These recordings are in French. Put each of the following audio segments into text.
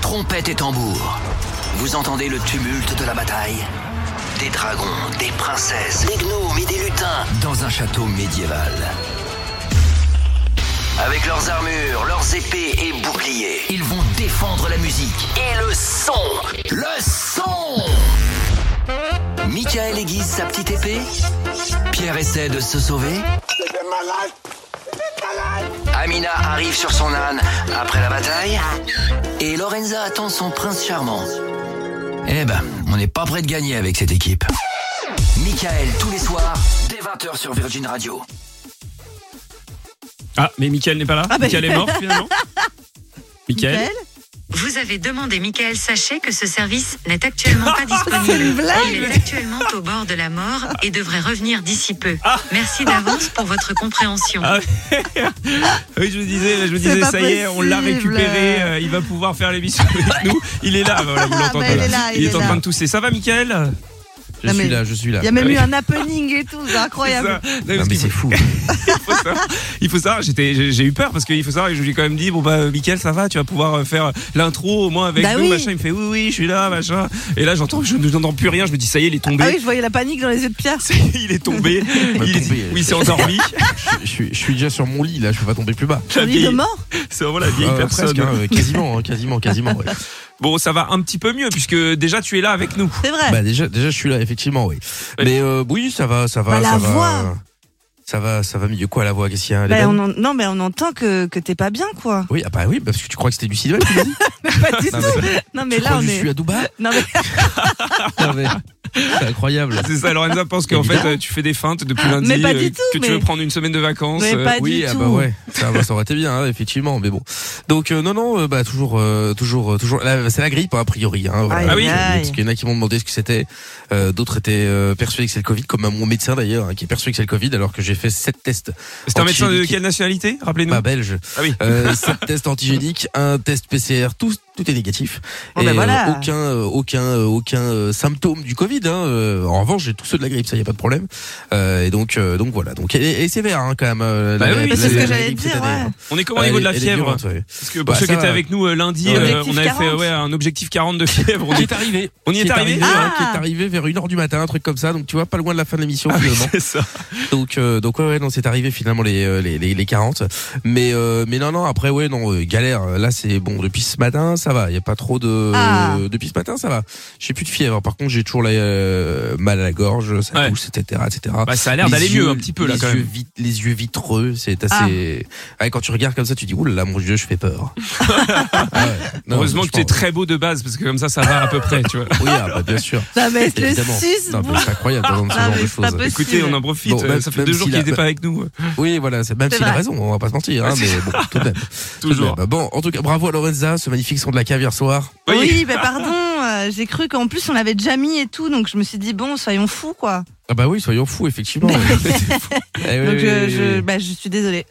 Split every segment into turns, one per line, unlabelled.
trompettes et tambours. Vous entendez le tumulte de la bataille Des dragons, des princesses, des gnomes et des lutins dans un château médiéval. Avec leurs armures, leurs épées et boucliers, ils vont défendre la musique et le son. Le son Michael aiguise sa petite épée. Pierre essaie de se sauver.
C'est malade. C'est malade.
Amina arrive sur son âne après la bataille. Et Lorenza attend son prince charmant. Eh ben, on n'est pas prêt de gagner avec cette équipe. Michael, tous les soirs, dès 20h sur Virgin Radio.
Ah, mais Mickaël n'est pas là
Ah, bah-
Mickaël est mort finalement Mickaël
Vous avez demandé Michael, sachez que ce service n'est actuellement pas
C'est une
disponible.
blague
Il est actuellement au bord de la mort et devrait revenir d'ici peu. Merci d'avance pour votre compréhension.
Ah, Oui, je vous disais, je vous disais
pas
ça y est, on l'a
possible.
récupéré, euh, il va pouvoir faire l'émission avec nous. Il est là, voilà, vous
Ah,
l'entendez.
bah, il est là,
il
il
est
est
en
là.
train de tousser. Ça va, Mickaël
Je
Non, mais
suis là, je suis là.
Il y a même
Ah oui.
eu un happening et tout, c'est incroyable.
C'est ça. Non,
Non,
parce
mais
qu'il
c'est fou.
faut savoir- il faut savoir, j'étais, j'ai j'ai eu peur parce qu'il faut savoir, je lui ai quand même dit, bon bah, Mickaël, ça va, tu vas pouvoir euh, faire l'intro au moins avec
Bah
nous,
oui.
machin. Il me fait, oui, oui, je suis là, machin. Et là, j'entends, je n'entends plus rien, je me dis, ça y est, il est tombé.
Ah oui, je voyais la panique dans les yeux de Pierre.
il est tombé,
Bah,
il, est-
tombé.
oui, il s'est endormi.
je, je suis, je suis déjà sur mon lit, là, je peux pas tomber plus bas.
La
Lit de
vieille-
mort
C'est vraiment la vieille
Euh,
personne.
presque, hein, euh, quasiment, hein, quasiment, quasiment. ouais.
Bon, ça va un petit peu mieux puisque déjà tu es là avec nous.
C'est vrai.
Bah déjà, déjà, je suis là, effectivement, oui. Mais euh, oui, ça va, ça va,
Bah, la
ça va.
voix.
Ça va, ça va mieux. Quoi, la voix Qu'est-ce qu'il y a Elle est
Bah,
bonne
on en- Non, mais on entend que, que t'es pas bien, quoi.
Oui, ah bah oui, parce que tu crois que c'était du cinéma, tu m'as dit
Pas du
Non,
tout. Non, mais
Tu
là,
crois
on
que je suis
est.
à Dubaï
Non, mais
Non, mais C'est incroyable.
C'est ça, Lorenza pense qu'en fait
Évidemment.
euh, tu fais des feintes depuis lundi,
Mais pas
euh,
du tout,
que tu
mais-
veux prendre une semaine de vacances.
Mais
euh,
pas
oui,
du
ah
tout.
bah ouais, ça, bah, ça aurait été bien, hein, effectivement, mais bon. Donc euh, non, non, euh, bah toujours, euh, toujours, euh, toujours. là, C'est la grippe hein, a priori. Hein,
Aïe,
Ah oui.
aïe.
Parce qu'il y en a qui m'ont demandé ce que c'était. Euh, D'autres étaient euh, persuadés que c'est le Covid, comme mon médecin d'ailleurs, hein, qui est persuadé que c'est le Covid, alors que j'ai fait sept tests.
C'est un médecin de
antigéniques.
quelle nationalité Rappelez-nous.
Pas Bah, belge.
Ah oui.
Euh, sept tests antigéniques, un test PCR, tout, tout est négatif.
Bon,
et
ben voilà.
euh, aucun, euh, aucun, euh, aucun euh, symptôme du Covid. Hein. Euh, En revanche, j'ai tous ceux de la grippe, ça y a pas de problème. Euh, et donc, euh, donc voilà. Donc, elle est, elle est sévère hein, quand même. euh,
Bah
la-
oui, mais
la-
c'est
la-
ce que
la
j'allais
grippe
te
cette
dire,
année,
ouais.
hein.
On est comment au niveau
Elle
de la
est- elle est
fièvre
violente, ouais.
Parce que pour
Bah,
ceux
ça
qui étaient
va.
avec nous euh, lundi,
Ouais.
euh,
Objectif
on avait
40.
fait ouais, un objectif 40 de fièvre. On
Qui
est-
est arrivé
On y
Qui
est arrivé
Ah
ouais, Qui est arrivé vers 1h du matin, un truc comme ça. Donc tu vois, pas loin de la fin de l'émission
Ah oui,
finalement.
c'est ça.
Donc, euh, donc ouais, ouais, non, c'est arrivé finalement les, euh, les, les, les 40. Mais, euh, mais non, non, après, ouais, non, euh, galère. Là, c'est bon, depuis ce matin, ça va. Il n'y a pas trop de.
Ah.
Depuis ce matin, ça va. J'ai plus de fièvre. Par contre, j'ai toujours la, euh, mal à la gorge, ça
Ouais.
tousse, etc. etc.
Bah, ça a l'air
Les
d'aller
yeux-
mieux un petit peu là
les
quand
yeux
même.
vit- les yeux vitreux, c'est assez. Ouais, quand tu regardes comme ça, tu dis, oulala, mon dieu, je fais peur. Ah ouais. Non,
Heureusement
je
que tu es
pense-
très beau de base parce que comme ça ça va à peu près, tu vois.
Oui, ah, bah, bien sûr.
Non, mais le
Évidemment.
sus.
Non, mais
bon.
C'est incroyable d'entendre ce
Non,
genre
mais
de
c'est pas
choses.
possible.
Écoutez, on en profite.
Bon, même-
ça fait
même
deux jours
s'il
qu'il
a-
n'était pas avec nous.
Oui, voilà, c'est même
C'est
s'il a
vrai.
raison, on va pas se mentir, hein, mais bon, tout de même. Tout de
Toujours.
même. Bon, en tout cas, bravo à Lorenza, ce magnifique son de la cave hier soir.
Oui.
Oui, mais pardon, euh, j'ai cru qu'en plus on l'avait déjà mis et tout, donc je me suis dit, bon, soyons fous, quoi.
Ah bah oui, soyons fous, effectivement. Eh oui,
Donc
oui,
je,
oui,
je,
oui.
bah, je suis désolée.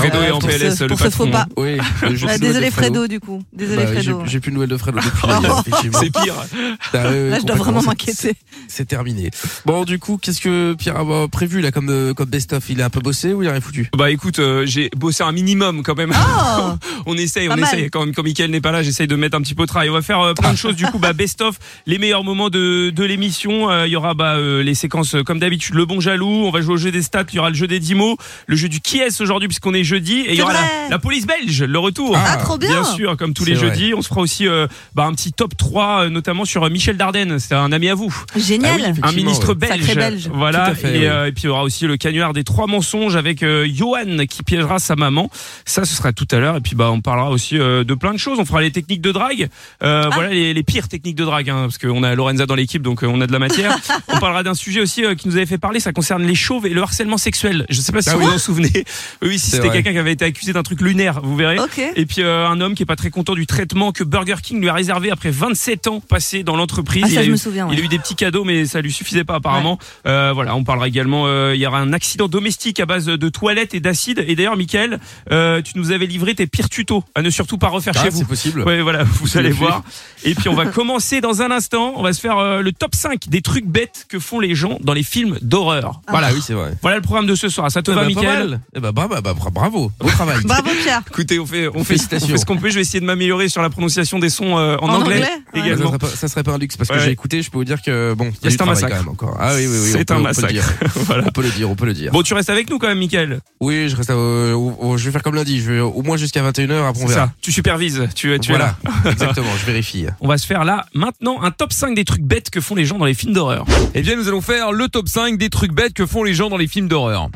Fredo
bah,
est en
pour
PLS,
ce-
le
pour ce
patron.
faux pas.
Oui, euh, je-
Bah, désolée, Fredo, du coup. Désolée,
Bah, j'ai
Fredo. Oh.
j'ai plus de nouvelles de Fredo depuis hier, effectivement.
C'est pire.
Ah, oui, oui,
Là, je dois
complètement,
vraiment
c'est-
m'inquiéter.
c'est- C'est terminé. Bon, du coup, qu'est-ce que Pierre a prévu là comme, euh, comme best-of Il a un peu bossé ou il a rien foutu
Bah écoute, euh, j'ai bossé un minimum quand même.
Oh
On essaye,
Pas
on
mal.
essaye. Quand, quand Mickaël n'est pas là, j'essaye de mettre un petit peu au travail. On va faire euh, plein de choses. Du coup, bah, best of, les meilleurs moments de, de l'émission. Euh, Il y aura bah, euh, les séquences euh, comme d'habitude, le bon jaloux. On va jouer au jeu des stats. Il y aura le jeu des 10 mots, le jeu du qui est aujourd'hui puisqu'on est jeudi. Et il y
C'est
aura la,
vrai.
la police belge, le retour.
Ah, trop bien
sûr, comme tous
C'est
les
vrai.
jeudis. On se fera aussi euh, bah, un petit top 3, euh, notamment sur euh, Michel Dardenne. C'est un ami à vous.
Génial
Ah oui,
Un
Effectivement,
ministre
ouais.
belge.
Sacré belge.
Voilà.
Tout à fait,
et,
oui.
euh, et puis il y aura aussi le canular des trois mensonges avec euh, Johan qui piégera sa maman. Ça, ce sera tout à l'heure. Et puis bah on parlera aussi euh, de plein de choses. On fera les techniques de drague.
Ah.
Euh, Voilà les, les pires techniques de drague, hein, parce qu'on a Lorenza dans l'équipe, donc euh, on a de la matière. on parlera d'un sujet aussi euh, qui nous avait fait parler. Ça concerne les chauves et le harcèlement sexuel. Je sais pas si
Ah
vous
oui.
vous en souvenez. Oui, si
C'est
c'était
vrai.
quelqu'un qui avait été accusé d'un truc lunaire, vous verrez.
Ok.
Et puis euh, un homme qui est pas très content du traitement que Burger King lui a réservé après 27 ans passés dans l'entreprise.
Ah,
Il
ça,
a
je
eu-
me souviens. ouais.
il a eu des petits cadeaux, mais ça lui suffisait pas apparemment. Euh, voilà, on parlera également. euh, il y aura un accident domestique à base de toilettes et d'acide. Et d'ailleurs, Michael, euh, tu nous avais livré tes pires tutos à ne surtout pas refaire
Ah,
chez
c'est
vous.
possible.
Ouais, voilà, vous
Je
allez
l'ai fait.
voir. Et puis on va commencer dans un instant. On va se faire euh, le top 5 des trucs bêtes que font les gens dans les les films d'horreur. Voilà.
Ah oui, c'est vrai.
Voilà le programme de ce soir. Ça te
Eh
va,
ben, pas
Michael
mal. Eh ben, bra- bra- bra- bravo, beau travail.
Bravo Pierre.
Écoutez, on fait, on fait, on
Félicitations.
fait ce qu'on peut. Je vais essayer de m'améliorer sur la prononciation des sons euh, en,
En
anglais,
anglais Ouais.
Ça
également.
serait, pas, ça serait pas un luxe parce que
Ouais.
j'ai écouté, je peux vous dire que bon, il y
C'est
a du
un
travail
massacre.
quand même encore. Ah oui, oui, oui. on
C'est
peut-
un
on peut le
massacre.
dire.
voilà.
On peut le dire, on peut le dire.
Bon, tu restes avec nous quand même, Michael.
Oui, je reste. à- euh, au- au- je vais faire comme lundi. Je vais au moins jusqu'à 21h. Après, on
C'est
verra.
ça. Tu supervises. Bah, Tu, tu es là.
voilà, exactement. Je vérifie.
On va se faire là maintenant un top 5 des trucs bêtes que font les gens dans les films d'horreur.
Eh bien, nous allons faire le top 5 des trucs bêtes que font les gens dans les films d'horreur.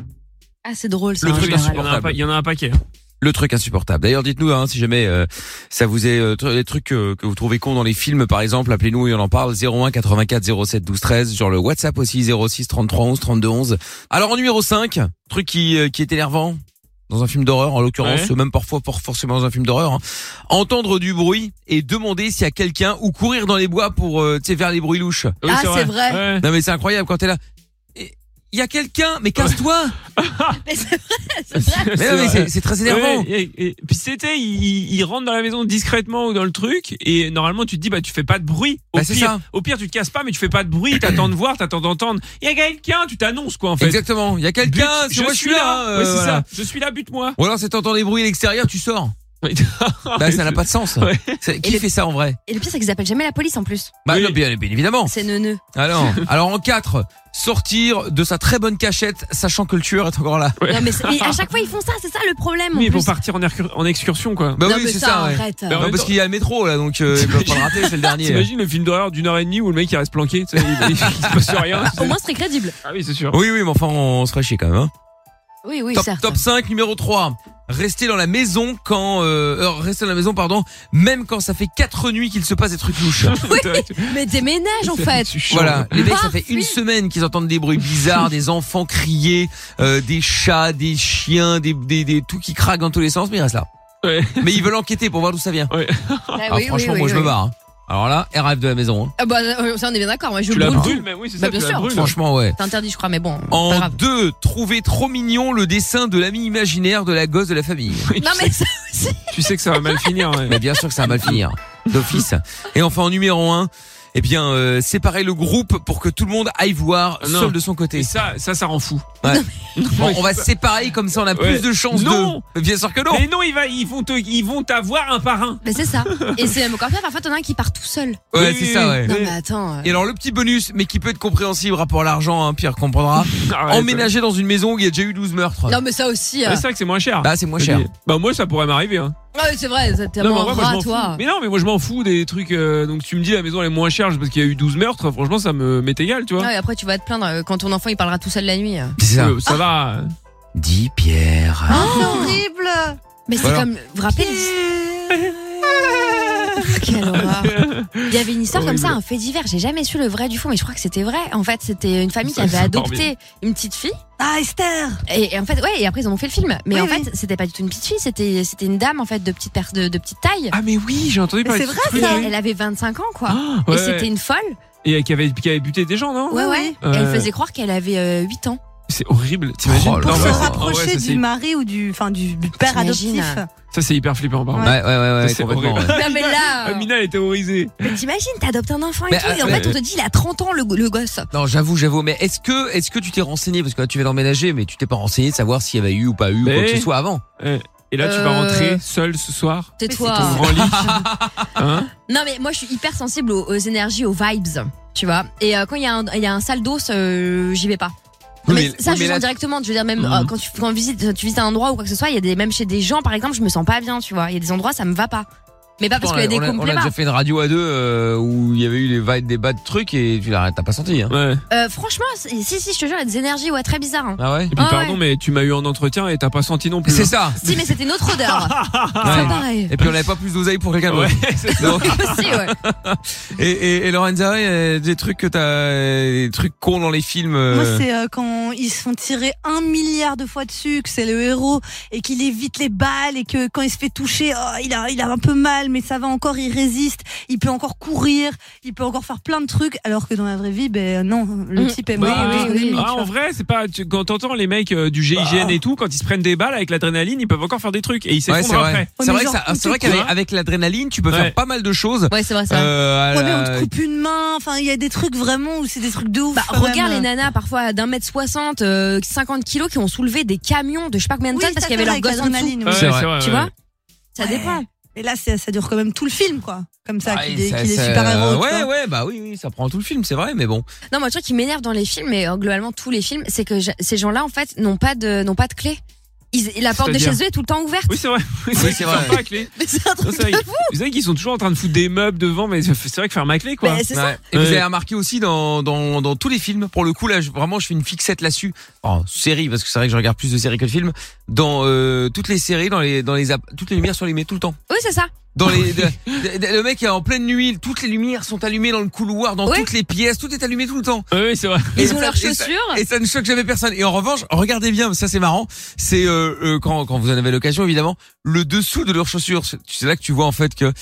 Ah, c'est drôle, ça.
Le
en
truc
général.
Il y en a un pa- il y en a un paquet.
Le truc insupportable. D'ailleurs, dites-nous hein, si jamais euh, ça vous est euh, tr- les trucs euh, que vous trouvez cons dans les films, par exemple, appelez-nous et on en parle 01 84 07 12 13 sur le WhatsApp aussi 06 33 11 32 11. Alors en numéro 5, truc qui euh, qui est énervant dans un film d'horreur en l'occurrence, même parfois pas forcément dans un film d'horreur, hein. entendre du bruit et demander s'il y a quelqu'un ou courir dans les bois pour euh, tu sais vers les bruits louches.
Oui,
Ah, c'est vrai.
Ouais.
Non mais c'est incroyable quand t'es là. Et Il y a quelqu'un, mais casse-toi.
Mais c'est vrai, c'est vrai.
Mais non, mais c'est- c'est très énervant.
Ouais, et, et- puis c'était, il, il rentre dans la maison discrètement ou dans le truc, et normalement tu te dis bah tu fais pas de bruit. Au
Bah, c'est
pire,
ça.
au pire tu te casses pas, mais tu fais pas de bruit, t'attends de voir, t'attends d'entendre. Il y a quelqu'un, tu t'annonces quoi en fait.
Exactement. Il y a
Bute,
quelqu'un. c'est
je
moi,
suis là.
euh,
Ouais, c'est
voilà.
ça. Je suis là, bute-moi.
Ou alors, c'est t'entends des bruits à l'extérieur, tu sors. Bah, ça n'a pas de sens.
Ouais.
C'est- Qui
Et le-
fait ça en vrai
Et le pire, c'est qu'ils appellent jamais la police en plus.
Bah,
Oui.
non, bien, bien évidemment.
C'est neuneux.
Alors, alors en 4, sortir de sa très bonne cachette, sachant que le tueur est encore là.
Ouais.
Non, mais, c'est- mais à chaque fois, ils font ça, c'est ça le problème. en
Oui, pour
plus.
partir en, ercu- en excursion quoi.
Bah
Non,
oui,
mais
c'est
ça,
ça, ouais.
arrête.
Non, parce qu'il y a le métro là, donc euh, ils peuvent pas le rater, c'est le dernier.
T'imagines le film d'horreur d'une heure et demie où le mec il reste planqué, tu sais, il, il se passe rien.
Au moins, c'est très crédible.
Ah oui, c'est sûr.
Oui, oui, mais enfin, on se ferait chier quand même. hein.
Oui, oui,
Top,
certes.
top 5, numéro 3. Rester dans la maison quand... Euh, euh, rester dans la maison, pardon, même quand ça fait 4 nuits qu'il se passe des trucs louches.
Mais déménage en fait.
Tu changes.
Voilà, les mecs, ça fait
Parfait.
une semaine qu'ils entendent des bruits bizarres, des enfants crier, euh, des chats, des chiens, des, des, des- tout qui craque dans tous les sens, mais ils restent là.
Ouais.
Mais ils veulent enquêter pour voir d'où ça vient.
Ah,
Ah, franchement, moi, je me barre. hein. Alors là, RF de la maison. hein.
Ah, bah, euh, ça, on est bien d'accord. Moi, je
Tu la
brûle. tout.
brûles, mais oui, c'est ça,
Bah, bien
tu la
sûr.
brûles.
Franchement, ouais.
C'est interdit, je crois, mais bon. pas
En
grave.
deux, trouver trop mignon le dessin de l'ami imaginaire de la gosse de la famille.
Non, mais ça aussi.
Tu sais que ça va mal finir. ouais.
Mais bien sûr que ça va mal finir. D'office. Et enfin, en numéro un, eh bien, euh, séparer le groupe pour que tout le monde aille voir
Ah Non.
seul de son
Et
côté.
ça, ça, ça rend fou.
Ouais. Bon,
Ouais.
on va se séparer comme ça on a
Ouais.
plus de chances
Non.
de. Bien sûr que non.
Mais non, il va, ils vont te, ils vont t'avoir un par un.
Mais c'est ça. Et c'est même encore pire, parfois, t'en as un qui part tout seul.
Ouais,
Oui,
c'est ça, ouais.
oui,
Non,
Oui.
mais attends. euh,
Et alors le petit bonus, mais qui peut être compréhensible rapport à l'argent, hein, Pierre comprendra.
Arrête.
Emménager dans une maison où il y a déjà eu 12 meurtres.
Non, mais ça aussi. euh,
Ouais, C'est vrai que c'est moins cher.
Bah c'est moins cher.
Bah moi ça pourrait m'arriver. Hein.
Ah oui, c'est vrai,
Non,
t'es
mais
tellement
en vrai, moi, je
rat,
m'en fous.
toi.
Mais non mais moi je m'en fous des trucs. euh, donc tu me dis la maison elle est moins chère parce qu'il y a eu 12 meurtres. Franchement ça me m'est égal tu vois.
Ah, et après, tu vas te plaindre euh, quand ton enfant il parlera tout seul la nuit. euh. Ah,
C'est
Euh, ça Ah. va.
Dis Pierre.
Oh, c'est horrible.
Mais c'est
Voilà.
comme. Vous vous rappelez Ah, Quelle horreur. Il y avait une histoire comme
Ah. Horrible.
ça, un fait divers. J'ai jamais su le vrai du faux, mais je crois que c'était vrai. En fait, c'était une famille qui
Ça,
avait
c'est
adopté
horrible.
une petite fille.
Ah Esther.
Et, et en fait, ouais, et après ils en ont fait le film. Mais
Oui,
en
oui.
fait, c'était pas du tout une petite fille, c'était c'était une dame en fait de petite pers- de, de petite taille.
Ah mais oui j'ai entendu parler.
C'est
de
vrai,
ce truc.
Et elle,
Oui.
elle avait 25 ans quoi.
Ah,
et
ouais,
c'était
ouais.
une folle.
Et qui avait qui avait buté des gens non
Ouais ouais.
oui.
Et elle
Euh.
faisait croire qu'elle avait euh, 8 ans.
C'est horrible. T'imagines
Oh là
Non,
Pour
là.
mais
se
ça, c'est- Ah
rapprocher
ouais, ça, c'est-
du mari ou du, enfin, du père
T'imagines,
adoptif.
hein.
Ça c'est hyper flippant par contre.
Ouais ouais ouais,
Ça,
ouais
c'est
complètement.
horrible.
ouais.
Non mais là. euh,
Amina elle est terrorisée.
Mais t'imagines, t'adoptes un enfant et
Mais,
tout. Et en
euh,
fait, on te dit il a 30 ans le, le gosse.
Non j'avoue j'avoue mais est-ce que est-ce que tu t'es renseigné parce que là tu vas l'emménager mais tu t'es pas renseigné de savoir s'il y avait eu ou pas eu ou quoi
Mais-
que ce soit avant.
Et là tu vas
Euh.
rentrer seul ce soir.
Tais-toi.
Ton grand lit. Hein
Non, mais moi, je suis hyper sensible aux, aux énergies, aux vibes, tu vois. Et euh, quand il y, a un- il y a un sale dos, euh, j'y vais pas. Non, mais,
Oui, mais-
ça,
oui,
je
mais
le
là-
sens directement. Je veux dire, même
Mhm.
euh, quand, tu, quand visites, tu visites un endroit ou quoi que ce soit, il y a des, même chez des gens, par exemple, je me sens pas bien, tu vois. Il y a des endroits, ça me va pas. Mais pas parce
on,
qu'il y
a,
a des
on a- on a
compléments.
déjà fait une radio à deux euh, où il y avait eu des va- des bas de trucs et tu l'as t'as pas senti hein.
Ouais.
Euh, franchement, c'est- si, si, je te jure, il y a des énergies, ouais, très bizarres. hein.
Ah ouais.
Et puis
Ah
pardon
ouais.
mais tu m'as eu en entretien et t'as pas senti non plus.
C'est
hein.
ça.
Si, mais c'était notre odeur. c'est pas
Ouais.
pareil.
Et puis on avait pas plus d'oseille pour quelqu'un d'autre.
Ouais, c'est ça.
Donc,
Aussi, ouais.
Et, et, et Lorenza, il y a des trucs que t'as, des trucs cons dans les films. euh,
Moi, c'est euh, quand ils se font tirer un milliard de fois dessus, que c'est le héros et qu'il évite les balles et que quand il se fait toucher, oh, il, a, il a un peu mal
mal, mais ça va encore, il résiste, il peut encore courir, il peut encore faire plein de trucs, alors que dans la vraie vie, ben non, le type est mort.
Bah,
hein.
entre guillemets,
ah,
tu vois.
en vrai, c'est pas. tu- quand t'entends les mecs euh, du GIGN et tout, quand ils se prennent des balles avec l'adrénaline, ils peuvent encore faire des trucs et ils
Bah. Ouais,
s'effondrent
c'est vrai.
après.
C'est vrai, que ça- c'est vrai qu'avec
Tu vois
avec l'adrénaline, tu peux
Ouais.
faire pas mal de choses.
Ouais, c'est vrai, ça.
Euh, à
Ouais, mais on
la-
te coupe une main, enfin, il y a des trucs vraiment où c'est des trucs de ouf.
Bah,
quand
regarde les
même.
nanas parfois d'un mètre soixante, euh, 50 kilos qui ont soulevé des camions de je sais pas combien de
Oui,
tonnes parce
ça,
qu'il y avait
c'est
leur
vrai,
gosse en
avec l'adrénaline,
dessous.
Ouais,
oui.
C'est vrai.
Tu
euh,
vois Ça
Ouais.
dépend.
Mais là, c'est- ça dure quand même tout le film, quoi. Comme ça,
Ouais,
qu'il est,
Ah, ça-
qu'il est
ça-
super-héros. tu
Ouais,
vois.
ouais, bah oui, oui, ça prend tout le film, c'est vrai, mais bon.
Non, moi, le truc qui m'énerve dans les films, mais euh, globalement tous les films, c'est que je- ces gens-là, en fait, n'ont pas de, n'ont pas de clé. Ils, la porte de chez
C'est-à-dire
eux est tout le temps ouverte.
Oui, c'est vrai. Oui,
c'est
c'est
vrai.
vrai. Pas la clé.
Mais c'est un
Non,
truc
c'est vrai.
de-
Vous savez qu'ils sont toujours en train de foutre des meubles devant, mais c'est vrai que faire ma clé, quoi.
Mais c'est ça.
Ouais. Et vous
Ouais.
avez remarqué aussi dans, dans, dans tous les films, pour le coup là, je- vraiment je fais une fixette là-dessus. En série, parce que c'est vrai que je regarde plus de séries que de films. Dans euh, toutes les séries, dans les dans les app- toutes les lumières sont allumées tout le temps.
Oui, c'est ça.
Dans les de- de- de- le mec est en pleine nuit, toutes les lumières sont allumées dans le couloir, dans
Ouais.
toutes les pièces, tout est allumé tout le temps.
Oui, oui, c'est vrai.
Et
Ils ont
ça-
leurs
et ça-
chaussures.
Et ça ne choque jamais personne. Et en revanche, regardez bien, ça c'est marrant, c'est euh, euh, quand, quand vous en avez l'occasion évidemment, le dessous de leurs chaussures. C'est c'est là que tu vois en fait que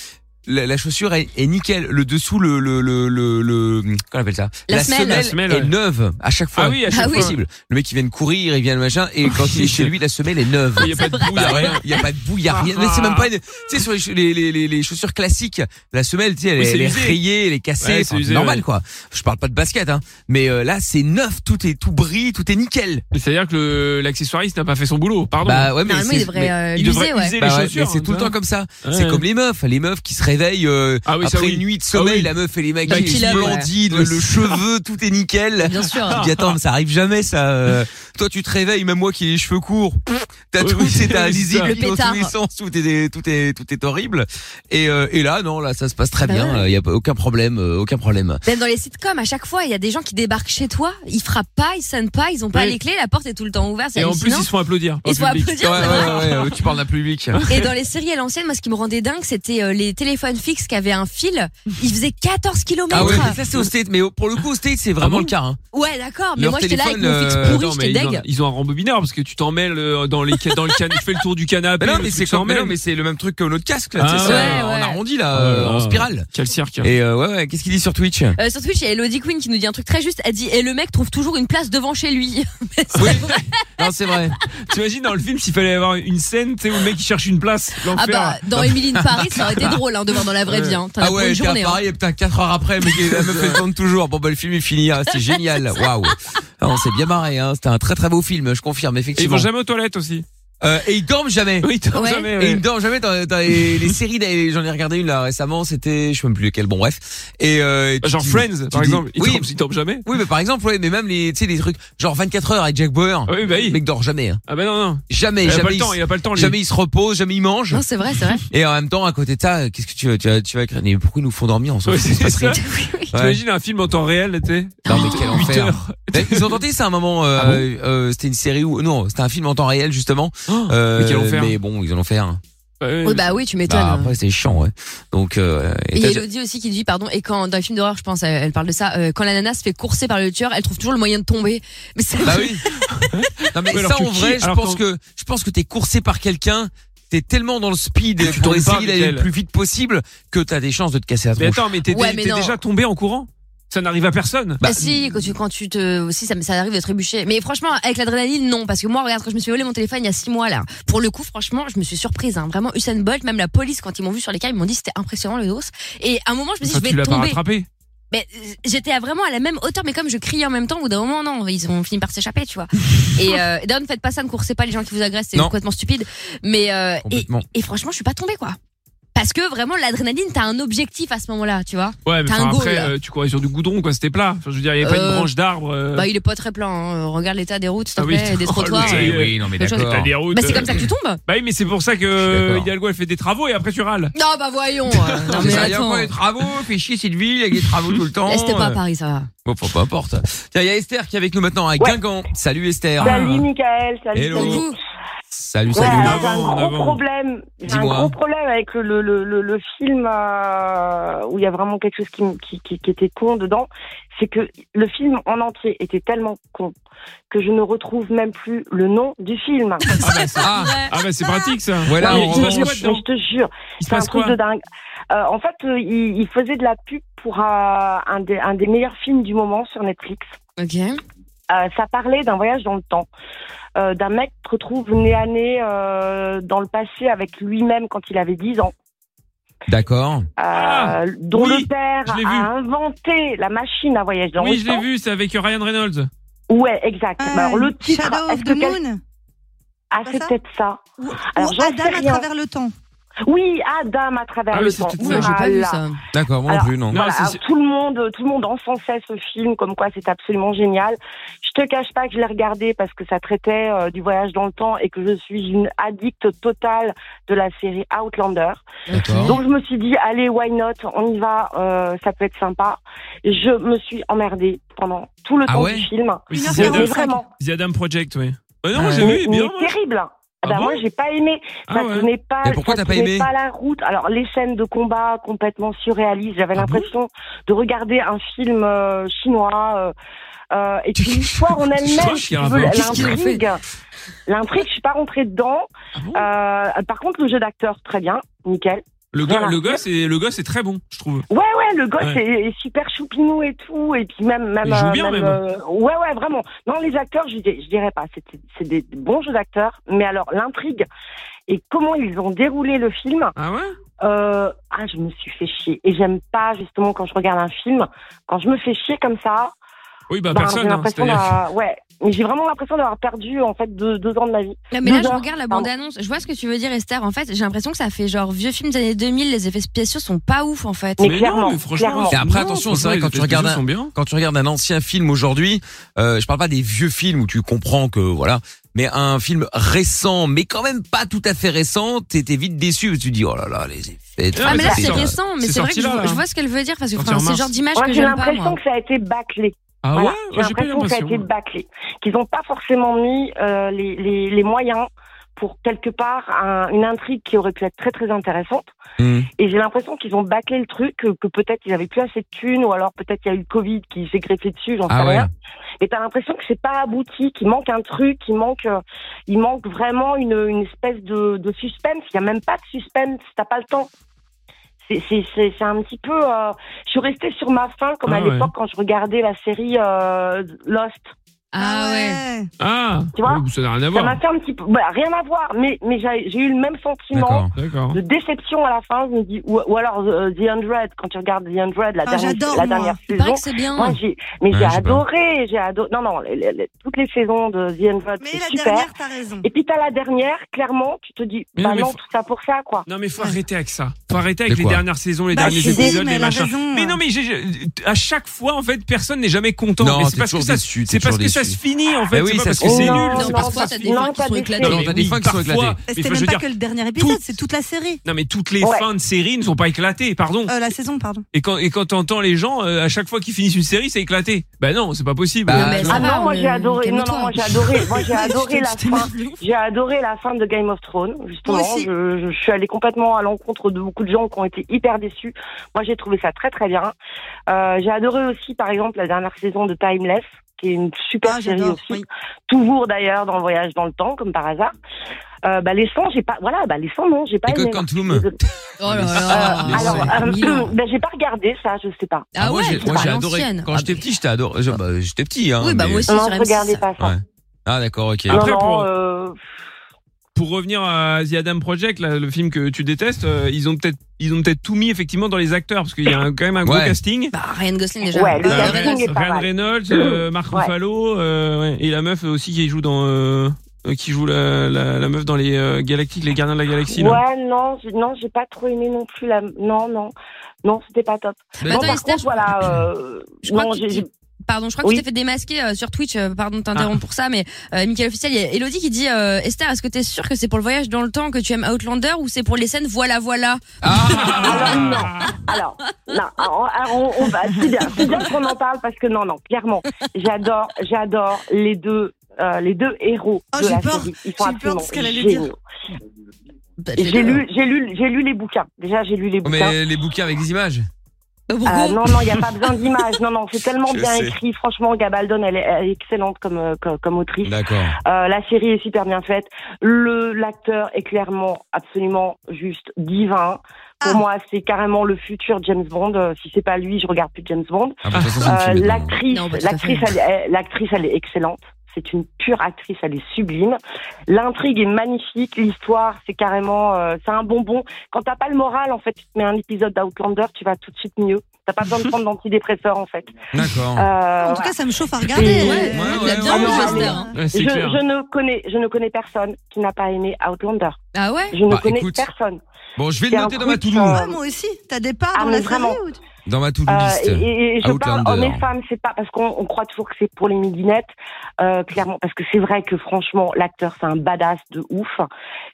la, la chaussure est, est nickel, le dessous, le le le le, le- comment on appelle ça
La semelle.
La semelle,
est
ouais.
neuve à chaque fois.
Ah oui, à chaque
Ah oui.
fois.
Possible. Le mec il vient de courir, il vient de machin, et quand il est chez lui, la semelle est neuve.
Il y a pas de boue, il y a
Bah ouais,
rien.
Il y a pas de boue, il y a rien. Mais c'est même pas une. Tu sais sur les, cha- les, les, les- les chaussures classiques, la semelle, tu sais, elle,
Oui,
est-
c'est
elle est
usé.
rayée, elle est cassée.
Ouais,
Enfin,
c'est
c'est
usé,
normal
ouais.
quoi. Je parle pas de basket, hein. Mais euh, là, c'est neuf, tout est tout brille, tout est nickel.
C'est-à-dire que le- l'accessoiriste n'a pas fait son boulot, pardon.
Bah ouais, mais
Normalement,
c'est-
ils devraient
mais-
euh,
il
l'user,
devrait
ouais.
user les
bah ouais,
chaussures. hein,
mais c'est tout le temps comme ça.
Ouais,
C'est
ouais.
comme les meufs, les meufs qui se réveillent euh,
Ah oui, ça,
après
oui.
une nuit de sommeil,
Ah oui.
la meuf et les mecs
Bah,
qui
qui
sont
lave, ouais.
splendides, le, le cheveu, tout est nickel.
Bien sûr.
Tu te dis attends mais ça arrive jamais ça. euh, toi tu te réveilles même moi qui ai les cheveux courts. pff, T'as
Oui,
tout
oui,
c'est ta
oui,
lisible
ça.
Le
dans tous
pétard.
les sens tout est tout est tout est horrible. Et euh, et là non là ça se passe très
Bah
bien. Il
ouais.
y a aucun problème euh, aucun problème.
Même dans les sitcoms, à chaque fois, il y a des gens qui débarquent chez toi, ils frappent pas, ils sonnent pas, ils ont pas
Oui.
les clés, la porte est tout le temps ouverte. Ah, c'est
Et en plus,
hallucinant.
ils se font applaudir. au
Ils se font
public.
applaudir, c'est vrai.
ouais, tu parles d'un public. Ah
Et dans les séries à l'ancienne, moi, ce qui me rendait dingue, c'était euh, les téléphones fixes qui avaient un fil. Ils faisaient 14 km.
Ah ouais mais ça c'est au state mais au- pour le coup au state c'est vraiment
Ah bon
le cas. hein.
Ouais, d'accord, Ah, mais
Leur
moi, j'étais là avec
téléphone,
mon fixe
euh,
pourri,
Non, mais
j'étais
ils, ont,
deg.
ils ont un rembobineur parce que tu t'emmêles euh, dans, les, ca- dans le canapé. Tu fais le tour du canapé.
Mais Bah non
le
mais
truc
c'est comme mais
s'emmêle.
non, mais c'est le même truc que notre casque là. tu sais,
Ah,
c'est
ouais,
en-
ouais.
En arrondi là
Oh là
euh, en
là.
spirale.
Quel cirque.
Et euh, ouais ouais qu'est-ce qu'il dit sur Twitch
Euh, sur Twitch, il y a Elodie Queen qui nous dit un truc très juste. Elle dit Et le mec trouve toujours une place devant chez lui.
Oui. Non c'est vrai.
T'imagines dans le film s'il fallait avoir une scène tu sais, où le mec il cherche une place.
Ah
L'enfer.
bah, dans Emily in Paris, ça aurait été drôle hein, de voir dans la vraie vie. Hein. T'en as
Ah
pour
ouais,
une
t'es à
journée. hein.
Paris et putain, 4 heures après, mais la meuf elle tourne toujours. Bon bah le film est fini, hein. c'est génial. Waouh. Ah, On s'est bien marré, hein. c'était un très très beau film, je confirme
Et ils
effectivement.
vont jamais aux toilettes aussi.
Euh, et ils dorment jamais.
Oui, ils dorment
Ouais.
jamais.
Et
ouais.
ils ne dorment jamais dans, dans les, les séries. des- J'en ai regardé une là récemment, c'était je sais même plus lequel. Bon bref. Et euh, tu-
Genre
tu-
Friends,
tu
par
dis-
exemple. Ils
Oui,
tombent- ils tombent jamais.
oui, mais par exemple, ouais, mais même les tu sais les trucs genre 24 heures avec Jack Bauer.
Oui, bah oui.
Le mec dort jamais, hein.
Ah bah non, non.
jamais,
Il a
jamais.
pas le
il
temps,
s-
il a pas le temps. lui.
Jamais il se repose, jamais il mange.
Non, c'est vrai, c'est vrai.
Et en même temps, à côté de ça, euh, qu'est-ce que tu veux Tu vas, tu vas craindre. Mais pourquoi ils nous font dormir On s'en
Ouais,
fout, il se
c'est
passe rien.
ça.
Ouais.
T'imagines un film en temps réel, tu sais
Non, mais quel
8
enfer.
heures.
Mais ils ont tenté ça à un moment. euh,
Ah bon
euh, c'était une série où non, c'était un film en temps réel justement.
Oh,
Euh,
mais quel enfer.
mais bon, ils en ont fait un.
Ouais,
Oh, bah oui, tu m'étonnes.
Bah, après, c'est chiant, ouais. Donc, euh, et
Et il y
t'as-
a Elodie aussi qui dit, pardon, et quand dans les films d'horreur, je pense, elle, elle parle de ça, euh, quand la nana se fait courser par le tueur, elle trouve toujours le moyen de tomber. Mais c'est
bah oui. non mais
Ouais, alors
ça
que
en
qui-
vrai, je
alors
pense
quand-
que je pense que t'es coursé par quelqu'un. T'es tellement dans le speed
Et tu
pour
tombes pas,
essayer d'aller le
Mickaël.
plus vite possible que t'as des chances de te casser la
Mais
tronche.
attends, mais t'es
Ouais,
dé-
mais
t'es
non.
déjà tombé en courant Ça n'arrive à personne.
bah-
Ah si, quand tu, quand tu te, aussi, ça, me- ça arrive de trébucher. Mais franchement, avec l'adrénaline, non, parce que moi, regarde, quand je me suis volé mon téléphone il y a six mois, là, pour le coup, franchement, je me suis surprise, hein. Vraiment, Usain Bolt, même la police, quand ils m'ont vu sur les cas, ils m'ont dit, c'était impressionnant le dos. Et à un moment, je me suis
Enfin,
dit,
tu
je vais
l'as pas
tomber.
rattrapé.
Mais euh, j'étais à- vraiment à la même hauteur, mais comme je criais en même temps, au bout d'un moment, non, ils ont fini par s'échapper, tu vois. et euh, d'ailleurs, ne faites pas ça, ne coursez pas les gens qui vous agressent, c'est
Non.
complètement stupide. Mais euh, et,
Complètement.
et franchement, je suis pas tombée, quoi. Parce que vraiment, l'adrénaline, t'as un objectif à ce moment-là, tu vois.
Ouais, mais
T'as
enfin,
un
après,
goal.
euh, tu courais sur du goudron, quoi. C'était plat. Enfin, je veux dire, il n'y avait pas
Euh,
une branche d'arbre. euh,
Bah, il est pas très plein. hein. Regarde l'état des routes, s'il te
Ah oui.
plaît, et des
Oh,
trottoirs.
le-
Euh,
Oui,
non mais
les gens qui
t'as des routes,
Bah, c'est comme
euh,
ça que tu tombes.
Bah oui, mais c'est pour ça
Je suis
que euh,
d'accord.
Hidalgo, elle fait des travaux et après tu râles.
Non, bah voyons. euh, non, mais attends.
les travaux, fais chier cette ville, il y a des travaux tout le temps.
euh, Laisse-toi pas à
euh,
Paris, ça va.
Bon, faut- peu importe. Tiens, il y a Esther qui est avec nous maintenant à Guingamp. Salut Esther.
Salut Michael, salut.
Ah. Hello.
Donc, vous,
Salut,
Ouais,
salut.
j'ai un gros problème. J'ai un
Dis-moi.
gros problème avec le, le, le, le, le film euh, où il y a vraiment quelque chose qui, me- qui, qui, qui était con dedans. C'est que le film en entier était tellement con que je ne retrouve même plus le nom du film.
Ah, ah bah c'est pratique ça.
Non,
Mais
mais
il se
je,
passe
te
quoi
jure,
dedans
je te jure,
Il se
c'est un
passe
truc
quoi
de dingue. Euh, en fait, euh, il, il faisait de la pub pour euh, un, des, un des meilleurs films du moment sur Netflix. Euh,
Ok.
ça parlait d'un voyage dans le temps, euh, d'un mec qui se retrouve nez à nez euh, dans le passé avec lui-même quand il avait 10 ans.
D'accord.
euh, dont le père
je l'ai
a
vu.
inventé la machine à voyage dans
Oui,
le
je l'ai
temps.
vu, c'est avec Ryan Reynolds.
Ouais, exact. Bah, alors, le titre,
Ah, Shadow
est-ce
of
que
the
quel-
Moon
Ah,
Pas
c'est
ça
peut-être ça.
Ou,
Alors,
ou
j'en
Adam
sais
à
rien.
travers le temps
Oui, Adam à travers
Ah oui,
le
c'est
temps.
peut-être ça, j'ai pas vu
Voilà.
ça. D'accord, moi non
Alors,
plus, non.
voilà,
Non, c'est-
alors, tout le monde, tout le monde encensait ce film, comme quoi c'est absolument génial. Je te cache pas que je l'ai regardé parce que ça traitait euh, du voyage dans le temps et que je suis une addict totale de la série Outlander.
D'accord.
Donc je me suis dit, allez, why not, on y va, euh, ça peut être sympa. Je me suis emmerdée pendant tout le
Ah
temps
ouais
du film.
Oui, c'est
Mais
The Adam-
vraiment.
The Adam Project, oui. Bah non,
Ouais.
j'ai vu, il est
Mais
bien. moi.
terrible.
Ah
bah
bon
moi j'ai pas aimé. Ça
Ah ouais.
tenait pas.
Mais pourquoi
ça
t'as pas
tenait
aimé
la route. Alors les scènes de combat complètement surréalistes. J'avais l'impression de regarder un film euh, chinois. euh, euh, et puis l'histoire en elle-même,
Qu'est-ce qu'il y a
si tu
à
veux,
voir Qu'est-ce qu'il a
l'intrigue, l'intrigue, je suis pas rentrée dedans. Euh, par contre, le jeu d'acteur, très bien, nickel.
Le gars,
Voilà.
le gosse est, le gosse est très bon, je trouve.
Ouais, ouais, le gosse
Ouais.
est, est super choupinou et tout, et puis même, même,
Il joue
euh,
bien, même. hein.
euh, ouais, ouais, vraiment. Non, les acteurs, je, dis- je dirais pas, c'était- c'est des bons jeux d'acteurs, mais alors l'intrigue et comment ils ont déroulé le film.
Ah ouais.
Euh, ah, je me suis fait chier, et j'aime pas justement quand je regarde un film, quand je me fais chier comme ça.
Oui, bah,
ben,
personne,
J'ai
hein,
l'impression
c'est-à-dire-
d'avoir- ouais, mais j'ai vraiment l'impression d'avoir perdu en fait deux, deux ans de ma vie.
Non, mais là,
Deux
je
ans,
regarde la
pardon.
bande-annonce. Je vois ce que tu veux dire, Esther. En fait, j'ai l'impression que ça fait genre vieux film des années 2000. Les effets spéciaux sont pas ouf, en fait.
Mais Mais non, clairement,
mais franchement, Et après, attention, c'est vrai, quand tu, regardes un, quand tu regardes un ancien film aujourd'hui, euh, je parle pas des vieux films où tu comprends que, voilà, mais un film récent, mais quand même pas tout à fait récent, t'étais vite déçu, parce que tu dis, oh là là, les effets. de-
Ah, mais là,
des-
c'est
euh,
récent. Mais c'est vrai que je
sorti là,
vois,
hein.
là.
je vois ce qu'elle veut dire parce que
Sorti
enfin,
en
c'est le
mars.
genre d'image
Moi,
que
j'ai
j'aime pas,
l'impression
moi.
que ça a été bâclé.
Ah
Voilà.
ouais
J'ai
Ouais, j'ai pas eu
l'impression que ça a été
l'impression.
bâclé. Qu'ils n'ont pas forcément mis euh, les, les, les moyens pour quelque part un- une intrigue qui aurait pu être très très intéressante.
Hmm.
Mm.
Et j'ai l'impression qu'ils ont bâclé le truc, que, que peut-être ils n'avaient plus assez de thunes, ou alors peut-être il y a eu le Covid qui s'est greffé dessus, j'en
Ah
sais
ouais.
rien. Et t'as l'impression que c'est pas abouti, qu'il manque un truc, qu'il manque, euh, il manque vraiment une, une espèce de, de suspense. Il y a même pas de suspense, t'as pas le temps. C'est- C'est c'est- c'est un petit peu. euh, je suis restée sur ma faim comme
Ah
à
ouais.
l'époque quand je regardais la série euh, Lost.
Ah ouais.
Ah,
Tu vois
oui, ça n'a rien à
Ça m'a
voir.
fait un petit peu. bah, rien à voir, mais, mais j'ai j'ai eu le même sentiment
D'accord.
de déception à la fin. Je me dis, ou, ou alors euh, The 100, quand tu regardes The 100, la
Ah,
dernière,
j'adore,
la
moi.
dernière
Il
saison.
paraît que c'est bien.
Moi, j'ai- mais
Ouais,
j'ai
je sais pas.
adoré, j'ai adoré. Non, non, les- les- les- toutes les saisons de The 100,
Mais
c'est
la
super.
dernière, t'as raison.
Et puis t'as la dernière, clairement, tu te dis,
Mais non,
bah non,
mais faut-
tout ça pour ça, quoi.
Non mais faut arrêter avec ça. Faut arrêter avec
De
les
quoi
dernières saisons, les
Bah, je
derniers
suis désolée,
épisodes,
mais
les
elle a
machins.
raison.
Mais non mais j'ai- j'ai- à chaque fois en fait personne n'est jamais content.
Non,
mais
t'es
c'est parce que
toujours
ça,
déçu, t'es
c'est parce
toujours
que ça
déçu.
se finit en
Bah
fait.
oui,
c'est pas
ça
parce
se
que c'est
finit.
nul.
Non,
C'est
non,
parce que
parfois,
ça
t'as
se
des fins
Non,
qui
t'as
sont
des
éclatées.
Non, non, t'as des fins qui sont éclatées.
parfois.
C'était
Mais
même
je veux
pas
dire,
que le dernier épisode,
toutes-
c'est toute la série.
non mais toutes les
Ouais.
fins de séries ne sont pas éclatées, pardon.
Euh, la saison, pardon.
Et quand et quand t'entends les gens euh, à chaque fois qu'ils finissent une série, c'est éclaté. Bah non, c'est pas possible.
Bah,
mais
Ah
ça va,
non, moi
on
j'ai
est-
adoré. Non,
calme-toi.
non, moi j'ai adoré. Moi j'ai adoré la
Je t'ai- je
fin.
t'énerve.
J'ai adoré la fin de Game of Thrones. Justement,
Moi aussi.
je, je suis allée complètement à l'encontre de beaucoup de gens qui ont été hyper déçus. Moi j'ai trouvé ça très très bien. Euh, j'ai adoré aussi, par exemple, la dernière saison de Timeless, qui est une super
Ah,
série
j'adore,
aussi.
oui.
Toujours d'ailleurs dans le voyage dans le temps, comme par hasard. Euh, bah les sons, j'ai pas. Voilà, bah les sons, non, j'ai pas.
Et
aimé.
Code Quantum
Oh là
Euh,
là.
alors, euh,
Mignon.
ben, j'ai pas regardé ça, je sais pas.
Ah
moi,
ouais,
j'ai- moi,
à
j'ai adoré.
l'ancienne.
Quand
Ah
j'étais
bah-
petit, j'étais adoré. je- bah, j'étais petit, hein.
Oui, bah,
mais-
moi aussi,
Non,
sur M6.
regardez pas ça.
Ouais. Ah, d'accord, ok.
Non,
Après,
non,
pour-
euh,
pour revenir à The Adam Project, là, le film que tu détestes, euh, ils ont peut-être ils ont peut-être tout mis effectivement dans les acteurs parce qu'il y a un- quand même un gros
Ouais.
casting.
Bah, Ryan Gosling déjà.
Ouais, le
Bah,
Euh,
casting
Reynolds.
est pas
Ryan
mal.
Reynolds, euh, Mark
Ouais.
Ruffalo euh, ouais. et la meuf aussi qui joue dans euh, euh, qui joue la, la, la meuf dans les euh, Galactiques, les Gardiens de la Galaxie. là.
Ouais, non, j'ai- non, j'ai pas trop aimé non plus la. Non, non, non, c'était pas top.
Mais
non,
attends,
par
Esther,
contre,
je-
voilà. euh,
Je crois
non,
que
j'ai-
tu-
j'ai-
Pardon, je crois que
Oui.
tu t'es fait démasquer euh, sur Twitch. euh, pardon de t'interrompre pour ça, mais euh, Michael officiel, il y a Elodie qui dit euh, Esther, est-ce que t'es sûre que c'est pour le voyage dans le temps que tu aimes Outlander ou c'est pour les scènes voilà voilà
alors Ah, non, alors non, alors, alors, on, on va. C'est bien, c'est bien qu'on en parle parce que non, non, clairement, j'adore, j'adore les deux euh, les deux héros
Ah,
de
j'ai
la
peur.
série. Ils
J'ai
sont
peur de
absolument
ce qu'elle allait dire.
géniaux. J'ai lu, j'ai lu, j'ai lu les bouquins. Déjà, j'ai lu les
Oh,
bouquins.
mais les bouquins avec des images.
Euh, non, non, il n'y a pas besoin d'images. Non, non, c'est tellement
Je
bien
sais.
écrit. Franchement, Gabaldon, elle est, elle est excellente comme, euh, comme, comme autrice.
D'accord.
Euh, la série est super bien faite. Le l'acteur est clairement absolument juste divin. Pour moi, c'est carrément le futur James Bond. Euh, Si c'est pas lui, je regarde plus James Bond. Euh,
Ah, bah, de toute façon, c'est une fille, maintenant.
l'actrice,
Non, bah, tout à fait.
l'actrice, elle, est- l'actrice, elle est excellente. C'est une pure actrice, elle est sublime. L'intrigue est magnifique, l'histoire, c'est carrément, euh, c'est un bonbon. Quand t'as pas le moral, en fait, tu te mets un épisode d'Outlander, tu vas tout de suite mieux. T'as pas besoin de prendre d'antidépresseur, en fait.
D'accord.
Euh,
En tout cas, ça me chauffe à regarder.
Ouais,
Euh,
ouais,
il a bien
ouais,
envie,
ouais,
Foster,
ouais.
hein.
Je, je ne connais, je ne connais personne qui n'a pas aimé Outlander.
Ah ouais
Je ne
Bah,
connais
écoute.
personne.
Bon, je vais
C'est
le noter
un
dans ma
truc,
to-do.
euh,
Ah, moi aussi, t'as des parts
Ah,
dans
mais
la série
vraiment.
ou-
Dans ma to-do
Euh,
list.
et,
Ah,
et- et je parle hommes
Outlander.
et femmes, c'est pas parce qu'on on croit toujours que c'est pour les midinettes, euh, clairement, parce que c'est vrai que franchement, l'acteur c'est un badass de ouf.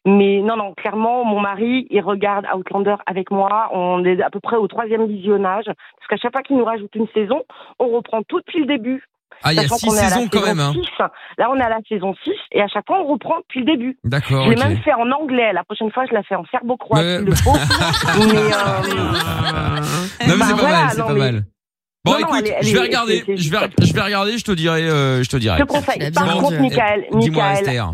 Mais non, non, clairement, mon mari, il regarde Outlander avec moi. On est à peu près au troisième visionnage, parce qu'à chaque fois qu'il nous rajoute une saison, on reprend tout depuis le début.
Ah, il y a
Sachant
six
qu'on est à la
saisons quand
saison
même, hein.
six. Là, on est à la saison 6 et à chaque fois, on reprend depuis le début.
D'accord,
je l'ai
ok.
même fait en anglais. La prochaine fois, je la fais en serbo-croate,
Ouais.
s'il le faut. Mais, euh,
Non,
Bah
mais c'est pas
voilà,
mal, c'est
non,
pas
mais-
mal. Bon,
Non, non,
écoute,
elle est- elle
je vais
est-
regarder,
c'est- c'est
je vais, je vais regarder, je te dirai, euh, je te dirai.
Je te conseille. Par
Bon,
contre, Michael,
dis-moi,
Michael,
Esther.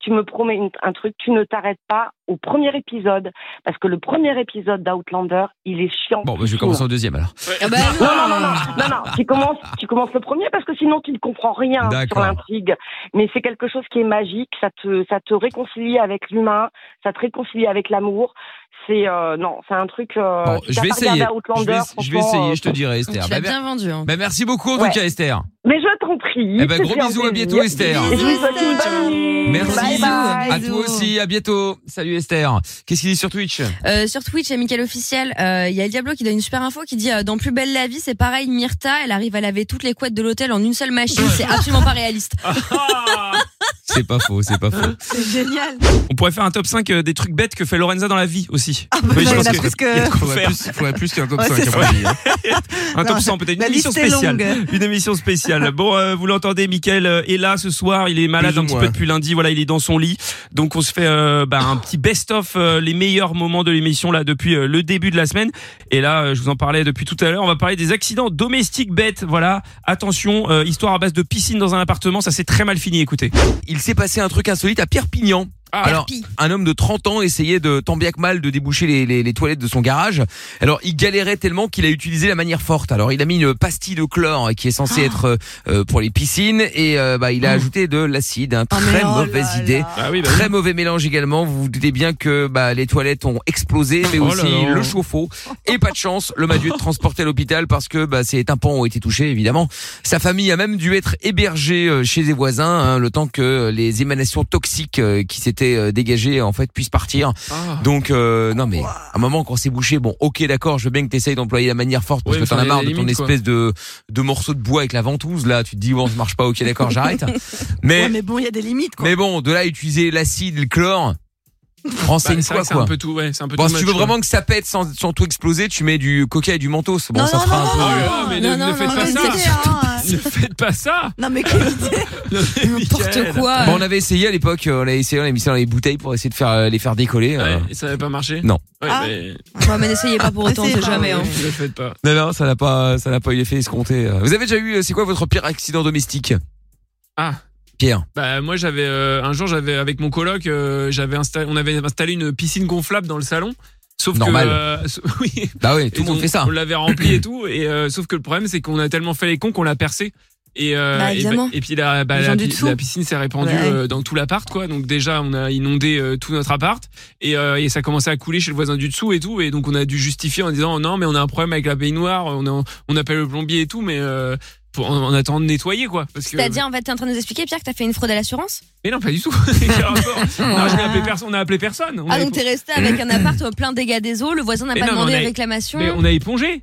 tu me promets une- un truc, tu ne t'arrêtes pas au premier épisode, parce que le premier épisode d'Outlander, il est chiant.
Bon, bah, je vais commencer au deuxième alors.
Non, non, non, non, non, non, tu commences, tu commences le premier parce que sinon tu ne comprends rien sur
D'accord.
l'intrigue. Mais c'est quelque chose qui est magique, ça te, ça te réconcilie avec l'humain, ça te réconcilie avec l'amour. C'est, euh, non, c'est un truc, euh,
Bon,
si
je
t'as
vais
pas regardé
essayer. Je
Outlander,
vais, je vais
franchement,
essayer, je te
euh,
dirai, Esther.
Tu
Bah,
l'as bien vendu. hein.
bah, merci beaucoup, en tout
Ouais.
cas, Esther.
Mais je t'en prie.
Eh ben, gros
c'était un
bisous, à
plaisir.
bientôt, Esther.
Je vous souhaite une bonne
hein.
nuit. Bye
Merci.
bye.
À toi aussi, à bientôt. Salut, Esther. Qu'est-ce qu'il dit sur Twitch?
Euh, sur Twitch, il y a Mickaël Officiel, euh, il y a El Diablo qui donne une super info qui dit euh, Dans Plus Belle la Vie, c'est pareil, Myrta, elle arrive à laver toutes les couettes de l'hôtel en une seule machine, c'est absolument pas réaliste.
Ah.
C'est pas faux, c'est pas faux.
C'est génial.
On pourrait faire un top 5 euh, des trucs bêtes que fait Lorenza dans la vie aussi.
bah, il y en a
que-
plus que-
il y a de quoi
Faudrait
faire.
plus- faudrait plus qu'un top
Ouais,
5
c'est
à mon avis, hein.
Un
Non,
top 100 peut-être une
la
émission
liste est
spéciale.
longue.
Une émission spéciale. Bon, euh, vous l'entendez, Mickaël euh, est là ce soir. Il est malade
Plus ou
un petit
moins.
peu depuis lundi. Voilà, il est dans son lit. Donc on se fait euh, bah, un petit best-of euh, les meilleurs moments de l'émission là depuis euh, le début de la semaine. Et là, euh, je vous en parlais depuis tout à l'heure. On va parler des accidents domestiques bêtes. Voilà, attention, euh, histoire à base de piscine dans un appartement, ça s'est très mal fini. Écoutez.
Il s'est passé un truc insolite à Perpignan.
Ah.
Alors,
Perpi.
un homme de 30 ans essayait de tant bien que mal de déboucher les, les- les toilettes de son garage. Alors, il galérait tellement qu'il a utilisé la manière forte. Alors, il a mis une pastille de chlore qui est censée
Ah.
être euh, euh, pour les piscines et euh, bah, il a ajouté de l'acide. Hein.
Oh,
Très
mais oh
mauvaise
là
idée.
là.
Ah oui,
Très mauvais mélange également. Vous vous doutez bien que bah, les toilettes ont explosé, mais
Oh là
aussi
là.
le chauffe-eau. Et pas de chance, l'homme a dû être transporté à l'hôpital parce que bah, ses tympans ont été touchés, évidemment. Sa famille a même dû être hébergée euh, chez des voisins, hein, le temps que les émanations toxiques euh, qui s'étaient euh, dégagées en fait puissent partir.
Ah.
Donc euh, non mais à un moment quand c'est bouché, bon ok d'accord, je veux bien que t'essayes d'employer la manière forte parce
Ouais,
que t'en
enfin,
as
il y a
marre
des
de ton
limites, quoi.
espèce de de morceau de bois avec la ventouse là, tu te dis bon ça marche pas, ok d'accord j'arrête. Mais
Ouais, mais bon, il y a des limites, quoi.
mais bon, de là à utiliser l'acide, le chlore,
Bah,
renseigne-toi quoi.
tout, ouais, c'est un peu
Bon, si tu veux vraiment que ça pète sans, sans tout exploser, tu mets du coca et du mentos. Bon,
Non,
ça
non,
fera
non,
un peu. euh,
non,
Oh là là, mais ne- ne faites
Mauvaise
pas ça.
idée, hein.
Ne faites pas ça.
Non, mais quelle idée.
N'importe
hein. N'importe quoi.
Bon, on avait essayé à l'époque, euh, on avait essayé, on avait mis ça dans les bouteilles pour essayer de faire euh, les faire décoller. euh.
ça n'avait pas marché
Non.
Ouais,
Ah.
mais
Ouais, mais n'essayez pas pour autant, on sait
Essayez pas,
jamais. hein.
ne le faites pas.
Non, non, ça n'a pas, ça n'a pas eu l'effet escompté. euh. Vous avez déjà eu, euh, c'est quoi votre pire accident domestique
Ah.
Pierre.
Bah moi j'avais euh, un jour j'avais avec mon coloc euh, j'avais installé on avait installé une piscine gonflable dans le salon sauf
Normal.
que euh, so- oui
Bah oui, tout
Et
le monde
on-
fait ça.
on l'avait rempli et tout et euh, sauf que le problème c'est qu'on a tellement fait les cons qu'on l'a percé et, euh,
Bah,
et,
évidemment.
et puis la, bah,
Les gens
la,
du
pi-
dessous.
la piscine s'est répandue
Ouais.
euh, dans tout l'appart quoi donc déjà on a inondé euh, tout notre appart et, euh, et ça commençait à couler chez le voisin du dessous et tout et donc on a dû justifier en disant non mais on a un problème avec la baignoire on, a- on appelle le plombier et tout mais euh, pour, en, en attendant de nettoyer quoi parce que
C'est-à-dire, en fait, t'es en train de nous expliquer, Pierre, que t'as fait une fraude à l'assurance
mais non, pas du tout. Quel rapport non, je n'ai appelé personne. On a appelé personne. On
Ah,
a
donc
épo-
t'es resté avec un appart plein dégâts des eaux, le voisin n'a
Mais
pas
non, mais
demandé
on a-
réclamation.
mais on a épongé.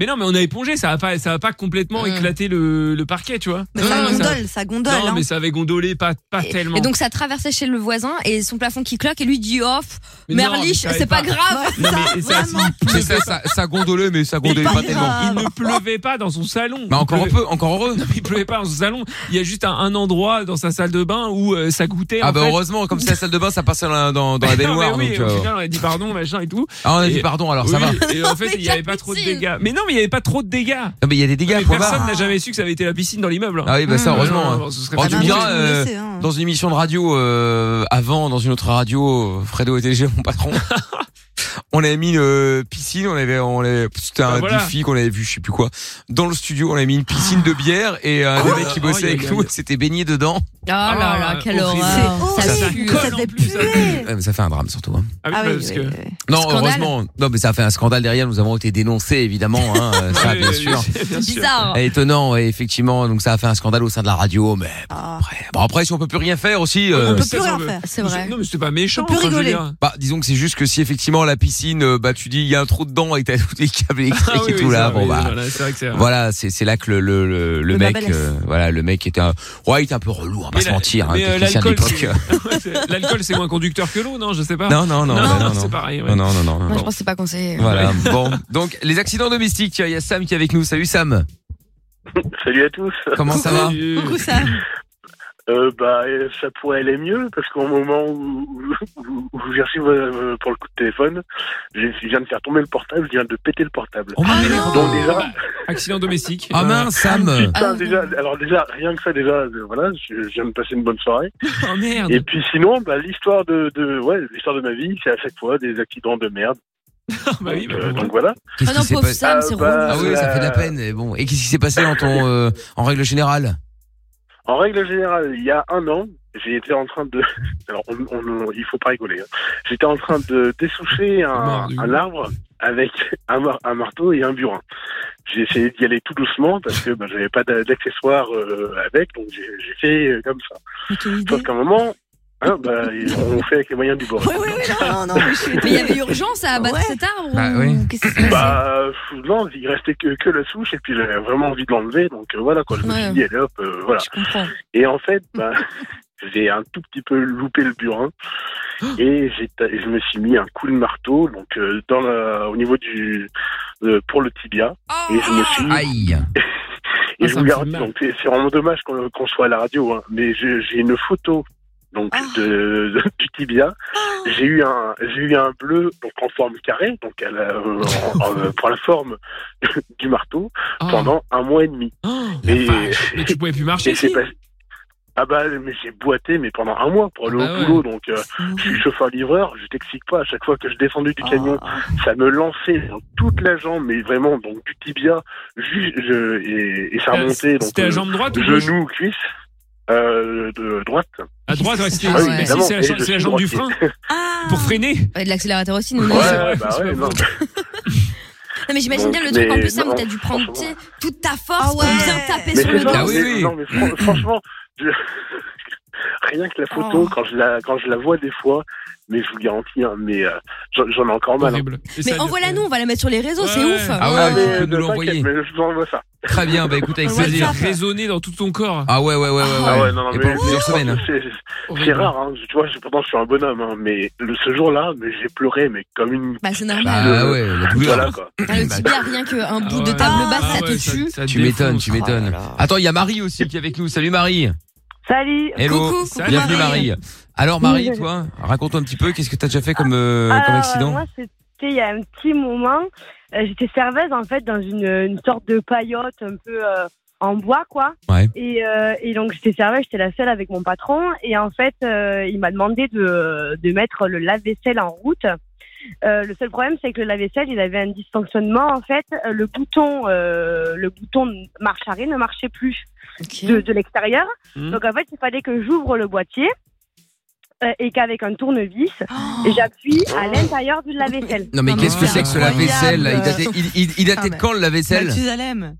Mais non, mais on a épongé, ça va pas, ça va pas complètement
Euh.
éclater le, le parquet, tu vois.
Mais
Non,
ça
non,
gondole, ça gondole,
Non,
hein.
mais ça avait gondolé, pas, pas tellement.
Et donc ça traversait chez le voisin et son plafond qui cloque et lui dit off,
Mais non, mais
Merlich,
ça
c'est
arrive pas.
pas grave.
Non, mais ça,
C'est ça, ça, ça gondolait, mais ça gondolait pas tellement.
Il ne pleuvait pas dans son salon.
Bah, encore
Il pleuvait-
un peu, encore heureux.
Non, mais il pleuvait pas dans son salon. Il y a juste un, un endroit dans sa salle de bain où euh, ça goûtait.
Ah
en
bah
fait.
heureusement, comme c'est la salle de bain, ça passe dans la, dans, dans la
Non, mais
baignoire.
oui,
donc,
au
euh,
final, on a dit pardon, machin et tout.
Ah, on a
Et-
dit pardon, alors ça
oui,
va.
Et en fait, il n'y avait pas trop de dégâts. Mais non, mais il n'y avait pas trop de dégâts.
Non, mais il y a des dégâts,
Mais
point
personne
barre.
n'a jamais su que ça avait été la piscine dans l'immeuble. hein.
Ah oui, bah ça,
Mmh.
heureusement.
Non,
hein.
non, ce serait
Alors,
pas
tu me
mal.
diras, euh,
hein.
dans une émission de radio, euh, avant, dans une autre radio, euh, Fredo était léger, mon patron. On avait mis une piscine, on avait, on avait- c'était un
Bah, voilà.
défi qu'on avait vu, je sais plus quoi. Dans le studio, on avait mis une piscine de bière et un
Quoi
mec qui
Oh,
bossait
y a-
avec
y a-
nous s'était baigné dedans.
Oh là là, quelle
Ah, horrible.
horreur.
C'est
Ça
horrible.
pue.
Ça colle en plus.
Ouais, mais ça fait un drame surtout. hein.
Ah oui, parce que-
Non,
Scandale.
heureusement. Non, mais ça a fait un scandale derrière. Nous avons été dénoncés, évidemment. Hein, euh, ça,
Oui,
bien
oui,
sûr.
oui, bien sûr.
Bizarre. hein.
Et étonnant, ouais, effectivement. Donc ça a fait un scandale au sein de la radio, mais bon, après, bon, après, si on peut plus rien faire aussi. euh,
Ah. On peut
Ça,
plus rien
ça,
faire.
C'est vrai.
Non, mais c'était pas méchant.
On peut
enfin, je veux
rigoler.
dire.
Bah, disons que c'est juste que si effectivement la piscine, euh, bah, tu dis il y a un trou dedans et t'as tous les câbles électriques
Ah oui,
et
oui,
tout
ça,
là,
oui,
bon bah.
voilà, c'est vrai que c'est-
Voilà, c'est c'est là que le le le, le
Le
mec,
baba laisse.
euh, voilà, le mec était un, ouais, il était un peu relou, on va pas
Mais
se
la-
mentir, hein,
mais, euh,
technicien de
l'alcool,
l'époque.
c'est- L'alcool, c'est moins conducteur que l'eau, non Je sais pas.
Non, non,
Non,
non, bah, non,
c'est
non.
pareil, ouais.
non, non, non, non,
Moi, je
non.
pense que c'est pas conseillé.
Bah,
Voilà. Bon, donc les accidents domestiques. Il y a Sam qui est avec nous. Salut Sam.
Salut à tous.
Comment ça va
Salut.
Coucou ça.
Euh, bah, euh, ça pourrait aller mieux parce qu'au moment où, où, où j'ai reçu euh, pour le coup de téléphone, j'ai- je viens de faire tomber le portable, je viens de péter le portable.
Oh, mais non.
Donc déjà,
Accident domestique.
Ah
Euh,
mince, Ah Sam.
putain, déjà, alors déjà, rien que ça, déjà, euh, voilà, je, je viens de passer une bonne soirée.
Oh merde.
Et puis sinon, bah, l'histoire de, de, ouais, l'histoire de ma vie, c'est à chaque fois des accidents de merde.
Ah, bah oui, bah,
Euh,
bon.
donc voilà.
Qu'est-ce
Ah
qui
non,
s'est
pauvre
passé
Sam, c'est
Ah, bah,
Ah oui, ça fait de la peine. Et bon, et qu'est-ce qui s'est passé dans ton, euh, en règle générale
En règle générale, il y a un an, j'ai été en train de. Alors, on, on- on- il faut pas rigoler. hein. J'étais en train de dessoucher un,
Mordu.
un arbre avec un, mar- un marteau et un burin. J'ai essayé d'y aller tout doucement parce que ben, j'avais pas d'a- d'accessoires euh, avec, donc j'ai j'ai fait euh, comme ça.
Mais quelle idée.
Sauf qu'à un moment, hein, ben, on fait avec les moyens du bord.
Oui, oui, oui, non, non, non, mais je suis
Mais il y avait urgence à abattre
Ouais.
cet arbre
Bah
ou
oui.
qu'est-ce qui s'est passé
Bah, pff, non, il restait que, que la souche et puis j'avais vraiment envie de l'enlever, donc euh, voilà quoi. Je me
Ouais.
suis dit, allez hop, euh, voilà.
Je comprends.
Et en fait, bah, j'ai un tout petit peu loupé le burin
Oh.
et j'ai ta- je me suis mis un coup de marteau donc euh, dans la, au niveau du euh, pour le tibia et je me suis
Aïe.
et
Oh. Ah,
je
ça me
vous
fait
garantis
mal.
donc c'est c'est vraiment dommage qu'on qu'on soit à la radio hein, mais je- j'ai une photo donc
Oh.
de, de- du tibia j'ai eu un j'ai eu un bleu donc en forme carrée donc à la- euh, en- en- euh, pour la forme du marteau
Ah.
pendant un mois et demi
Oh, la
et
vache. Mais tu pouvais plus marcher,
et c'est
si
pas... Ah bah mais j'ai boité mais pendant un mois pour aller
Ah bah
au
ouais.
boulot donc euh, je suis chauffeur livreur je t'explique pas à chaque fois que je descendais
Ah.
du camion ça me lançait dans toute la jambe mais vraiment donc du tibia ju- je- et, et ça
Euh,
remontait donc
C'était la
euh,
jambe droite ou gauche
genou cuisse euh, de droite
À droite, ouais, c'était
Ah
bah,
ouais.
si,
Évidemment,
c'est la,
et
jambe-
je
c'est la
suis
jambe du frein
droitier.
Ah.
pour freiner.
Ouais, de l'accélérateur aussi, nous. non.
ouais,
c'est vrai,
bah
c'est
ouais,
pas
non,
Non, mais j'imagine bien le
Mais
truc. En plus, Sam,
non,
t'as dû prendre tu sais,
franchement.
toute ta force
Ah ouais.
pour bien taper
mais
sur le
c'est
dos.
ça,
dos.
mais-
Oui, oui.
non, mais
Ah
fran- franchement je- rien que la photo
Oh.
quand je la quand je la vois des fois mais je vous garantis hein, mais euh, j'en j'en ai encore mal hein.
Horrible. Et ça,
Mais
il-
envoie-la nous, on va la mettre sur les réseaux,
Ouais,
c'est
ouais.
ouf.
Ah ouais,
Ah,
tu
mais,
peux nous
ne
l'envoyer.
t'inquiète, mais je vous envoie ça
Très bien. Bah écoute, avec
Ça
plaisir.
dire résonner dans tout ton corps.
Ah ouais, ouais, ouais, ouais.
Ah
ouais.
ouais, non, non,
Et
mais
pendant plusieurs
franchement,
semaines. hein.
c'est- C'est
Horrible.
rare, hein. tu vois, je- pourtant je suis un bonhomme, hein, mais le, ce jour-là, mais j'ai pleuré, mais comme une...
Bah, c'est normal.
Bah ouais, la douleur.
Voilà, quoi.
Ah, le
Bah,
tibia, rien qu'un
Ah
bout de
ouais.
table
Ah
basse, bah, ça
ouais,
te tue.
ça
Tu
défonce.
m'étonnes, tu
Oh
m'étonnes. Attends, il y a Marie aussi qui est avec nous. Salut Marie.
Salut.
Hello.
Coucou,
Salut.
coucou,
Bienvenue Marie. Alors Marie,
Oui.
toi, raconte-toi un petit peu, qu'est-ce que t'as déjà fait comme, euh, comme
Alors, euh,
accident
Moi, c'était il y a un petit moment. euh, J'étais serveuse, en fait, dans une, une sorte de paillote un peu euh, en bois, quoi.
Ouais.
Et, euh, et donc, j'étais serveuse, j'étais la seule avec mon patron. Et en fait, euh, il m'a demandé de, de mettre le lave-vaisselle en route. Euh, le seul problème, c'est que le lave-vaisselle, il avait un dysfonctionnement. En fait, Euh, le bouton, euh, le bouton marche arrêt ne marchait plus
Ok. Hmm.
de, de l'extérieur.
Mhm.
Donc en fait, il fallait que j'ouvre le boîtier euh, et qu'avec un tournevis,
Oh.
j'appuie à l'intérieur du lave-vaisselle.
Oh. Non
Ah,
mais
Non,
qu'est-ce
mais
que
c'est
c'est que ce lave-vaisselle là il
incroyable.
datait, il, il- il datait
Putain,
de quand le lave-vaisselle
Mathusalem.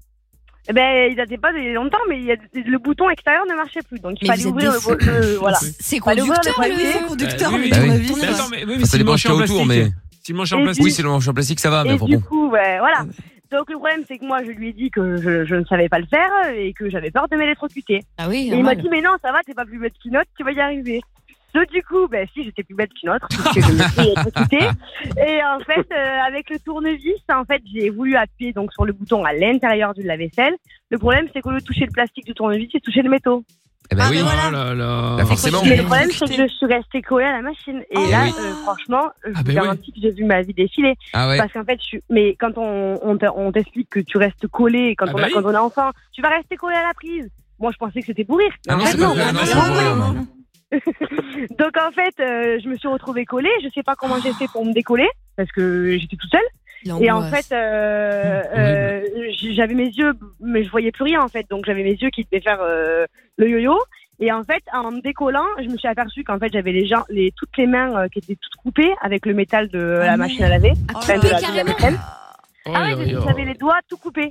Eh Ben, il datait pas de longtemps, mais il y a- le bouton extérieur ne marchait plus. Donc il
Mais
fallait
vous êtes
ouvrir le,
des
bo- le- voilà.
C'est
Fallait ouvrir le
conducteur,
Oui,
boîtier.
c'est conducteur,
Bah,
mais
oui,
Euh, oui.
tournevis,
Mais
ouais.
attends, mais, oui, mais
Enfin, ça
si le
dépend
manche
ce
est en
qu'il y a autour,
plastique.
mais
Si le manche est en
Et
plastique.
oui, c'est le manche en plastique, ça va, mais
Et
enfin
du
bon.
coup, ouais, voilà.
Donc le problème, c'est que moi, je lui ai dit que je, je ne savais pas le faire et que j'avais peur de m'électrocuter.
Ah oui,
Et il m'a
normal.
dit, mais non, ça va, t'es pas plus bête qu'une autre, tu vas y arriver. Donc du coup, ben si, j'étais plus bête qu'une autre, puisque je me suis électrocutée. Et en fait, euh, avec le tournevis, en fait, j'ai voulu appuyer donc sur le bouton à l'intérieur du lave-vaisselle. Le problème, c'est qu'au lieu de toucher le plastique du tournevis, j'ai touché le métaux.
Eh
Ah,
Ah,
ben oui.
Oh
Bah, forcément.
Mais le problème, c'est que je suis restée collée à la machine. Et
Eh
là,
oui.
euh, franchement, je
Ah
vous
ben
garantis que j'ai vu ma vie défiler.
Ah ouais.
Parce qu'en fait, je suis... mais quand on, on te- on t'explique que tu restes collée quand,
Ah
on,
bah
a-
oui.
quand on est enfant, tu vas rester collée à la prise. Moi, je pensais que c'était pour rire.
Ah
Mais
non,
en fait,
c'est pas vrai, non, c'est pas vrai, non.
Donc, en fait, euh, je me suis retrouvée collée. Je sais pas comment j'ai fait pour me décoller parce que j'étais toute seule. Et en
L'angoisse.
fait, euh, euh, j- j'avais mes yeux, mais je voyais plus rien en fait. Donc j'avais mes yeux qui devaient faire euh, le yo-yo. Et en fait, en me décollant, je me suis aperçue qu'en fait j'avais les gens, les toutes les mains euh, qui étaient toutes coupées avec le métal de la machine à laver. Enfin, de la- de la vaisselle. Ah ouais,
oh.
j'ai- j'avais les doigts tout coupés.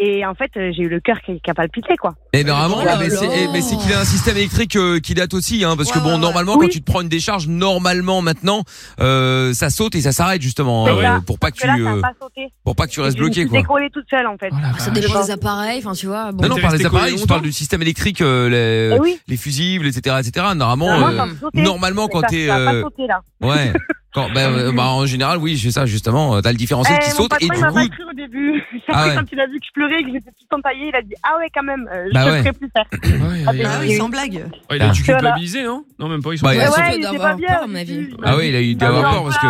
Et en fait, euh, j'ai eu le cœur qui, qui a palpité quoi.
Et normalement,
Oh là
mais
là.
c'est eh, mais c'est qu'il a un système électrique euh, qui date aussi, hein, parce que bon, normalement, quand tu te prends une décharge, normalement maintenant, euh, ça saute et ça s'arrête justement
C'est
euh,
ça.
pour pas que
Parce
tu,
là, ça a
euh,
pas sauté.
pour pas que tu restes
Je me
bloqué
suis
quoi. Oh
décollée toute seule en fait.
Ah, Ça dépend des appareils, enfin tu vois. bon.
Non, non, par les appareils, je parle du système électrique, euh, les,
Eh oui.
les fusibles, etc., etc. Normalement,
Normalement, ça
euh,
a sauté.
normalement quand
Ça-
t'es,
ça a pas
euh,
sauté, là.
ouais, quand, bah, euh, bah, en général, oui, c'est ça justement. euh, T'as le
Eh,
différentiel qui
mon
saute
patron,
et du
il m'a pas
coup,
cru au début. Il s'est
Ah
pris
ouais.
Quand il a vu que je pleurais et que j'étais tout empaillée, il a dit Ah ouais, quand même, euh, je
Bah
te
ouais.
ferai plus tard. Ah ben,
oui, sans
blague.
Ouais, Oh, il a dû
Voilà.
culpabiliser, non Non, même pas. Ils sont
Bah, il a
pas-
surtout
Ouais, il était pas bien.
Ah oui, il a eu
Ah
d'avoir
oui.
peur parce que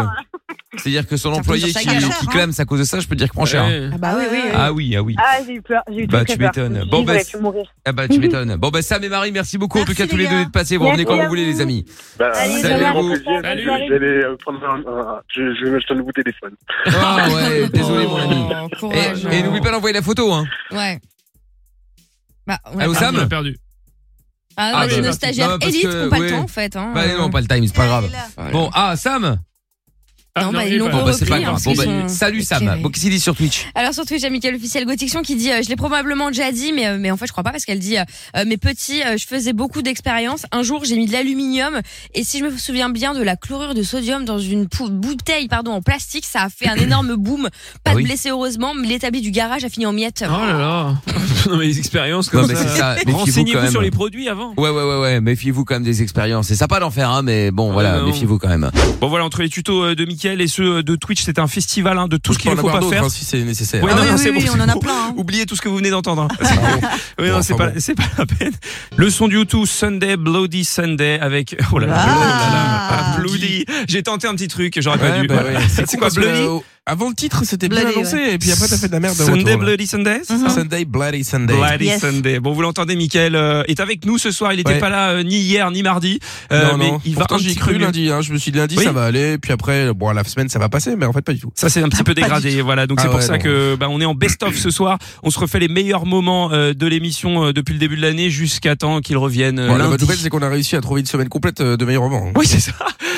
c'est-à-dire que son employé
sur
qui,
sa gueule,
hein.
qui clame à cause de ça, je peux te dire que prend cher.
Ah bah oui, oui.
Ah oui, ah oui.
Ah, j'ai eu peur. J'ai eu
Bah
très,
tu
très peur.
m'étonnes.
Je
Bon
me
bah
suis dit,
c'est-
j'aurais pu mourir.
ah bah tu m'étonnes. Bon bah Sam et Marie, merci beaucoup en tout cas tous les deux d'être passés. Vous
Merci
revenez quand
à
vous voulez
vous.
les amis.
Allez,
Salut,
bon
vous.
appétit. Salut.
Je vais aller euh, prendre un, un- je, je vais m'acheter un nouveau téléphone.
Ah ouais, désolé mon ami. Et, et n'oublie pas d'envoyer la photo hein.
Ouais. Bah, on a
Allô
perdu.
Sam. perdu.
Ah,
Ah
ouais,
oui,
nos
bah,
stagiaires
non, parce
élites qui
que,
n'ont pas
ouais.
le temps en fait. Hein.
Bah non, pas le time, c'est pas grave. Bon, ah Sam.
Non, bah, ils l'ont
Bon bah c'est
repris,
pas
hein,
grave.
parce
Bon
qu'ils
bah
sont
salut Sam.
éclairés.
Bon qu'est-ce qu'il dit sur Twitch?
Alors sur Twitch, j'ai Mickaël officiel Gauthier qui dit euh, je l'ai probablement déjà dit mais euh, mais en fait je crois pas parce qu'elle dit euh, euh, mes petits euh, je faisais beaucoup d'expériences un jour j'ai mis de l'aluminium et si je me souviens bien de la chlorure de sodium dans une pou- bouteille pardon en plastique ça a fait un énorme boom pas
Ah
de
oui.
blessés heureusement mais l'établi du garage a fini en miettes.
Oh là là. non mais les expériences comme
Non, mais c'est ça,
ça. euh,
méfiez-vous quand
Renseignez-vous sur
même.
les produits avant.
Ouais, ouais, ouais, ouais. Méfiez-vous quand même des expériences. C'est sympa d'en faire, hein, mais bon, voilà,
non.
méfiez-vous quand même.
Bon voilà, entre les tutos euh, de Mickaël et ceux euh, de Twitch, c'est un festival hein, de tout ce qu'il
peux
ne
en
faut
avoir
pas
d'autres,
faire.
hein, si c'est nécessaire.
Ouais,
Ah
non,
oui,
non,
oui,
c'est
oui,
bon,
on
c'est
en a
bon.
plein, hein.
Oubliez tout ce que vous venez d'entendre. hein. Oui, non, c'est pas, c'est pas la peine. Le son du tout, Sunday, Bloody Sunday avec. Oh là là, oh là là, ah, Bloody. J'ai tenté un petit truc, j'aurais pas
Ouais,
dû.
bah ouais. C'est
C'est quoi
con parce que,
Bloody
euh, Avant le titre, c'était bien
Bloody,
annoncé,
ouais.
et puis après, t'as fait de la merde. de
Sunday,
retour, là.
Bloody Sunday, c'est ça
Sunday, Bloody Sunday.
Bloody Sunday. Bon, vous l'entendez, Michael est avec nous ce soir. Il n'était
Ouais.
pas là euh, ni hier ni mardi, Euh,
Non,
mais
non.
il va
Pourtant,
un
j'y ai
petit
cru
peu mieux.
lundi. hein. Je me suis dit lundi,
Oui.
ça va aller. Puis après, bon, la semaine, ça va passer, mais en fait, pas du tout.
Ça c'est un petit peu dégradé, voilà. Donc
Ah
c'est pour
ouais,
ça
non.
que bah, on est en best-of ce soir. On se refait les meilleurs moments euh, de l'émission euh, depuis le début de l'année jusqu'à temps qu'ils reviennent euh,
Bon, la bonne
lundi.
nouvelle, c'est qu'on a réussi à trouver une semaine complète euh, de meilleurs romans.
Oui, c'est ça.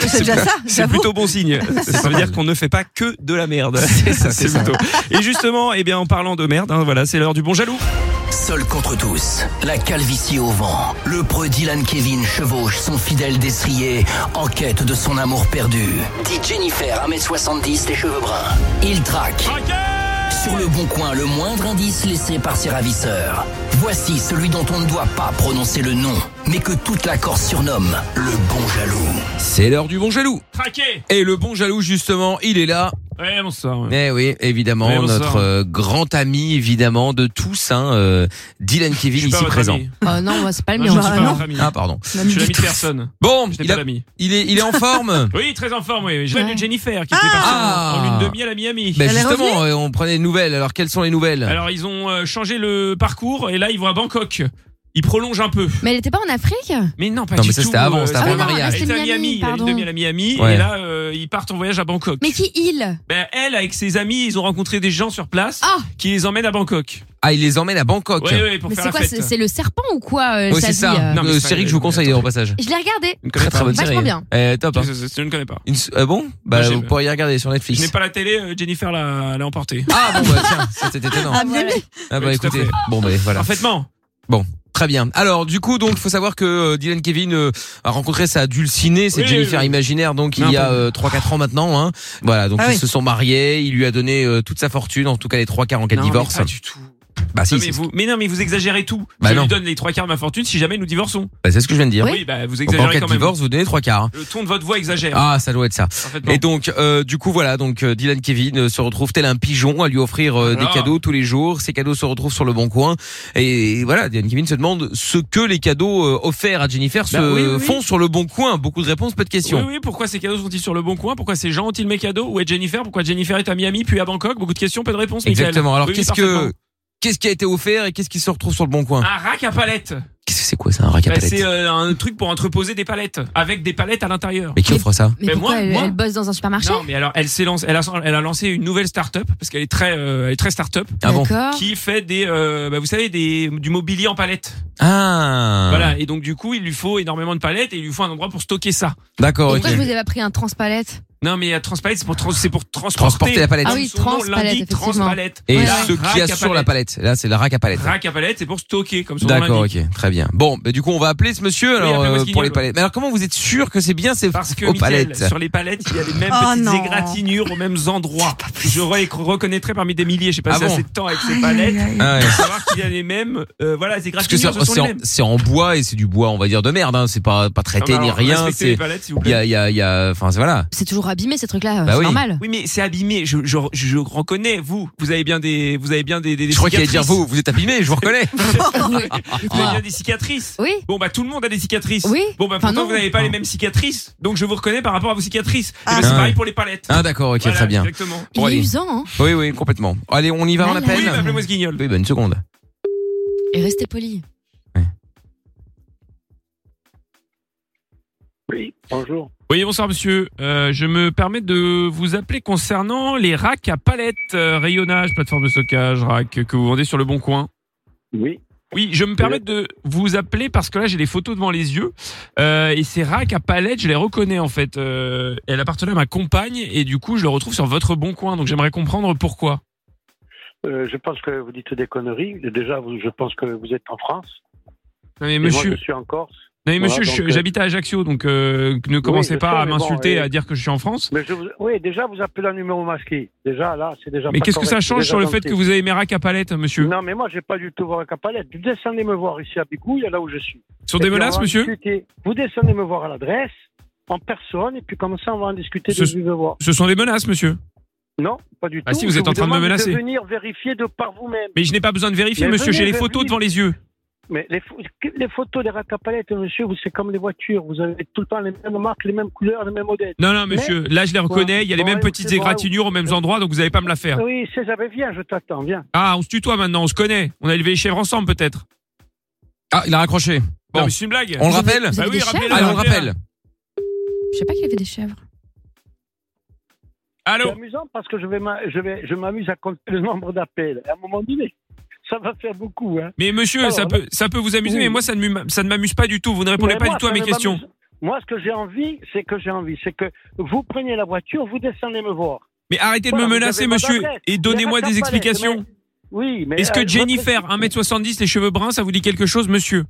C'est déjà ça,
C'est
j'avoue.
plutôt bon signe. Ça veut dire qu'on ne fait pas que de la merde. C'est ça, c'est plutôt. Et justement, eh bien, en parlant de merde, hein, voilà, c'est l'heure du bon jaloux.
Seul contre tous, la calvitie au vent, le preux Dylan Kevin chevauche son fidèle destrier en quête de son amour perdu. Dit Jennifer, 1m70, des cheveux bruns. Il traque.
Euh,
Sur le bon coin, le moindre indice laissé par ses ravisseurs. Voici celui dont on ne doit pas prononcer le nom, mais que toute la Corse surnomme le bon jaloux.
C'est l'heure du bon jaloux.
Traqué
Et le bon jaloux, justement, il est là.
Ouais, bonsoir.
Eh oui, évidemment,
Ouais, bonsoir.
notre euh, grand ami, évidemment, de tous, hein, euh, Dylan Kevin, ici présent.
Oh non, moi, c'est pas le
Non,
mien.
je suis pas
non.
votre ami.
Ah, pardon.
Je suis l'ami de personne.
Bon,
Je n'ai
il,
pas
a-
d'ami.
il est, il est en forme.
Oui, très en forme. Oui, je l'ai
Ouais.
vu Jennifer qui était
Ah.
partie en- en lune de miel à Miami.
Ben justement, euh, on prenait des nouvelles. Alors, quelles sont les nouvelles
Alors ils ont euh, changé le parcours et là ils vont à Bangkok. Ils prolongent un peu.
Mais elle était pas en Afrique
Mais non, pas
Non,
du
mais ça,
tout. euh, Ah
c'était avant, c'était avant le mariage.
Elle était à Miami, elle est
Ah, pardon.
de Miami à Miami,
Ouais.
et là euh, ils partent en voyage à Bangkok.
Mais qui il
Ben, elle avec ses amis, ils ont rencontré des gens sur place qui les emmènent à Bangkok.
Ah, il les emmène à Bangkok.
Ouais, ouais, pour
Ah. Mais
faire
c'est
la
quoi
fête.
c'est, c'est le serpent ou quoi euh,
Oui,
sa
c'est
vie, euh
ça.
Non, mais
Euh,
c'est
série que je vous conseille au passage.
Je l'ai regardé.
Je ne
Très
connais
très
pas.
bonne
Vachement
série.
bien.
Eh, top. hein.
Je- je- je ne connais pas.
Une s- euh, bon Bah,
Moi, j'ai-
vous pourrez regarder sur
Je n'ai
Netflix.
pas la télé, euh, Jennifer l'a l'a emporté.
Ah bon, bah tiens, c'était étonnant.
voilà.
Ah bah
Oui, tout à
écoutez,
fait.
bon bah voilà.
Parfaitement.
Bon, Très bien. Alors du coup, donc, faut savoir que euh, Dylan Kevin euh, a rencontré sa dulcinée, c'est
Oui,
Jennifer Imaginaire, donc il y a euh, trois quatre ans maintenant. Hein. Voilà, donc
Ah
ils
oui.
se sont mariés. Il lui a donné euh, toute sa fortune, en tout cas les trois quarts en cas de
Non, mais
divorce.
pas du tout.
Bah si,
non,
c'est
mais
ce-
vous, mais non, mais vous exagérez tout.
Bah
je
non.
lui donne les trois quarts de ma fortune si jamais nous divorçons.
bah, c'est ce que je viens de dire.
Oui, bah, vous
Donc, en
exagérez
cas
quand
de
même.
divorce, vous donnez trois quarts.
Le ton de votre voix exagère.
Ah, ça doit être ça.
Parfaitement.
Et donc, euh, du coup, voilà, donc euh, Dylan Kevin euh, se retrouve tel un pigeon à lui offrir euh, des
Ah.
cadeaux tous les jours. Ces cadeaux se retrouvent sur le bon coin. Et, voilà, Dylan Kevin se demande ce que les cadeaux euh, offerts à Jennifer se
Bah oui, oui, oui.
font sur le bon coin. Beaucoup de réponses, peu de questions.
Oui, oui, pourquoi ces cadeaux sont-ils sur le bon coin Pourquoi ces gens ont-ils mes cadeaux Où est Jennifer Pourquoi Jennifer est à Miami puis à Bangkok Beaucoup de questions, peu de réponses, Mickaël.
Exactement. Alors,
Oui, oui,
qu'est-ce
parfaitement.
que qu'est-ce qui a été offert et qu'est-ce qui se retrouve sur le bon coin
Un rack à palettes
Qu'est-ce que c'est quoi ça, un rack à
Bah,
palettes
C'est euh, un truc pour entreposer des palettes, avec des palettes à l'intérieur.
Mais qui offre ça
Mais,
Mais
pourquoi euh,
moi-
elle,
moi-
elle bosse dans un supermarché
Non, mais alors elle s'est lancée, elle a, elle a lancé une nouvelle start-up parce qu'elle est très, euh, elle est très start-up.
Ah bon
D'accord.
Qui fait des, euh, bah, vous savez, des du mobilier en palette.
Ah.
Voilà. Et donc du coup, il lui faut énormément de palettes et il lui faut un endroit pour stocker ça.
D'accord.
Pourquoi
ok.
je vous ai pas pris un transpalette
Non, mais la transpalette, c'est pour, trans- c'est pour transporter.
Transporter la palette.
Ah oui,
Son nom
transpalette,
l'indique,
effectivement.
transpalette.
Et
Ouais,
ce
ouais.
qui
Rack à
assure la palette. Là, c'est le rack à palettes.
Rack à palette, c'est pour stocker, comme son nom
D'accord,
l'indique.
ok, très bien. Bon, bah, du coup, on va appeler ce monsieur alors
appelez-moi
euh,
ce qu'il
pour
y a,
les palettes. Mais alors, comment vous êtes sûr que c'est bien ces
Parce que
aux
Mickaël,
palettes
sur les palettes, il y a les mêmes
Oh
petites
non.
égratignures aux mêmes endroits. Je re- reconnaîtrai parmi des milliers. J'ai passé
Ah bon
assez de temps avec ces palettes
aïe.
pour savoir qu'il y a les mêmes. euh, voilà, les
Parce que c'est
égratignures, ce sont
c'est
les
en,
mêmes.
c'est en bois et c'est du bois, on va dire de merde. Hein. C'est pas pas traité
Non, mais
ni
alors,
rien.
respectez
C'est
les palettes, s'il vous
il y
plaît.
a il y a il y a. Enfin, c'est- voilà.
C'est toujours abîmé ces trucs-là,
Bah
c'est
oui.
normal.
Oui, mais c'est abîmé. Je, je, je reconnais. Vous, vous avez bien des, vous avez bien des. des, des
Je crois qu'il allait dire
cicatrices.
vous, vous êtes abîmé, je vous reconnais. Ah,
Vous avez bien des cicatrices.
Oui.
Bon bah tout le monde a des cicatrices.
Oui.
Bon bah
Enfin,
pourtant
non.
vous n'avez pas les mêmes cicatrices. Donc je vous reconnais par rapport à vos cicatrices. Et ben,
Ah.
c'est pareil pour les palettes.
Ah d'accord, ok,
Voilà,
très bien.
Exactement.
Bon,
Il est
allez.
usant, hein.
Oui, oui, complètement. Allez, on y va, on
Voilà.
appelle.
Oui, mais appelez-moi
ce guignol.
Oui, bah, une seconde.
Et restez poli.
Oui, bonjour.
Oui, bonsoir monsieur. Euh, je me permets de vous appeler concernant les racks à palettes, euh, rayonnage, plateforme de stockage, rack que vous vendez sur le bon coin.
Oui.
Oui, je me permets de vous appeler parce que là j'ai les photos devant les yeux Euh, et ces racks à palettes, je les reconnais en fait. Euh, elle appartenait à ma compagne et du coup je le retrouve sur votre bon coin. Donc j'aimerais comprendre pourquoi.
Euh, je pense que vous dites des conneries. Déjà, vous- je pense que vous êtes en France.
Non mais
Et
monsieur,
moi, je suis en Corse.
non, mais
Voilà,
monsieur, je-
donc, euh,
j'habite à Ajaccio, donc euh, ne commencez
je
pas
sais,
à
mais bon,
m'insulter,
euh,
à dire que je suis en France.
Mais je vous- Oui, déjà, vous appelez un numéro masqué. Déjà, là, c'est déjà.
Mais
pas
qu'est-ce que ça
correct.
change
Déjà
sur le
dans
fait que vous avez mes racks à palettes, monsieur
Non, mais moi, j'ai pas du tout voir à palette. Vous descendez me voir ici à Bicouille, là où je suis.
Sur
Et
des
puis, on
menaces,
va en
monsieur
discuter. Vous descendez me voir à l'adresse, en personne, et puis comme ça, on va en discuter
Ce-
de vive voix.
Ce sont des menaces, monsieur.
Non, pas du tout.
Ah si, vous
Je
êtes en train de me
demande
menacer.
De venir vérifier de par vous-même.
Mais je n'ai pas besoin de vérifier,
Mais
monsieur.
venez,
J'ai les
venez.
photos devant les yeux.
Mais les, pho- les photos des racks à palettes, monsieur, vous, c'est comme les voitures. Vous avez tout le temps les mêmes marques, les mêmes couleurs, les mêmes modèles.
Non, non, monsieur. Là, je les reconnais. Il y a les
Bon,
mêmes
ouais,
petites
c'est bon,
égratignures aux mêmes endroits, donc vous n'allez pas me la faire.
Oui, c'est ça. mais Viens, je t'attends, viens.
Ah, on se tutoie maintenant. On se connaît. On a élevé les chèvres ensemble, peut-être.
Ah, il a raccroché.
Non,
Bon.
mais c'est une blague.
On le
Vous avez-
rappelle
vous
Bah
avez
oui,
des
rappelez-le,
chèvres
Allez, on le
hein.
rappelez-le.
rappelle.
Je sais pas qu'il y avait des chèvres.
C'est
Allô.
amusant parce que je vais, m'a- je vais, je m'amuse à compter le nombre d'appels. À un moment donné, ça va faire beaucoup, hein.
Mais monsieur,
Alors,
ça
là-
peut, ça peut vous amuser,
Oui.
mais moi, ça ne m'am- ça ne m'amuse pas du tout. Vous ne répondez
Mais
pas
moi,
du tout à
ça
mes
ne
questions.
m'amuse- Moi, ce que j'ai envie, c'est que j'ai envie, c'est que vous preniez la voiture, vous descendez me voir.
Mais arrêtez de
Voilà,
me
vous
menacer,
avez pas
monsieur,
d'adresse.
et donnez-moi
Mais
des
rattrape-les,
explications.
mais- Oui, mais
Est-ce que
euh,
Jennifer,
votre-
1m70, les cheveux bruns, ça vous dit quelque chose, monsieur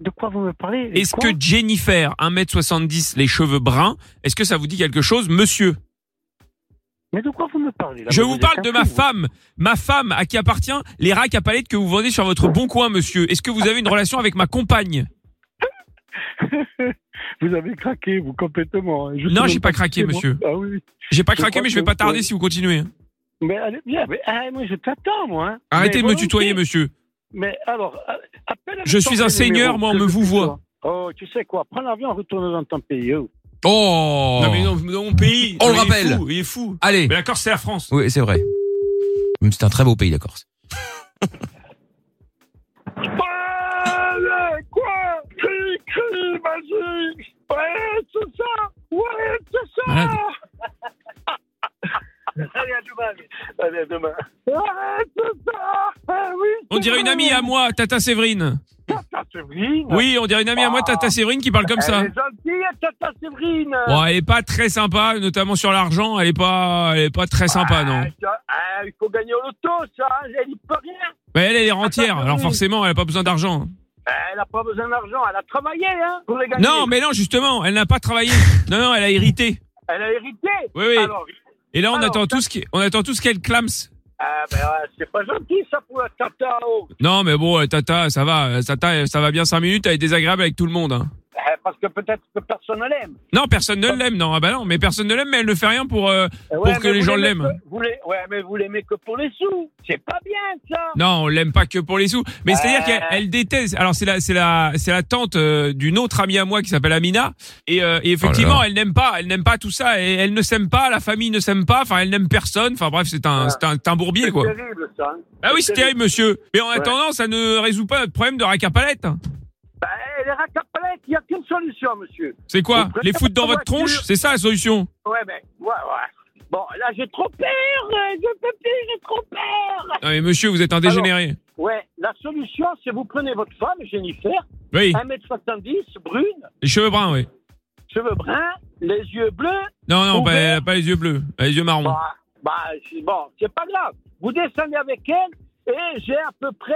De quoi vous me parlez
Est-ce
Quoi
que Jennifer, 1m70, les cheveux bruns, est-ce que ça vous dit quelque chose, monsieur
Mais de quoi vous me parlez là
Je
Mais
vous
êtes
parle de
un
ma
fou, vous.
femme, ma femme à qui appartient les racks à palettes que vous vendez sur votre bon coin, monsieur. Est-ce que vous avez une relation avec ma compagne
Vous avez craqué, vous complètement. hein. Je
Non,
sais
j'ai
même
pas craqué,
qui c'est, moi.
monsieur.
Ah oui. oui.
J'ai pas
Je
craqué,
crois
mais je vais
que-
pas tarder
ouais.
si vous continuez.
Mais allez, viens, mais, ah, moi je t'attends, moi. hein.
Arrêtez
Mais
de me
volontiers.
tutoyer, monsieur.
Mais alors, a- appelle avec
Je suis
ton
un seigneur,
numéro,
moi, on
que
me
je
vous
puisse
voit.
voir. Oh, tu sais quoi Prends l'avion, retourne dans ton pays. oh.
Oh
Non, mais non, dans mon pays.
On
non,
le
mais il est
rappelle.
fou, Il est fou.
Allez.
Mais la Corse, c'est la France.
Oui, c'est vrai. Même C'est un très beau pays, la Corse.
Allez, quoi Cri, cri, magique Ouais, c'est ça Ouais, c'est ça
Malade.
Allez, à demain. Allez, à demain.
Ouais, c'est ça Ah oui
On dirait une amie hein, à moi, Tata Séverine.
Tata Séverine
Ah.
Oui, on dirait une amie à moi, Tata Séverine, qui parle comme ça.
Elle est gentille, Tata Séverine
Sandrine
Bon, elle est pas très sympa, notamment sur l'argent. Elle est pas, elle est pas très sympa, non.
Ah, ah, Il faut gagner au loto, ça hein, Elle n'y peut rien
Mais elle, elle est rentière, alors forcément, elle a pas besoin d'argent.
Eh, Elle n'a pas besoin d'argent, elle a travaillé, hein pour les gagner.
Non, mais non, justement, elle n'a pas travaillé. Non, non, elle a hérité.
Elle a hérité
Oui, oui.
Alors,
Et là, on attend tous, qui- on attend tous qu'elle clame.
ah, ben, ouais, c'est pas gentil, ça, pour la tata oh.
Non, mais bon, euh, Tata, ça va, euh, Tata, euh, ça va bien 5 minutes, elle est désagréable avec tout le monde. hein.
Eh, Parce que peut-être que personne ne l'aime.
Non, personne ne l'aime, non, ah bah non, mais personne ne l'aime, mais elle ne fait rien pour, euh,
Eh ouais,
pour que
mais
les
vous
gens
l'aimez
l'aiment.
que- vous l'ai- Ouais, mais vous l'aimez que pour les sous. C'est pas bien, ça
Non, on l'aime pas que pour les sous. Mais c'est-à-dire
Euh.
qu'elle elle déteste. Alors c'est la, c'est la, c'est la tante euh, d'une autre amie à moi qui s'appelle Amina. Et, euh, et effectivement,
Oh là là.
elle n'aime pas, elle n'aime pas tout ça. Et elle ne s'aime pas, la famille ne s'aime pas. Enfin, elle n'aime personne. Enfin bref, c'est un, c'est un, c'est un bourbier quoi.
C'est terrible, ça. hein.
Ah oui, c'est terrible, monsieur. Mais en
Ouais.
attendant, ça ne résout pas notre problème de racapalette.
Bah, les racapalettes, il n'y a qu'une solution, monsieur.
C'est quoi
Vous prenez
Les foutre dans votre
voiture.
tronche C'est ça la solution
Ouais, mais, ouais, ouais. Bon, là, j'ai trop peur, euh, je peux plus, j'ai trop peur.
Non mais monsieur, vous êtes un dégénéré.
Ouais, la solution, c'est vous prenez votre femme, Jennifer,
Oui.
1m70, brune,
Les cheveux bruns, oui.
cheveux bruns, les yeux bleus.
Non, non,
ouverts.
pas, elle a pas les yeux bleus, elle a les yeux marrons.
Bah, bah, c'est- bon, c'est pas grave. Vous descendez avec elle et j'ai à peu près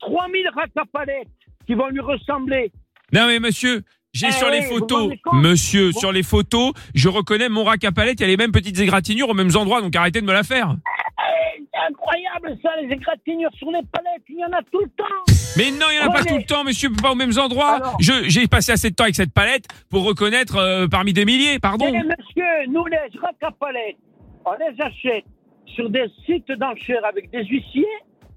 3000 racapalettes qui vont lui ressembler.
Non mais monsieur, j'ai
Eh
sur les
oui, vous vous
photos,
rendez compte
monsieur, sur les photos, je reconnais mon rack à palette, il y a les mêmes petites égratignures aux mêmes endroits, donc arrêtez de me la faire.
Eh, C'est incroyable ça, les égratignures sur les palettes, il y en a tout le temps.
Mais non, il y en a pas
Prenez.
tout le temps, monsieur, pas aux mêmes endroits. Je j'ai passé assez de temps avec cette palette pour reconnaître euh, parmi des milliers, pardon.
Eh, monsieur, nous les racapalettes, on les achète sur des sites d'enchères avec des huissiers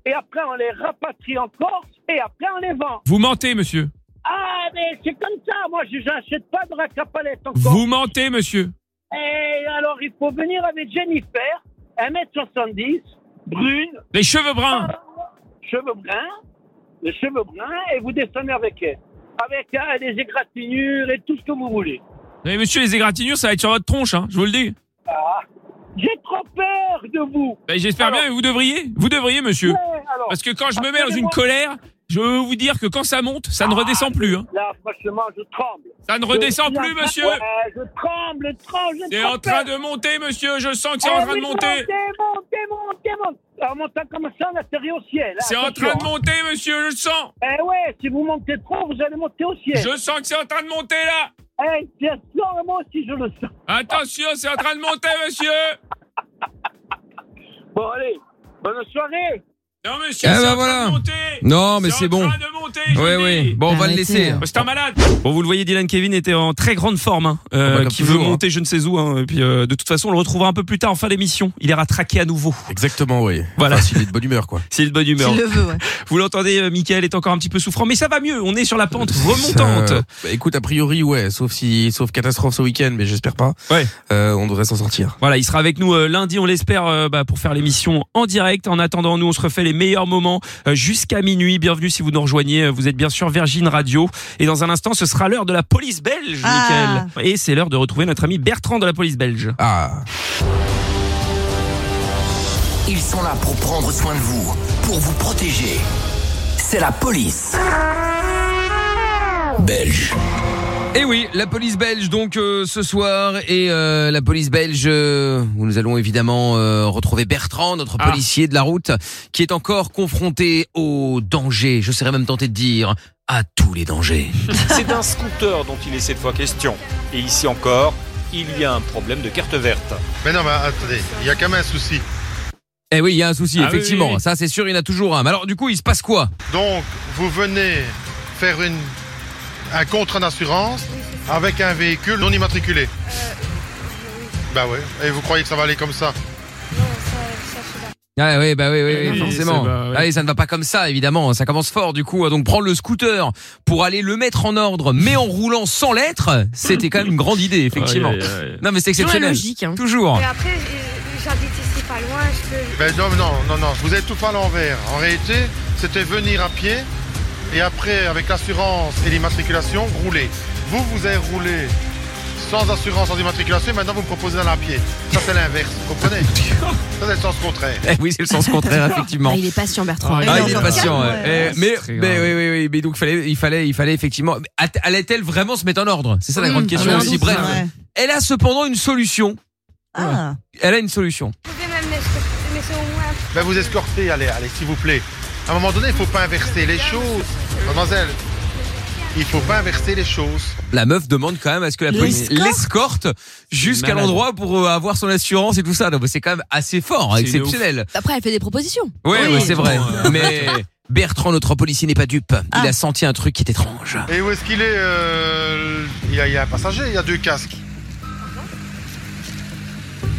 et après on les rapatrie en Corse et après on les vend.
Vous mentez, monsieur.
Ah, mais c'est comme ça, moi je n'achète pas de racapalettes en Corse.
Vous mentez, monsieur.
Et alors, il faut venir avec Jennifer, 1m70, brune, Ah,
Les cheveux bruns.
cheveux bruns, les cheveux bruns, et vous descendez avec elle. Avec euh, des égratignures et tout ce que vous voulez.
Mais monsieur, les égratignures, ça va être sur votre tronche, hein, je vous le dis.
Ah, j'ai trop peur de vous.
Ben, J'espère bien, mais vous devriez, vous devriez, monsieur.
Ouais, alors,
Parce que quand je me mets dans une
appelez-moi. Ah,
colère, je veux vous dire que quand ça monte, ça ne redescend plus. hein.
Là, franchement, je tremble.
Ça ne redescend
Je-
plus, monsieur.
Ouais, je tremble, je tremble. j'ai
C'est
trop
en train
peur.
de monter, monsieur. Je sens que c'est
Eh
en train
oui,
de monter.
Montez, montez, montez, montez. En montant comme ça, on atterrit au ciel. hein,
C'est en train
attention,
de
hein.
monter, monsieur. Je le sens.
Eh ouais, si vous montez trop, vous allez monter au ciel.
Je sens que c'est en train de monter là.
Eh, bien sûr, moi aussi je le sens.
Attention, c'est en train de monter, monsieur.
Bon, allez, bonne soirée.
Non, monsieur,
Eh
c'est
ben
en train
voilà.
de monter.
Non, mais c'est bon. Ouais, ouais. Bon, on va le
hein.
laisser.
C'est un malade. Bon, vous le voyez, Dylan Kevin était en très grande forme, hein, euh,
Ah bah, comme
qui
toujours,
veut
hein.
monter je ne sais où. hein. et puis, euh, de toute façon, on le retrouvera un peu plus tard en fin d'émission. Il est rattraqué à nouveau.
Exactement, oui.
Voilà.
Enfin, s'il est de bonne humeur, quoi.
S'il est de bonne humeur.
S'il le veut,
Vous l'entendez, euh, Michael est encore un petit peu souffrant, mais ça va mieux. On est sur la pente remontante.
Ça- bah, écoute, a priori, ouais, sauf si, sauf catastrophe ce week-end, mais j'espère pas. Euh,
Ouais.
on devrait s'en sortir.
Voilà, il sera avec nous euh, lundi, on l'espère, euh, bah, pour faire l'émission en direct. En attendant, nous, on se refait les meilleurs moments euh, jusqu'à minuit. Bienvenue si vous nous rejoignez. Euh, Vous êtes bien sûr Virgin Radio. Et dans un instant, ce sera l'heure de la police belge,
Ah.
Mickaël. Et c'est l'heure de retrouver notre ami Bertrand de la police belge.
Ah.
Ils sont là pour prendre soin de vous, pour vous protéger. C'est la police. Belge.
Et Eh oui, la police belge donc euh, ce soir et euh, la police belge euh, où nous allons évidemment euh, retrouver Bertrand, notre policier de la route, qui est encore confronté au danger. Je serais même tenté de dire à tous les dangers.
C'est d'un scooter dont il est cette fois question. Et ici encore, il y a un problème de carte verte.
Mais non, mais attendez, il y a quand même un souci.
Eh oui, il y a un souci
Ah oui,
effectivement.
oui, oui.
Ça c'est sûr, il y en a toujours un. Mais alors du coup, il se passe quoi
Donc, vous venez faire une, un contrat d'assurance avec un véhicule non immatriculé. Bah ouais, et vous croyez que ça va aller comme ça
Ah oui, bah oui, oui, oui,
oui,
forcément.
ça va, ouais.
Ah oui, ça ne va pas comme ça, évidemment. Ça commence fort, du coup. hein. Donc prendre le scooter pour aller le mettre en ordre, mais en roulant sans lettres, c'était quand même une grande idée, effectivement.
Aïe, aïe, aïe.
Non, mais c'est
Toujours
exceptionnel.
la logique, hein.
Toujours.
Et après, euh, j'habite ici pas loin, je peux.
Ben non, non, non, non, vous êtes tout à l'envers. En réalité, c'était venir à pied et après, avec l'assurance et l'immatriculation, rouler. Vous, vous avez roulé sans assurance, sans immatriculation, et maintenant vous me proposez d'aller à pied. Ça, c'est l'inverse, vous comprenez Ça, c'est le sens contraire.
Eh oui, c'est le sens contraire, effectivement.
Ah, il est patient, Bertrand.
Ah, il est patient.
Calme,
ouais. Eh, mais, mais oui, oui, oui, mais donc fallait, il fallait, il fallait effectivement. A- Allait-elle vraiment se mettre en ordre C'est ça la
Mmh,
grande question
j'en ai un
aussi.
doute,
Bref,
ouais.
elle a cependant une solution.
Ah.
Elle a une solution.
Vous pouvez même me- me laisser au moins.
Ben, vous escortez, allez, allez, s'il vous plaît. À un moment donné, il faut pas inverser les choses. Mademoiselle, il faut pas inverser les choses.
La meuf demande quand même à ce que la police l'escorte jusqu'à
Malade.
l'endroit pour euh, avoir son assurance et tout ça. Donc c'est quand même assez fort, hein,
C'est
exceptionnel.
Après, elle fait des propositions.
Ouais, ouais, c'est vrai.
euh,
Mais Bertrand, notre policier, n'est pas dupe.
Ah.
Il a senti un truc qui est étrange.
Et où est-ce qu'il est, euh, il, y a, il y a un passager, il y a deux casques.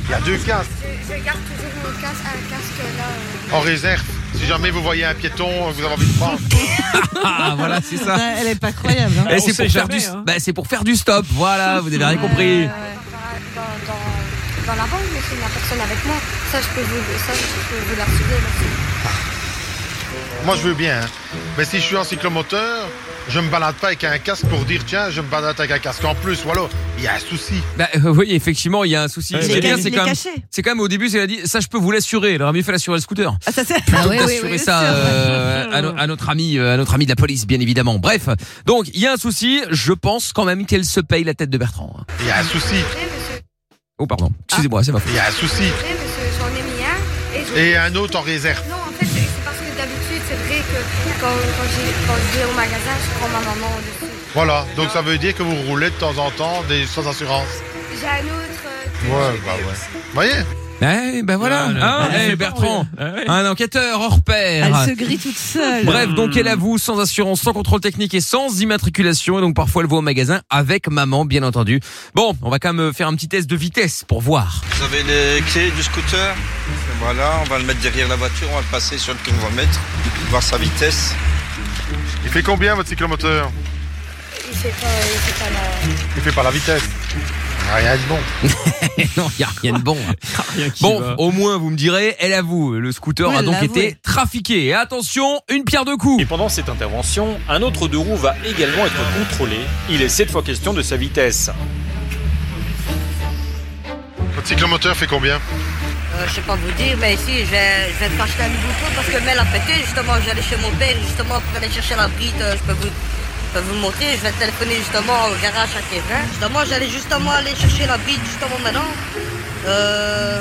Il y a deux casques
Je, je garde toujours mon casque, un casque là. euh,
en réserve. Si jamais vous voyez un piéton, vous avez envie de prendre.
Ah, voilà, c'est ça.
Ouais, elle est pas croyable. hein.
Eh, c'est pour, faire du- bah, c'est pour faire du stop. Voilà, vous avez rien compris.
Euh, dans, dans- dans la banque, mais c'est la personne avec moi. Ça, je peux vous, ça, je peux vous la refiler, merci.
Moi, je veux bien. hein. Mais si je suis en cyclomoteur, je me balade pas avec un casque pour dire tiens, je me balade avec un casque en plus. Voilà, il y a un souci.
Bah, euh, oui, effectivement, il y a un souci.
Il
Ce
est
qui est bien,
caché.
c'est
Il est
quand, même-
caché.
c'est quand même au début, c'est elle a dit ça, je peux vous l'assurer. Elle aurait mieux fait l'assurer le scooter.
Ah, ça c'est.
Plutôt que d'assurer ça euh, à, no- à notre ami, euh, à notre ami de la police, bien évidemment. Bref, donc il y a un souci. Je pense quand même qu'elle se paye la tête de Bertrand. hein.
Il y a un souci.
Oh pardon. Excusez-moi, c'est ma faute.
Il y a un souci.
Après, monsieur, J'en ai mis un. Et, je-
Et un autre en réserve.
Non, en fait, c'est c'est parce que d'habitude, c'est vrai que quand, quand, j'ai- quand je vais au magasin, je prends ma maman au-dessus.
Voilà, donc ça veut dire que vous roulez de temps en temps des sans assurance.
J'ai un autre. euh, que
Ouais,
je-
bah ouais. Vous voyez
Eh ben voilà,
Ah,
Ah,
elle
eh,
fait
Bertrand,
Ah,
un enquêteur hors pair.
Elle se grille toute seule.
Bref, donc elle avoue sans assurance, sans contrôle technique et sans immatriculation. Et donc parfois elle va au magasin avec maman, bien entendu. Bon, on va quand même faire un petit test de vitesse pour voir.
Vous avez les clés du scooter Voilà, on va le mettre derrière la voiture, on va le passer sur le kilomètre, voir sa vitesse.
Il fait combien votre cyclomoteur
Il fait pas, il fait pas la.
Il fait pas la vitesse. Ah, Rien de bon.
non, il n'y a rien de bon. hein. bon, au moins vous me direz, elle avoue, le scooter
Oui,
a
elle
donc
l'avoue.
été trafiqué. Et attention, une pierre deux coups.
Et pendant cette intervention, un autre deux roues va également être contrôlé. Il est cette fois question de sa vitesse.
Votre cyclomoteur fait combien
Euh, je sais pas vous dire, mais ici, je vais, je vais te acheter un nouveau pot parce que le mail a pété. Justement, j'allais chez mon père, justement, pour aller chercher la bride. euh, je peux vous, je peux vous le montrer. Je vais téléphoner, justement, au garage à Kevin. Justement, j'allais justement aller chercher la bride, justement, maintenant. Euh,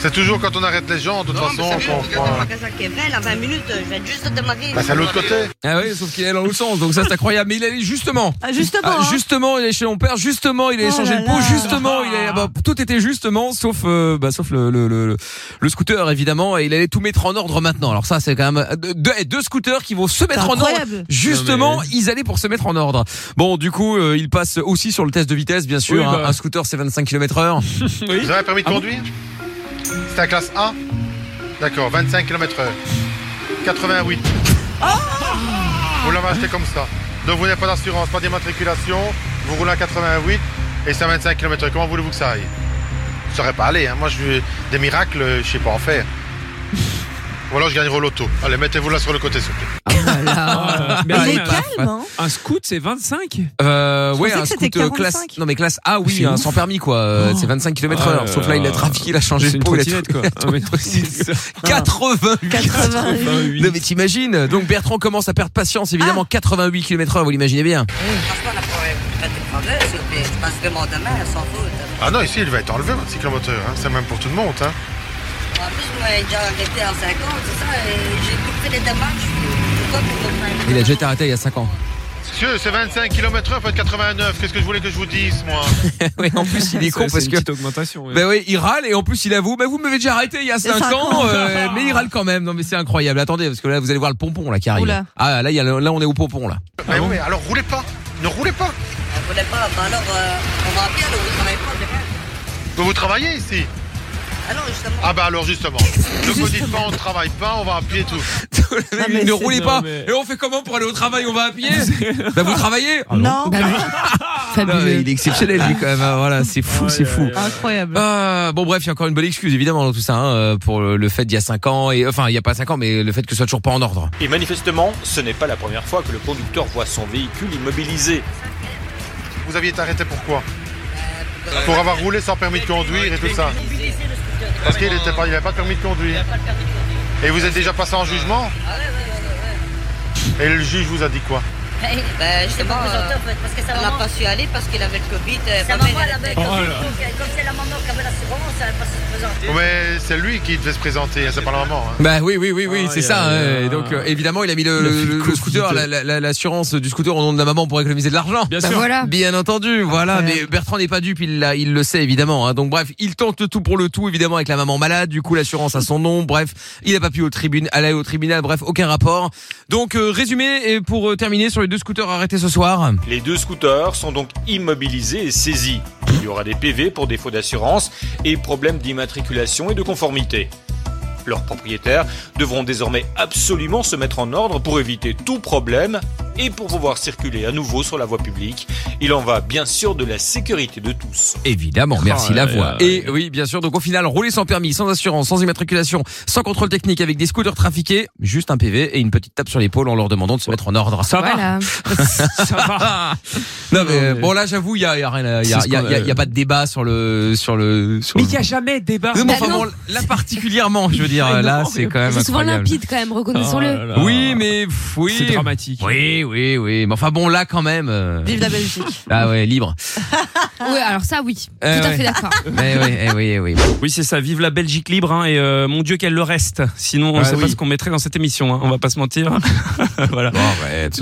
C'est toujours quand on arrête les gens, de toute façon,
je
qu'on
vais au
prend.
magasin Kevin, à 20 minutes. euh, Je vais juste démarrer.
Bah, c'est à l'autre côté.
Ah oui, sauf qu'il est dans l'autre sens, donc ça c'est incroyable. Mais il allait justement.
Ah, justement, hein.
justement, il est chez mon père, justement, il est
Oh
changé
là
de peau,
là.
justement, il est, bah, tout était justement, sauf, euh, bah, sauf le, le, le, le scooter évidemment, et il allait tout mettre en ordre maintenant. Alors ça c'est quand même euh, deux, deux- deux scooters qui vont se mettre en ordre.
incroyable.
Justement,
Non,
ils allaient pour se mettre en ordre. Bon, du coup, euh, il passe aussi sur le test de vitesse, bien sûr.
Oui,
hein.
bah.
Un scooter c'est 25 km heure.
Vous avez un permis de conduire C'est la classe A D'accord, 25 km/h. 88.
Ah
Vous
Oh
l'avez acheté comme ça. Donc vous n'avez pas d'assurance, pas d'immatriculation, vous roulez à 88 et c'est à 25 km/h. Comment voulez-vous que ça aille Je saurais pas aller. hein. Moi, je veux des miracles, euh, je sais pas en faire. Ou alors je gagnerai au loto. Allez, mettez-vous là sur le côté, s'il vous plaît.
Ah,
Mais
Il est
calme,
Un scout, c'est 25
Euh,
Je
ouais,
pensais
un
que c'était
scoot euh,
45.
classe. Non mais classe A, oui,
C'est
hein,
ouf.
sans permis quoi. euh, C'est 25 km heure.
Ah,
Sauf là, il a
euh,
trafiqué, il a changé
c'est
de
une
peau, il a
trottinette,
tout-
quoi.
il a tout-
Ouais,
88.
88.
Non mais t'imagines. Donc Bertrand commence à perdre patience évidemment. 88 km heure, vous l'imaginez bien.
Franchement, la problème, pas de problème, s'il vous plaît. Je passe vraiment demain, sans faute.
Ah non, ici, il va être enlevé, votre cyclomoteur. hein. C'est même pour tout le monde. hein.
En plus, vous m'avez déjà arrêté en 50, c'est ça. et J'ai tout fait les démarches. Pourquoi pour vous faire
Il a déjà été arrêté il y a 5 ans.
Monsieur, c'est 25 km/h, peut-être 89. Qu'est-ce que je voulais que je vous dise, moi
oui, en plus, il est
C'est-
con
c'est
parce
une
que.
petite augmentation, ouais.
Ben oui, il râle et en plus il avoue, ben vous m'avez déjà arrêté il y a 5
cinq
ans,
ans.
euh, mais il râle quand même. Non mais c'est incroyable. Attendez parce que là vous allez voir le pompon là qui arrive.
Oula.
Ah là il y a le- là on est au pompon là.
Mais oui, alors roulez pas. Ne roulez pas.
Vous voulez pas Bah alors, euh, on va bien, vous travaillez pas, c'est bien.
Mais vous travaillez ici
Ah non, justement.
Ah bah alors justement. Ne vous dites pas on ne travaille pas, on va à pied et tout.
ne roulez pas. Et on fait comment pour aller au travail On va à pied Ben vous travaillez Ah
Non.
Non, mais il est exceptionnel lui quand même. hein. Voilà, c'est fou, c'est fou.
Incroyable.
Ah, bon bref, il y a encore une bonne excuse évidemment dans tout ça hein, pour le le fait d'il y a 5 ans et enfin il y a pas 5 ans mais le fait que ce soit toujours pas en ordre.
Et manifestement, ce n'est pas la première fois que le conducteur voit son véhicule immobilisé.
vous aviez été arrêté pourquoi Pour avoir roulé sans permis de conduire et tout ça.
Mobiliser le scooter.
Parce qu'il n'avait pas, il avait pas de permis de conduire.
Ah,
Et vous êtes déjà passé en jugement Et le juge vous a dit quoi
Ben, je sais pas,
présenté, en fait,
parce que ça n'a pas su aller parce qu'il avait le Covid. euh,
Sa
ma
maman,
mère,
elle avait le
Oh
Covid,
là.
donc, euh, comme c'est la maman qui avait l'assurance, elle passait se présenter.
Mais c'est lui qui devait se présenter, hein, c'est pas la maman. hein.
Bah oui, oui, oui, oui,
Ah,
c'est
il y
ça.
a-
hein. Et donc euh, évidemment, il a mis le, le- le scooter, la- la- la- l'assurance du scooter au nom de la maman pour économiser de l'argent. Bien
sûr.
Voilà. Bien entendu. Voilà. Mais Bertrand n'est pas dupe, il, l'a- il le sait évidemment. hein. Donc bref, il tente le tout pour le tout évidemment avec la maman malade. Du coup, l'assurance à son nom. Bref, il n'a pas pu au tribune, aller au tribunal. Bref, aucun rapport. Donc euh, résumé et pour euh, terminer sur les deux scooters arrêtés ce soir.
Les deux scooters sont donc immobilisés et saisis. Il y aura des PV pour défaut d'assurance et problème d'immatriculation et de conformité. Leurs propriétaires devront désormais absolument se mettre en ordre pour éviter tout problème et pour pouvoir circuler à nouveau sur la voie publique. Il en va bien sûr de la sécurité de tous.
Évidemment, merci
Ah,
la
ouais,
voix.
ouais,
Et Oh oui, bien sûr. Donc au final, rouler sans permis, sans assurance, sans immatriculation, sans contrôle technique, avec des scooters trafiqués, juste un PV et une petite tape sur l'épaule en leur demandant de se mettre en ordre. Ça
Voilà.
va. Ça va. Non mais bon là, j'avoue, il y a, il y a rien, à- il y a,
C'est ce
il y a-
qu'on-
il y a- il y a pas de débat sur le sur le. Sur
Mais il n'y a jamais de débat.
Bah Non, mais
Bah
enfin, bon, là particulièrement, je veux dire, là c'est quand même
C'est souvent
incroyable.
limpide quand même, reconnaissons-le.
Oui, mais pff, oui. Oh C'est dramatique. Oui, oui, oui. Mais enfin bon, là quand même. euh,
Vive la Belgique.
Ah ouais, libre.
oui, alors ça, oui.
Euh,
Tout à
ouais.
fait d'accord.
Mais oui, eh oui, eh oui.
Oui, c'est ça. Vive la Belgique libre, hein, et euh, mon Dieu qu'elle le reste. Sinon, on
Ah
sait
oui.
pas ce qu'on mettrait dans cette émission. Hein, on va pas se mentir. voilà.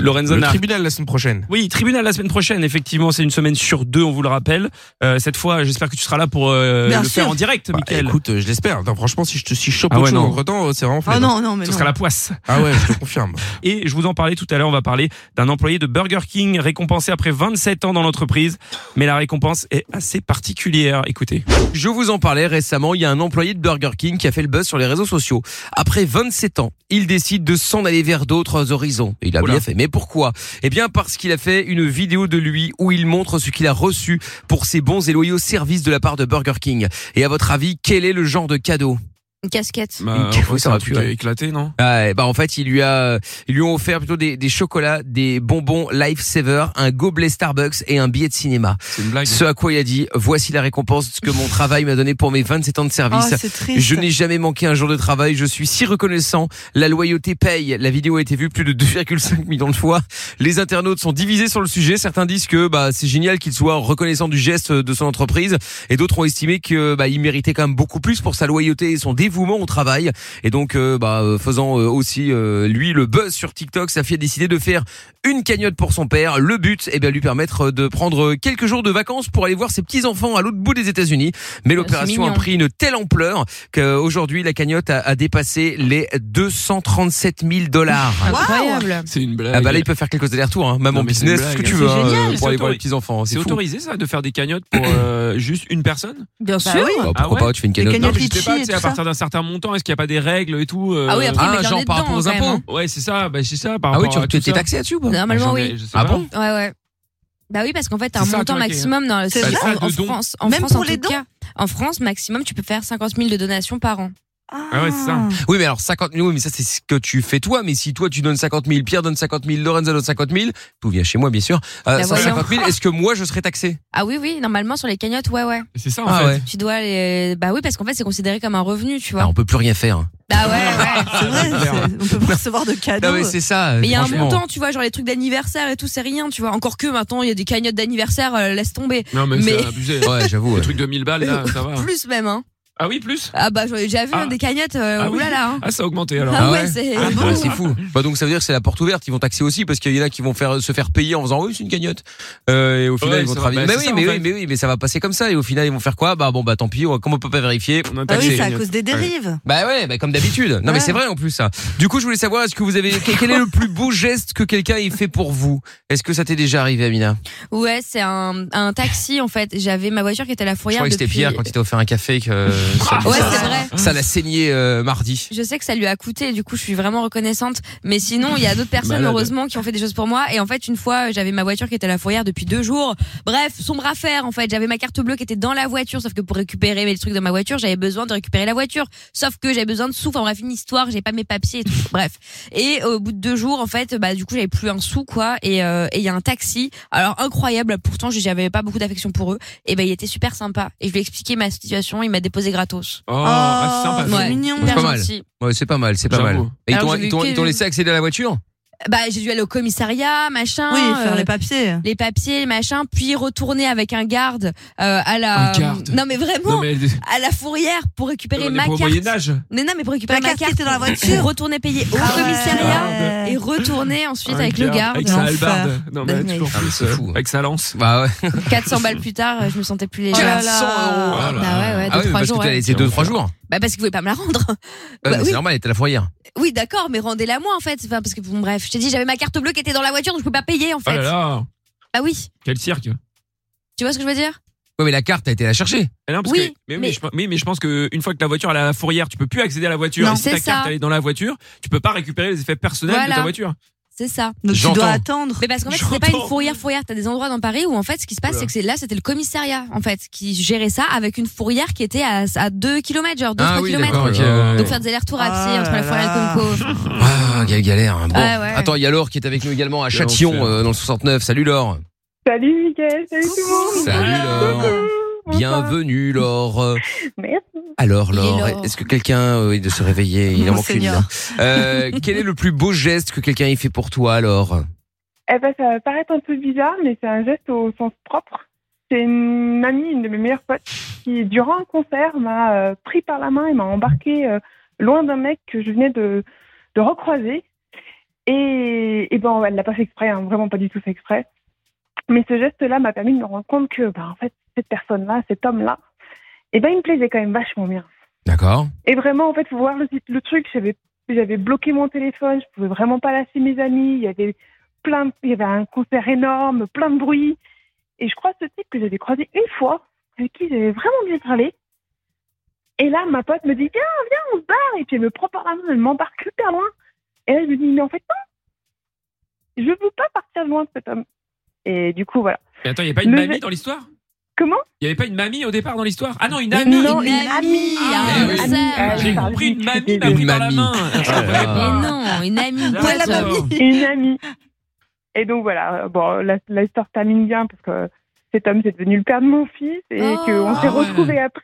Lorenzo
Le
Nard.
tribunal la semaine prochaine.
Oui, tribunal la semaine prochaine. Effectivement, c'est une semaine sur deux, on vous le rappelle. Euh, cette fois, j'espère que tu seras là pour euh,
Bien
le
sûr.
faire en direct,
Bah,
Mickaël.
écoute, euh, je l'espère. Attends, Franchement, si je te si je chope
Ah
autre
ouais,
chose
non.
entre temps, c'est vraiment.
Ah
flemme,
non,
hein.
non, mais Ce non. sera la poisse.
Ah ouais, je te confirme.
Et je vous en parlais tout à l'heure, on va parler d'un employé de Burger King récompensé après 27 ans dans l'entreprise. Mais la récompense est assez particulière. Écoutez.
Je vous en parlais récemment, il y a un employé de Burger King qui a fait le buzz sur les réseaux sociaux. Après 27 ans, il décide de s'en aller vers d'autres horizons. Et Il a bien fait. Mais pourquoi Eh bien parce qu'il a fait une vidéo de lui où il montre ce qu'il a reçu pour ses bons et loyaux services de la part de Burger King. Et à votre avis, quel est le genre de cadeau
Une casquette.
Une
Bah, en
caisse,
vrai, c'est
ça aurait
un truc
pu,
à
ouais.
éclater, non
Ouais, bah en fait, il lui a, ils lui ont offert plutôt des, des chocolats, des bonbons Lifesaver, un gobelet Starbucks et un billet de cinéma.
C'est une blague.
Ce à quoi il a dit voici la récompense de ce que mon travail m'a donné pour mes 27 ans de service.
Oh, c'est triste.
Je n'ai jamais manqué un jour de travail. Je suis si reconnaissant. La loyauté paye. La vidéo a été vue plus de 2,5 millions de fois. Les internautes sont divisés sur le sujet. Certains disent que bah c'est génial qu'il soit reconnaissant du geste de son entreprise, et d'autres ont estimé que bah il méritait quand même beaucoup plus pour sa loyauté et son dévouement au travail. Et donc euh, bah euh, faisant euh, aussi euh, lui le buzz sur TikTok, sa fille a décidé de faire une cagnotte pour son père. Le but, eh bien, lui permettre de prendre quelques jours de vacances pour aller voir ses petits enfants à l'autre bout des États-Unis. Mais l'opération a
mignon.
pris une telle ampleur qu'aujourd'hui la cagnotte a, a dépassé les 237 000 dollars.
Incroyable.
C'est une blague. Ah bah là, il peut faire quelques allers-retours, hein. même en
mais c'est une
business, ce
blague.
que tu
C'est
veux, hein,
génial.
pour aller voir
C'est
les petits enfants.
C'est
fou.
autorisé ça de faire des cagnottes pour euh, juste une personne Ah
Bien
Bah sûr. oui. Bah, pourquoi pas, tu fais une
Les
cagnotte
cagnottes
d'un-
Litchi, je sais pas,
et
tu sais,
tout
à partir d'un certain montant, est-ce qu'il n'y a pas des règles et tout euh,
Ah oui, après, ils Ah, mettent leur genre nez par dedans, rapport aux quand même, impôts.
Ouais, c'est ça, bah, c'est ça. Par
Ah oui,
rapport à tout
tu étais
ça.
taxé là-dessus ou pas
Normalement,
J'en ai-
oui.
je sais
Ah
pas.
Ouais, ouais. Bah oui, parce qu'en fait, t'as un
C'est ça,
montant
toi, qui est-
maximum dans
C'est
en-
ça,
en,
de dons.
France. En
Même
France,
pour
en
les
tout cas, en France, maximum, tu peux faire 50 000 de donations par an.
Ah ouais, c'est ça. Oui, mais alors 50 000, oui, mais ça c'est ce que tu fais toi. Mais si toi tu donnes 50 000, Pierre donne 50 000, Lorenzo donne 50 000, tout vient chez moi bien sûr. Euh,
Bah,
150 000,
voyons.
est-ce que moi je serais taxé
Ah oui, oui, normalement, sur les cagnottes, ouais, ouais.
C'est ça
en Ah fait. ouais. Ah,
Tu dois les. Bah oui, parce qu'en fait, c'est considéré comme un revenu, tu vois.
On peut plus rien faire. hein.
Bah ouais, ouais.
C'est vrai, c'est- on peut pas recevoir de cadeaux.
Non mais c'est ça.
Mais il y a un
Ah, franchement.
montant, tu vois, genre les trucs d'anniversaire et tout, c'est rien, tu vois. Encore que maintenant, il y a des cagnottes d'anniversaire, euh, laisse tomber.
Non, mais, c'est abusé.
Ouais, j'avoue.
Le truc de 1000 balles, là, ça va.
Plus même, hein.
Ah oui, plus
Ah bah, j'en ai déjà vu
Ah.
hein, des cagnottes, euh,
Ah oui.
oulala. hein.
Ah, ça a augmenté alors.
Ah ouais, c'est-
Ah, bah, c'est fou. Bah, donc ça veut dire que c'est la porte ouverte, ils vont taxer aussi parce qu'il y en a qui vont faire se faire payer en faisant oui c'est une cagnotte. Euh, et au final
Ouais,
ils vont
ça
travailler.
va- bah,
mais
c'est
oui,
ça, en
mais
fait.
oui, mais oui, mais ça va passer comme ça et au final ils vont faire quoi Bah bon bah tant pis, on- comme on peut pas vérifier. on a
Ah
taxé.
oui, c'est à cause des dérives.
Bah ouais, bah comme d'habitude. Non mais
Ouais.
c'est vrai en plus ça. Du coup, je voulais savoir est-ce que vous avez quel quel est le plus beau geste que quelqu'un ait fait pour vous Est-ce que ça t'est déjà arrivé, Amina
Ouais, c'est un, un taxi en fait. J'avais ma voiture qui était à la
Je
fourrière
crois que c'était
depuis.
Pierre quand il t'a offert un café que euh, ça,
Ouais,
ça-
c'est vrai.
ça l'a saigné euh, mardi.
Je sais que ça lui a coûté, du coup, je suis vraiment reconnaissante. Mais sinon, il y a d'autres personnes,
Malade.
heureusement, qui ont fait des choses pour moi. Et en fait, une fois, euh, j'avais ma voiture qui était à la fourrière depuis deux jours. Bref, sombre affaire, en fait. J'avais ma carte bleue qui était dans la voiture. Sauf que pour récupérer mes trucs dans ma voiture, j'avais besoin de récupérer la voiture. Sauf que j'avais besoin de sous. Enfin, bref, une histoire, j'ai pas mes papiers et tout. Bref. Et au bout de deux jours, en fait, bah, du coup, j'avais plus un sou, quoi. Et euh, et il y a un taxi. Alors, incroyable. Pourtant, j'avais pas beaucoup d'affection pour eux. Et ben, il était super sympa. Et je lui ai expliqué ma situation. Il m'a déposé gratos.
Oh, ah, c'est sympa.
Ouais,
C'est
hyper
pas mal.
gentil.
Ouais, c'est pas mal, c'est pas mal. Et ils
Alors,
t'ont-
j'ai
ils t'ont
vu
ils t'ont
Ah, que-
laissé accéder à la voiture
Bah, j'ai dû aller au commissariat, machin.
Oui, faire les
papiers. Les papiers, machin, puis retourner avec un garde euh, à la.
Un garde
Non, mais vraiment,
Non, mais-
à la fourrière pour récupérer
On est
ma
pas au
carte.
Moyen-Âge.
Mais non, mais pour récupérer
La
ma
carte qui
carte.
était dans la
pour-
voiture. Ah
pour retourner payer au commissariat et retourner ensuite avec le garde.
Avec sa
L'enfer. Bah,
hallebarde. Non, mais toujours
Ah,
plus. euh, Avec sa lance.
Bah ouais.
400 balles plus tard, euh, je me sentais plus légère.
400 Ah,
Bah
euros.
ouais, ouais,
Ah
deux,
oui,
trois
parce
jours.
que t'as
ouais.
laissé deux, trois jours.
Bah parce qu'ils voulaient pas me la rendre.
Ah,
Bah
mais
oui.
C'est normal, elle était à la fourrière.
Oui, d'accord, mais rendez-la moi en fait. Enfin, parce que bon, bref, je t'ai dit, j'avais ma carte bleue qui était dans la voiture, donc je peux pas payer en
Oh
Ah
fait.
là là.
Bah oui,
Quel cirque.
tu vois ce que je veux dire
Ouais, mais la carte, t'as été la chercher.
Ah non, parce
Oui,
que- mais,
mais-
mais... je- mais- mais je pense que une fois que la voiture elle est à la fourrière, tu peux plus accéder à la voiture.
Non,
Et si ta
c'est ça.
carte elle est dans la voiture, tu peux pas récupérer les effets personnels de ta
Voilà.
voiture.
C'est ça.
Donc, tu dois J'entends.
attendre. Mais parce qu'en fait, c'était pas une
J'entends.
fourrière fourrière. T'as des endroits dans Paris où en fait, ce qui se passe,
Oula.
c'est que c'est- là, c'était le commissariat en fait qui gérait ça avec une fourrière qui était à, à 2 km, genre 2-3
Ah oui,
km.
d'accord, ok, ouais, ouais.
Donc faire des allers-retours à pied entre la fourrière et le Comco.
Ah, quelle galère. hein. Bon.
Ah ouais.
Attends, il y a Laure qui est avec nous également à Châtillon, euh, dans le 69. Salut Laure.
Salut Mickaël, salut tout le monde.
Salut Laure. Bienvenue Laure. Euh,
Merci.
Alors
Il est
Laure,
Laure.
est-ce que quelqu'un euh, est de se réveiller Il en
Mon
manque une.
Seigneur.
là. Euh, quel est le plus beau geste que quelqu'un ait fait pour toi Laure
Eh ben, ça va paraître un peu bizarre, mais c'est un geste au sens propre. C'est une mamie, une de mes meilleures potes, qui, durant un concert, m'a euh, pris par la main et m'a embarqué euh, loin d'un mec que je venais de, de recroiser. Et, et ben, elle l'a pas fait exprès, hein, vraiment pas du tout fait exprès. Mais ce geste-là m'a permis de me rendre compte que, ben, en fait, cette personne-là, cet homme-là, eh ben, il me plaisait quand même vachement bien.
D'accord.
Et vraiment, en fait, faut voir le, le truc. J'avais, j'avais bloqué mon téléphone. Je pouvais vraiment pas lasser mes amis. Il y avait plein, de- il y avait un concert énorme, plein de bruit. Et je crois ce type que j'avais croisé une fois, avec qui j'avais vraiment bien parlé. Et là, ma pote me dit viens, viens, on se barre. Et puis elle me prend par la main, elle m'embarque super loin. Et là, je me dis mais en fait non, je veux pas partir loin de cet homme. Et du coup, voilà.
Mais attends, il y a pas une
Le-
mamie dans l'histoire
Comment
Il y avait pas une mamie au départ dans l'histoire Ah non, une amie.
Non, une amie.
Ah,
Une
oui.
amie. Ah,
J'ai
pardon.
compris une mamie m'a pris par la main.
Mais non, une amie. une
Ouais, la
pote.
mamie. Une amie. Et donc voilà, euh, bon, la, la histoire se termine bien parce que cet homme c'est devenu le père de mon fils et
Oh.
qu'on s'est
Ah ouais.
retrouvés après.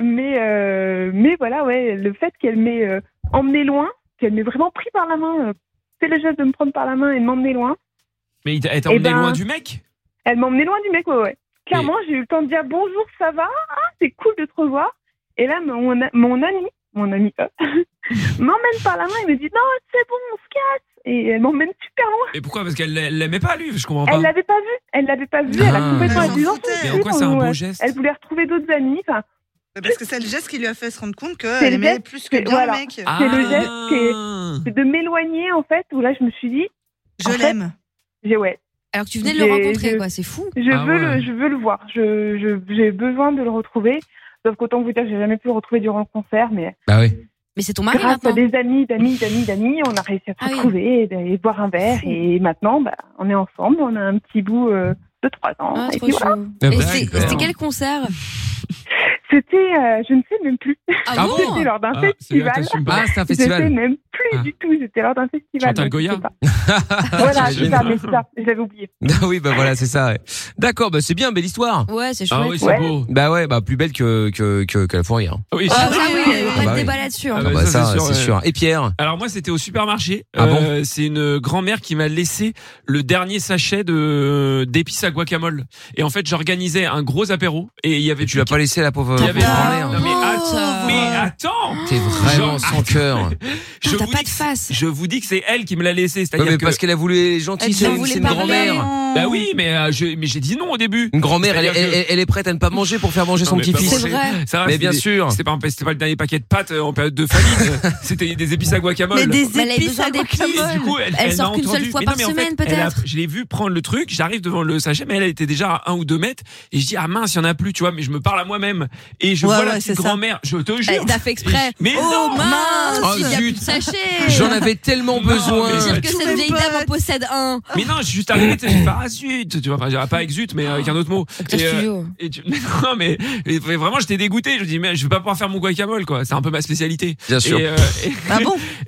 Mais euh, mais voilà, ouais, le fait qu'elle m'ait euh, emmené loin, qu'elle m'ait vraiment pris par la main, euh, fait le geste de me prendre par la main et de m'emmener loin.
Mais il t'a elle t'a
Eh
emmené
ben,
loin du mec
Elle m'a emmené loin du mec, ouais, ouais. Clairement, j'ai eu le temps de dire bonjour, ça va, ah, c'est cool de te revoir. Et là, mon, a- mon ami, mon ami, euh, m'emmène par la main et me dit non, c'est bon, on se casse. Et elle m'emmène super loin.
Mais pourquoi Parce qu'elle l'a- elle l'aimait pas lui, je comprends pas.
Elle l'avait pas vu, elle l'avait pas vu, elle a
ben. Ah.
complètement
Elle s'en
abusé.
foutait. Mais en quoi c'est un beau geste
euh, Elle voulait retrouver d'autres amis. Enfin,
Parce que c'est le geste qui lui a fait se rendre compte
c'est
qu'elle
le
aimait
geste,
plus que
c'est-
bien
voilà.
le mec.
C'est
Ah.
le geste qui est- c'est de m'éloigner en fait. Où là, je me suis dit, je l'aime. J'ai ouais.
Alors que tu venais de le
J'ai-
rencontrer,
je-
quoi, c'est fou.
Je
Ah
veux
ouais.
le, je veux le voir. Je, je- j'ai besoin de le retrouver. Sauf qu'autant vous dire, que j'ai jamais pu le retrouver durant le concert, mais.
Bah oui.
Mais c'est ton mari
Grâce
maintenant. Ah
à des amis, d'amis, d'amis, d'amis, on a réussi à se retrouver et, et boire un verre. Et maintenant, bah, on est ensemble. On a un petit bout euh, de trois ans.
Ah,
et
trop
puis voilà.
chou. Et c'est- C'était quel concert
C'était, euh, je ne sais même plus.
Ah bon
C'était lors d'un
Ah,
festival.
celui-là, t'assumes pas. Ah, c'était un festival.
Je ne sais même plus
Ah.
du tout. C'était lors d'un festival.
Chantal
donc Bah, je
Goya
sais pas. Voilà, c'est
J'imagine.
ça, mais c'est ça. Je l'avais oublié.
Ah oui, bah voilà, c'est ça. ouais. D'accord, bah c'est bien, belle histoire.
Ouais, c'est
Ah
chouette.
oui, c'est beau. Bah ouais, bah plus belle que que que, que la fourrière.
Oui,
Ah, ça, oui,
Ah
pas
bah
de
oui.
débat là-dessus. hein.
Ah bah ça, c'est sûr. Et Pierre Ah
Alors moi c'était au supermarché. Euh, c'est une grand-mère qui m'a laissé le dernier sachet de d'épices à guacamole. Et en fait j'organisais un gros apéro et il y avait. Tu l'as
pas laissé la pauvre
il y avait... Ah,
grand-mère.
Non, mais
Ah,
attends, mais attends.
T'es vraiment
Genre,
sans cœur.
Je vous, dis que, je vous dis que c'est elle qui me l'a laissé.
Ouais,
C'est-à-dire
mais
que-
parce qu'elle a voulu les gentils,
Elle
c'est
voulait
c'est une
parler,
grand-mère.
non. Bah oui, mais euh, je- mais j'ai dit non au début.
Une grand-mère, elle,
C'est-à-dire
elle-
que-
elle- elle est prête à ne pas manger pour faire manger son
Non, mais pas
petit-fils.
manger. Ça va,
Mais
c'est
bien
des-
sûr.
C'était pas, un- c'était pas le dernier paquet de de pâtes euh, en période de famine. C'était des épices à guacamole.
Mais des
Mais Bah, elle a
épices
besoin
à
d'épices.
guacamole.
bah Du coup, elle,
Elle
elle
sort
m'a
qu'une
entendu.
seule fois
Mais
par
mais en fait,
semaine,
elle a-
peut-être.
Je l'ai vu prendre le truc, j'arrive devant le sachet, mais elle elle était déjà à 1 ou 2 mètres. Et je dis, ah mince, il y en a plus, tu vois, mais je me parle à moi-même. Et je
Ouais,
vois
ouais,
la
c'est ça.
petite grand-mère, je te jure.
Elle t'a Ben, fait exprès.
Et je- Mais
oh
non
mince,
Oh,
il y a plus
zut.
de sachet.
J'en avais tellement Non, besoin. mais
Dire que
tous
cette
mes
vieille dame en possède un.
Mais non, je suis juste arrivé, tu sais, j'ai fait, ah zut, tu vois, enfin, j'ai- pas avec zut, mais avec un autre mot.
Acteur studio.
et euh, tu- mais non, mais, mais vraiment, j'étais dégoûté. Je me dis, mais je vais pas pouvoir faire mon guacamole, quoi. C'est un peu ma spécialité.
Bien sûr.
Et, euh, et-
Ah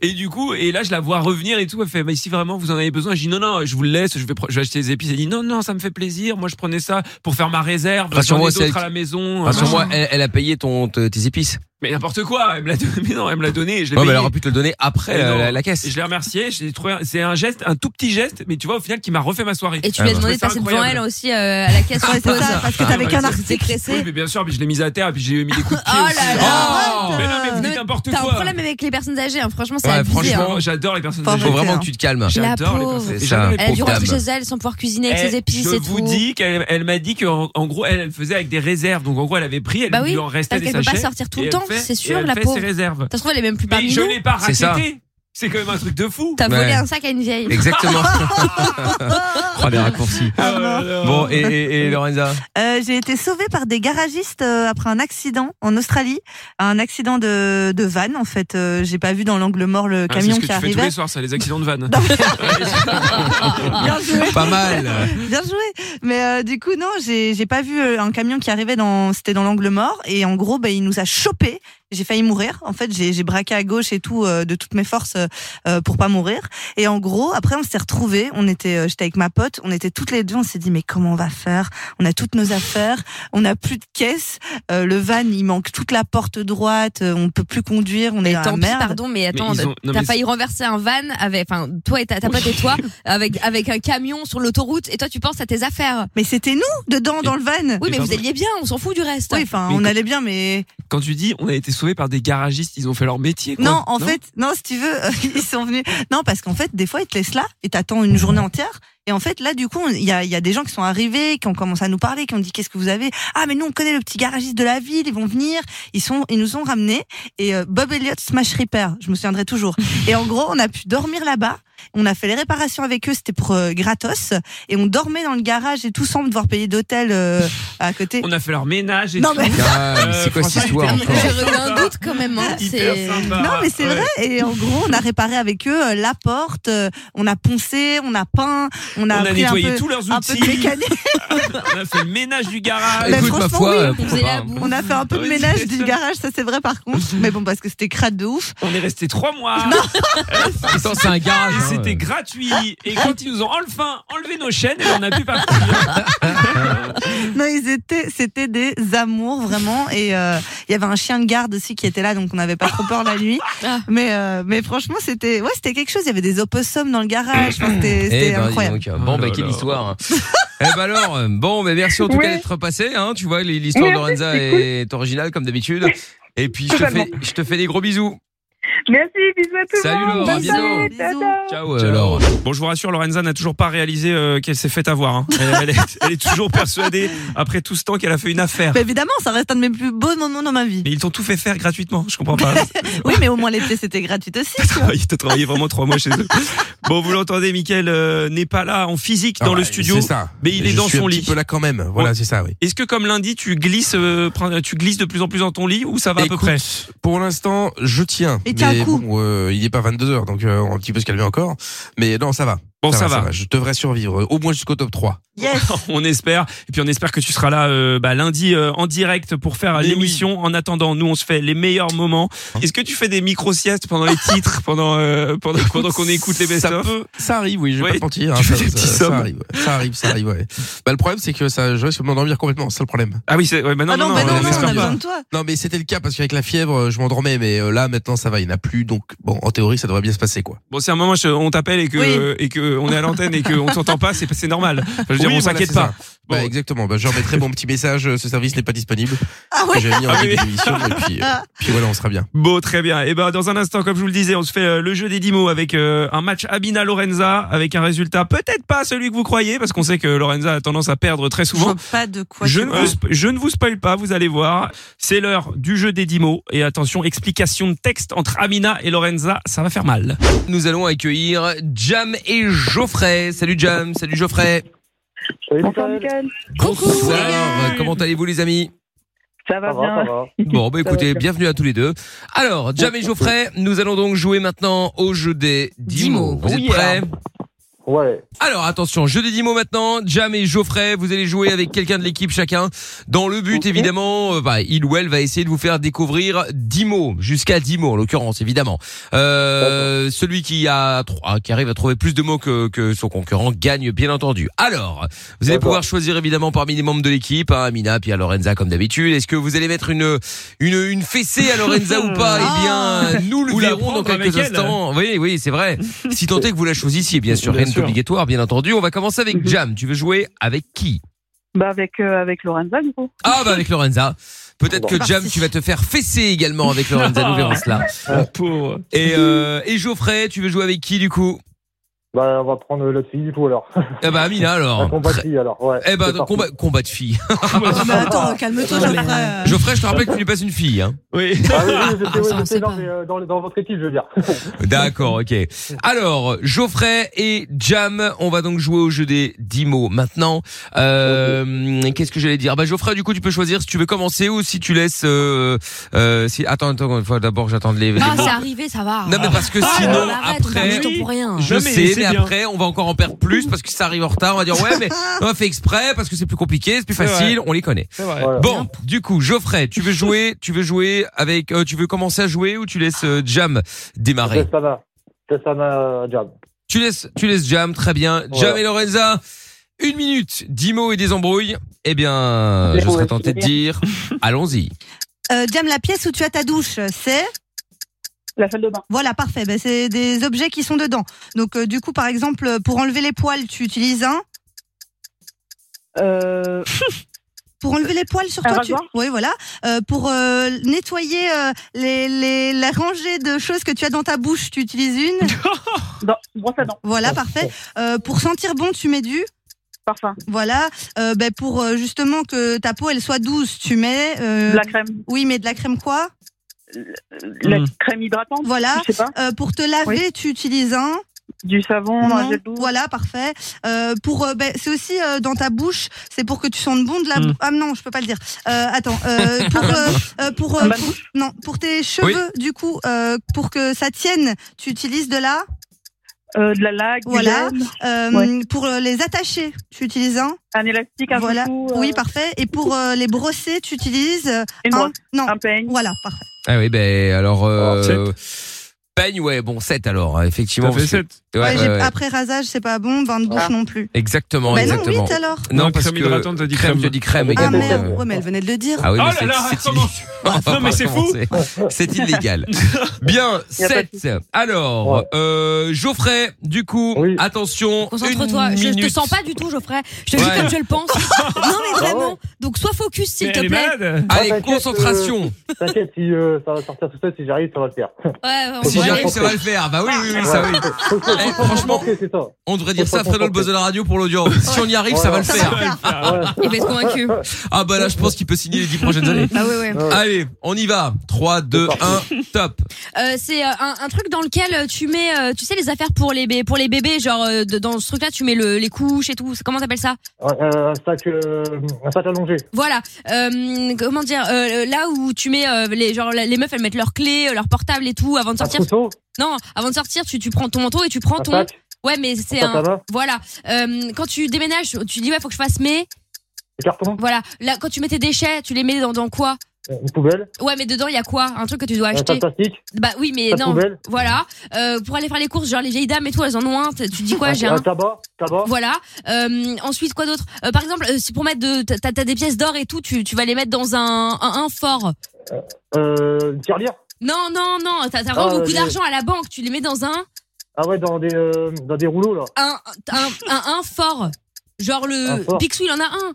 Et du coup, et là, je la vois revenir et tout. Elle fait, mais si vraiment vous en avez besoin, je dis, non, non, je vous le laisse, je vais, pre- je vais acheter des épices. Elle dit, non, non, ça me fait plaisir. Moi, je prenais ça pour faire ma réserve. parce
Rassure-moi,
j'en ai
c'est
d'autres à la maison.
Rassure-moi,
machin.
elle, elle a payé ton, te- tes épices.
Mais n'importe quoi, elle me l'a donné. Mais non, elle me l'a donné. et Je l'ai
Ouais, mais
payé.
elle aurait pu te le donner après
Et
la,
non.
la- la caisse.
Et je l'ai remercié. j'ai trouvé- C'est un geste, un tout petit geste, mais tu vois, au final, qui m'a refait ma soirée.
Et tu
Ah,
lui as demandé de passer devant elle aussi euh, à la
Ah,
caisse
Ouais, c'est
repose.
ça, parce que
Ah,
t'avais qu'un article.
Oui, bah, mais bien sûr, puis je l'ai mise à terre, et puis j'ai mis des coups de pied.
Oh
aussi.
là hein, là
Oh Mais non, mais vous dites
Non, Ah, mais
n'importe
T'as un
quoi.
problème avec les personnes âgées, hein. franchement, c'est
Ouais,
abusé.
franchement,
hein.
J'adore les personnes
Faut
âgées.
vraiment que tu te calmes.
La
J'adore les
pauvre.
personnes
C'est
âgées.
ça.
J'adore les
Elle a dû
pauvres
rentrer
dames.
chez elle sans pouvoir cuisiner avec
Eh,
ses épices
je
et tout.
vous dis qu'elle elle m'a dit qu'en en gros, elle, elle faisait avec des réserves. Donc en gros, elle avait pris, elle
Bah oui,
lui en restait
parce
des
qu'elle peut pas
sachets,
sortir tout
et
le
elle
temps,
fait-
c'est
et
sûr,
elle
la
fait
pauvre.
ses réserves.
T'as trouvé, elle est même plus
Mais
parmi
je
nous.
l'ai pas
C'est ça.
raquetté. C'est quand même un truc de fou.
T'as volé
Ouais.
un sac à une vieille.
Exactement. Oh, les raccourcis.
Ah
Bon, et, et, et Lorenza
Euh, j'ai été sauvée par des garagistes euh, après un accident en Australie, un accident de, de van en fait. Euh, j'ai pas vu dans l'angle mort le
Ah,
camion
c'est ce que
qui
tu fais tous
arrivait.
les soirs, ça, les accidents de vannes.
Bien joué.
Pas mal.
Bien joué. Mais euh, du coup non, j'ai j'ai pas vu euh, un camion qui arrivait dans c'était dans l'angle mort et en gros ben il nous a chopé. J'ai failli mourir. En fait, j'ai j'ai braqué à gauche et tout euh, de toutes mes forces euh, euh, pour pas mourir. Et en gros, après on s'est retrouvés, on était euh, j'étais avec ma pote, on était toutes les deux, on s'est dit mais comment on va faire On a toutes nos affaires, on n'a plus de caisse, euh, le van, il manque toute la porte droite, euh, on peut plus conduire, on est dans
Tant
la
pis,
merde.
pardon, mais attends,
ils ont- non,
t'as
mais
failli
c'est-
renverser un van avec, enfin, toi et ta, ta pote et toi, avec, avec un camion sur l'autoroute, et toi tu penses à tes affaires.
Mais c'était nous, dedans, dans le van.
Oui, mais
Et
vous
pardon.
alliez bien, on s'en fout du reste.
Oui, enfin,
Mais on quand-
allait bien, mais.
Quand tu dis, on a été sauvés par des garagistes, ils ont fait leur métier. quoi.
non, en fait, non, si tu veux, ils sont venus. Non, parce qu'en fait, des fois, ils te laissent là et t'attends une journée entière. Et en fait, là, du coup, on- il y a, il y a des gens qui sont arrivés, qui ont commencé à nous parler, qui ont dit qu'est-ce que vous avez Ah, mais nous, on connaît le petit garagiste de la ville, ils vont venir. Ils sont, ils nous ont ramenés. Et euh, Bob Elliott Smash Repair, je me souviendrai toujours. Et en gros, on a pu dormir là-bas. On a fait les réparations avec eux, c'était pour euh, gratos. Et on dormait dans le garage et tout sans devoir payer d'hôtel euh, à côté.
On a fait leur ménage et
Non,
tout. Euh,
mais-
Ah, mais c'est quoi cette
franchement,
histoire
ils étaient
encore
J'aurais eu un doute quand même. hein, c'est-
sympa.
Non, mais Ah, c'est
Ouais.
vrai. Et en gros, on a réparé avec eux euh, la porte, euh, on a poncé, on a peint, on a,
On a
appris
nettoyé
un peu,
tous leurs
un peu de
outils. Ah,
mécanique.
On a fait le ménage du garage.
Mais franchement, oui,
euh,
pourquoi pas, hein.
on a fait un peu de
Ouais,
ménage du garage, ça c'est vrai par contre. Mais bon, parce que c'était crade de ouf.
On est resté trois mois.
Attends, c'est un garage.
Et
hein.
c'était gratuit. Et quand ils nous ont enfin enlevé nos chaînes, eh ben, on a pu partir.
Non, ils étaient, c'était des amours vraiment. Et euh, il y avait un chien de garde aussi qui était là, donc on n'avait pas trop peur la nuit.
Ah.
Mais euh, mais franchement, c'était ouais, c'était quelque chose. Il y avait des opossums dans le garage. Enfin, c'était
Eh
c'était
ben, dis
incroyable.
donc. Bon, bah, quelle histoire. eh ben alors, euh, bon, mais merci en tout cas
Ouais.
d'être passé. Hein, tu vois, les- l'histoire de
Merci,
Lorenza
c'est cool.
est originale comme d'habitude. Et puis, je te,
Totalement.
fais, je te fais des gros bisous.
Merci, bisous à tout
Salut,
le monde.
Laura, à
Bye bye,
bientôt.
tata.
Ciao, euh, Laure.
Bon, je vous rassure, Lorenza n'a toujours pas réalisé euh, qu'elle s'est fait avoir. hein. Elle, elle est, elle est toujours persuadée, après tout ce temps, qu'elle a fait une affaire.
Bah, évidemment, ça reste un de mes plus beaux moments dans ma vie.
Mais ils t'ont tout fait faire gratuitement, je comprends pas.
oui, mais au moins les pièces étaient gratuites aussi. tu vois.
Il t'a travaillé vraiment trois mois chez eux. Bon, vous l'entendez, Mickaël euh, n'est pas là en physique dans
Ah
le
ouais,
studio,
c'est ça.
mais il
Je
est dans
suis
son
un
lit.
petit peu là quand même. Voilà, c'est ça, oui.
Est-ce que comme lundi, tu glisses, euh, prin- tu glisses de plus en plus dans ton lit ou ça va à peu près
Pour l'instant, je tiens.
Et t'as un
Mais
coup.
bon, euh, il n'est pas 22h, donc euh, on va un petit peu se calmer encore. Mais non, ça va.
Bon, ça va.
Je devrais survivre, euh, au moins jusqu'au top 3.
on espère. Et puis on espère que tu seras là euh, bah, lundi euh, en direct pour faire l'émission. En attendant, nous on se fait les meilleurs moments.
Hein?
Est-ce que tu fais des micro siestes pendant les titres, pendant euh, pendant pendant qu'on écoute les
ça
best-of
peut- Ça arrive, oui, je vais
Ouais,
pas te mentir.
tu
hein,
fais
ça,
des
ça-
petits
ça
sommes.
arrive, ça arrive, ça arrive, ouais. Bah, le problème, c'est que ça, je risque de m'endormir complètement, c'est ça le problème.
Ah oui, c'est, ouais, bah non,
Ah
non, non,
non, bah non,
on
non, on a
espère pas.
besoin de Non, mais c'était le cas parce qu'avec la fièvre, euh, je m'endormais, mais euh, là, maintenant, ça va, il n'y en a plus, donc bon, en théorie, ça devrait bien se passer, quoi.
Bon, si à un moment je- on t'appelle et que
Oui.
et que on est à l'antenne et qu'on ne s'entend pas, Ah, c'est c'est normal. Enfin, je veux dire,
Oui,
on
voilà,
s'inquiète
c'est
pas.
ça. Bah, exactement. Bah, je remettrai mon petit message. euh, Ce service n'est pas disponible.
Ah ouais.
Que J'avais mis en
Ah oui,
début
oui.
d'émission. Et puis, euh, puis voilà, on sera bien.
Bon, très bien. Et ben, dans un instant, comme je vous le disais, on se fait euh, le jeu des 10 mots avec euh, un match Abina Lorenza, avec un résultat peut-être pas celui que vous croyez, parce qu'on sait que Lorenza a tendance à perdre très souvent.
Pas de quoi.
Je
tu
ne,
parles.
vous, sp- je ne vous spoil pas, vous allez voir. C'est l'heure du jeu des 10 mots. Et attention, explication de texte entre Amina et Lorenza, ça va faire mal.
Nous allons accueillir Jam et Geoffrey. Salut Jam, salut Geoffrey. Coucou. comment allez-vous les amis
Ça va, bien.
Bon, bah
Ça va
écoutez,
bien.
bienvenue à tous les deux. Alors, Jam
Oh,
et Geoffrey, nous allons donc jouer maintenant au jeu des 10 mots. Vous
Oh
êtes
yeah.
prêts
Ouais.
Alors attention, jeu des 10 mots maintenant. Jam et Geoffrey, vous allez jouer avec quelqu'un de l'équipe chacun. Dans le but évidemment, euh, bah, il ou elle va essayer de vous faire découvrir 10 mots, jusqu'à 10 mots en l'occurrence évidemment. Euh, celui qui a tro- ah, qui arrive à trouver plus de mots que, que son concurrent gagne bien entendu. Alors, vous allez pouvoir choisir évidemment parmi les membres de l'équipe, hein, Amina, Pierre Lorenza comme d'habitude. Est-ce que vous allez mettre une une, une fessée à Lorenza ou pas Eh bien, nous le
Ah. Ou la
verrons dans
prendre avec
quelques
elle.
instants. Oui, oui, c'est vrai. Si tant est que vous la choisissiez, bien sûr,
Bien
rien
sûr.
obligatoire, bien entendu. On va commencer
Mhm.
avec Jam. Tu veux jouer avec qui
Bah avec euh, avec Lorenza du coup.
Ah bah avec Lorenza. Peut-être que Jam, tu vas te faire fesser également avec Lorenza. Nous verrons cela. Et, euh, et Geoffrey, tu veux jouer avec qui du coup
Bah on va prendre la fille du coup alors.
Ah bah Amina alors.
La combat de filles, alors ouais.
Eh bah
C'est parti.
combat, combat de filles.
Ah, Mais attends, calme-toi, Geoffrey.
Geoffrey, je te rappelle que tu n'es pas une fille. Hein. Oui.
Ah oui, oui, j'étais, ouais, j'étais dans, mais, euh, dans, dans votre équipe je veux dire.
D'accord, ok. Alors, Geoffrey et Jam, on va donc jouer au jeu des 10 mots maintenant. Euh, Qu'est-ce que j'allais dire Bah Geoffrey, du coup, tu peux choisir si tu veux commencer ou si tu laisses... Euh, euh, si... Attends, attends, faut d'abord j'attends les, les
Ah,
mots.
c'est arrivé, ça va.
Non mais parce que
Ah,
sinon
on arrête, on perd
après
du temps pour rien.
je sais mais après on va encore en perdre plus parce que ça arrive en retard on va dire ouais mais on a fait exprès parce que c'est plus compliqué c'est plus
C'est
facile
vrai.
on les connaît
C'est vrai.
bon du coup Geoffrey tu veux jouer tu veux jouer avec euh, tu veux commencer à jouer ou tu laisses euh, Jam démarrer
Ça va. Ça m'a job.
tu laisses, tu laisses Jam, très bien. Jam
Voilà.
et Lorenza, une minute, dix mots et des embrouilles. Eh bien,
Les
je
mots,
serais
ouais,
tenté de
c'est
dire, allons-y.
Euh, Jam, la pièce où tu as ta douche, c'est
La salle de bain.
Voilà, parfait. Ben, c'est des objets qui sont dedans. Donc, euh, du coup, par exemple, pour enlever les poils, tu utilises un. pour enlever les poils sur
Euh. Un
toi, tu.
rasoir
Oui, voilà. Euh, pour euh, nettoyer euh, les, les, la rangée de choses que tu as dans ta bouche, tu utilises une.
brosse à dents.
Voilà, parfait. Euh, pour sentir bon, tu mets du.
Parfum.
Voilà. Euh, ben, pour euh, justement que ta peau elle soit douce, tu mets. euh,
De la crème.
Oui, mais de la crème quoi
La
Mm.
crème hydratante.
Voilà.
Je sais pas.
Euh, pour te laver, tu utilises un.
Du savon, un
Non.
gel douche.
Voilà, parfait. Euh, pour, euh, ben, c'est aussi euh, dans ta bouche, c'est pour que tu sentes bon de la.
Mm.
bou- Ah non, je peux pas le dire. Euh, attends, euh, pour, euh,
Ah,
euh, pour, euh,
Un bain de
pour- non, pour tes cheveux, du coup, euh, pour que ça tienne, tu utilises de la.
Euh, de la laque, du
Voilà.
gel.
Euh,
Ouais.
Pour euh, les attacher, tu utilises un.
Un élastique, un
voilà.
coucou, euh.
Oui, parfait. Et pour euh, les brosser, tu utilises euh, un. Non. Un peigne. Voilà, parfait.
Ah oui, ben alors... Euh, peigne, ouais, bon, 7 alors, effectivement.
Ça fait
parce que-
sept.
Ouais,
Ouais, j'ai-
ouais, ouais.
Après rasage, c'est pas bon. Bain de bouche non plus.
Exactement,
Bah non,
exactement.
huit, alors.
Non,
Non,
parce
crème
que
hydratante, t'as dit crème. Oh
j'ai dit crème
Ah
également.
merde, ouais, mais elle venait de le dire.
Ah oui, mais
là là,
c'est- c'est ill-
Non, mais c'est fou.
C'est- C'est illégal. Bien,
Y a pas de
7. Alors, euh, Geoffrey, du coup, attention.
Concentre-toi.
une
Je te
minute.
sens pas du tout, Geoffrey. Je te le
Ouais.
dis comme je le pense.
Ah
non, mais vraiment. Donc, sois focus, s'il te plaît.
Allez,
t'inquiète,
concentration.
euh, T'inquiète, si euh, ça va sortir tout seul, si j'arrive, ça va le faire.
Ouais,
Si j'arrive, ça va le faire. Bah oui, oui, oui, ça oui. Eh, franchement, on devrait dire ça après dans le buzz de la radio pour l'audience. Si on y arrive, ça va le
Ça va le
faire.
Il va être convaincu.
Ah bah là, je pense qu'il peut signer les 10 prochaines années.
Ah ouais, ouais.
Allez, on y va. 3, 2, 1, top.
Euh, c'est euh, un, un truc dans lequel euh, tu mets, euh, tu sais, les affaires pour les, bé- pour les bébés. Genre, euh, de- dans ce truc-là, tu mets le- les couches et tout. C'est- Comment t'appelles ça
Un sac, euh, un sac allongé.
Voilà. Euh, comment dire euh, Là où tu mets euh, les, genre, la- les meufs, elles mettent leurs clés, euh, leur portable et tout avant de sortir. Non, avant de sortir, tu, tu prends ton manteau et tu prends
Un
ton.
sac
Ouais, mais c'est
Un
un.
tabac
Voilà. Euh, quand tu déménages, tu dis ouais, faut que je fasse mes.
Des cartons
Voilà. Là, quand tu mets tes déchets, tu les mets dans, dans quoi
Euh,
Une poubelle
Ouais, mais dedans, il y a quoi Un truc que tu dois
Un
acheter
sac plastique
Bah oui, mais
Pas de
non.
poubelle
Voilà. Euh, pour aller faire les courses, genre les vieilles dames et tout, elles en ont un. T- Tu dis quoi
Un-
J'ai
Ah, un
un.
tabac Tabac
Voilà. Euh, ensuite, quoi d'autre Euh, Par exemple, euh, c'est pour mettre de. T'as t'as des pièces d'or et tout, tu, tu vas les mettre dans un, un, un fort.
Euh, Une tirelire
Non, non, non. T'as t'as vraiment
Ah,
beaucoup
les-
d'argent à la banque. Tu les mets dans un.
Ah ouais, dans des, euh, dans des rouleaux là.
Un, un, un, un fort. Genre
Un
le
fort.
Picsou, il en a un.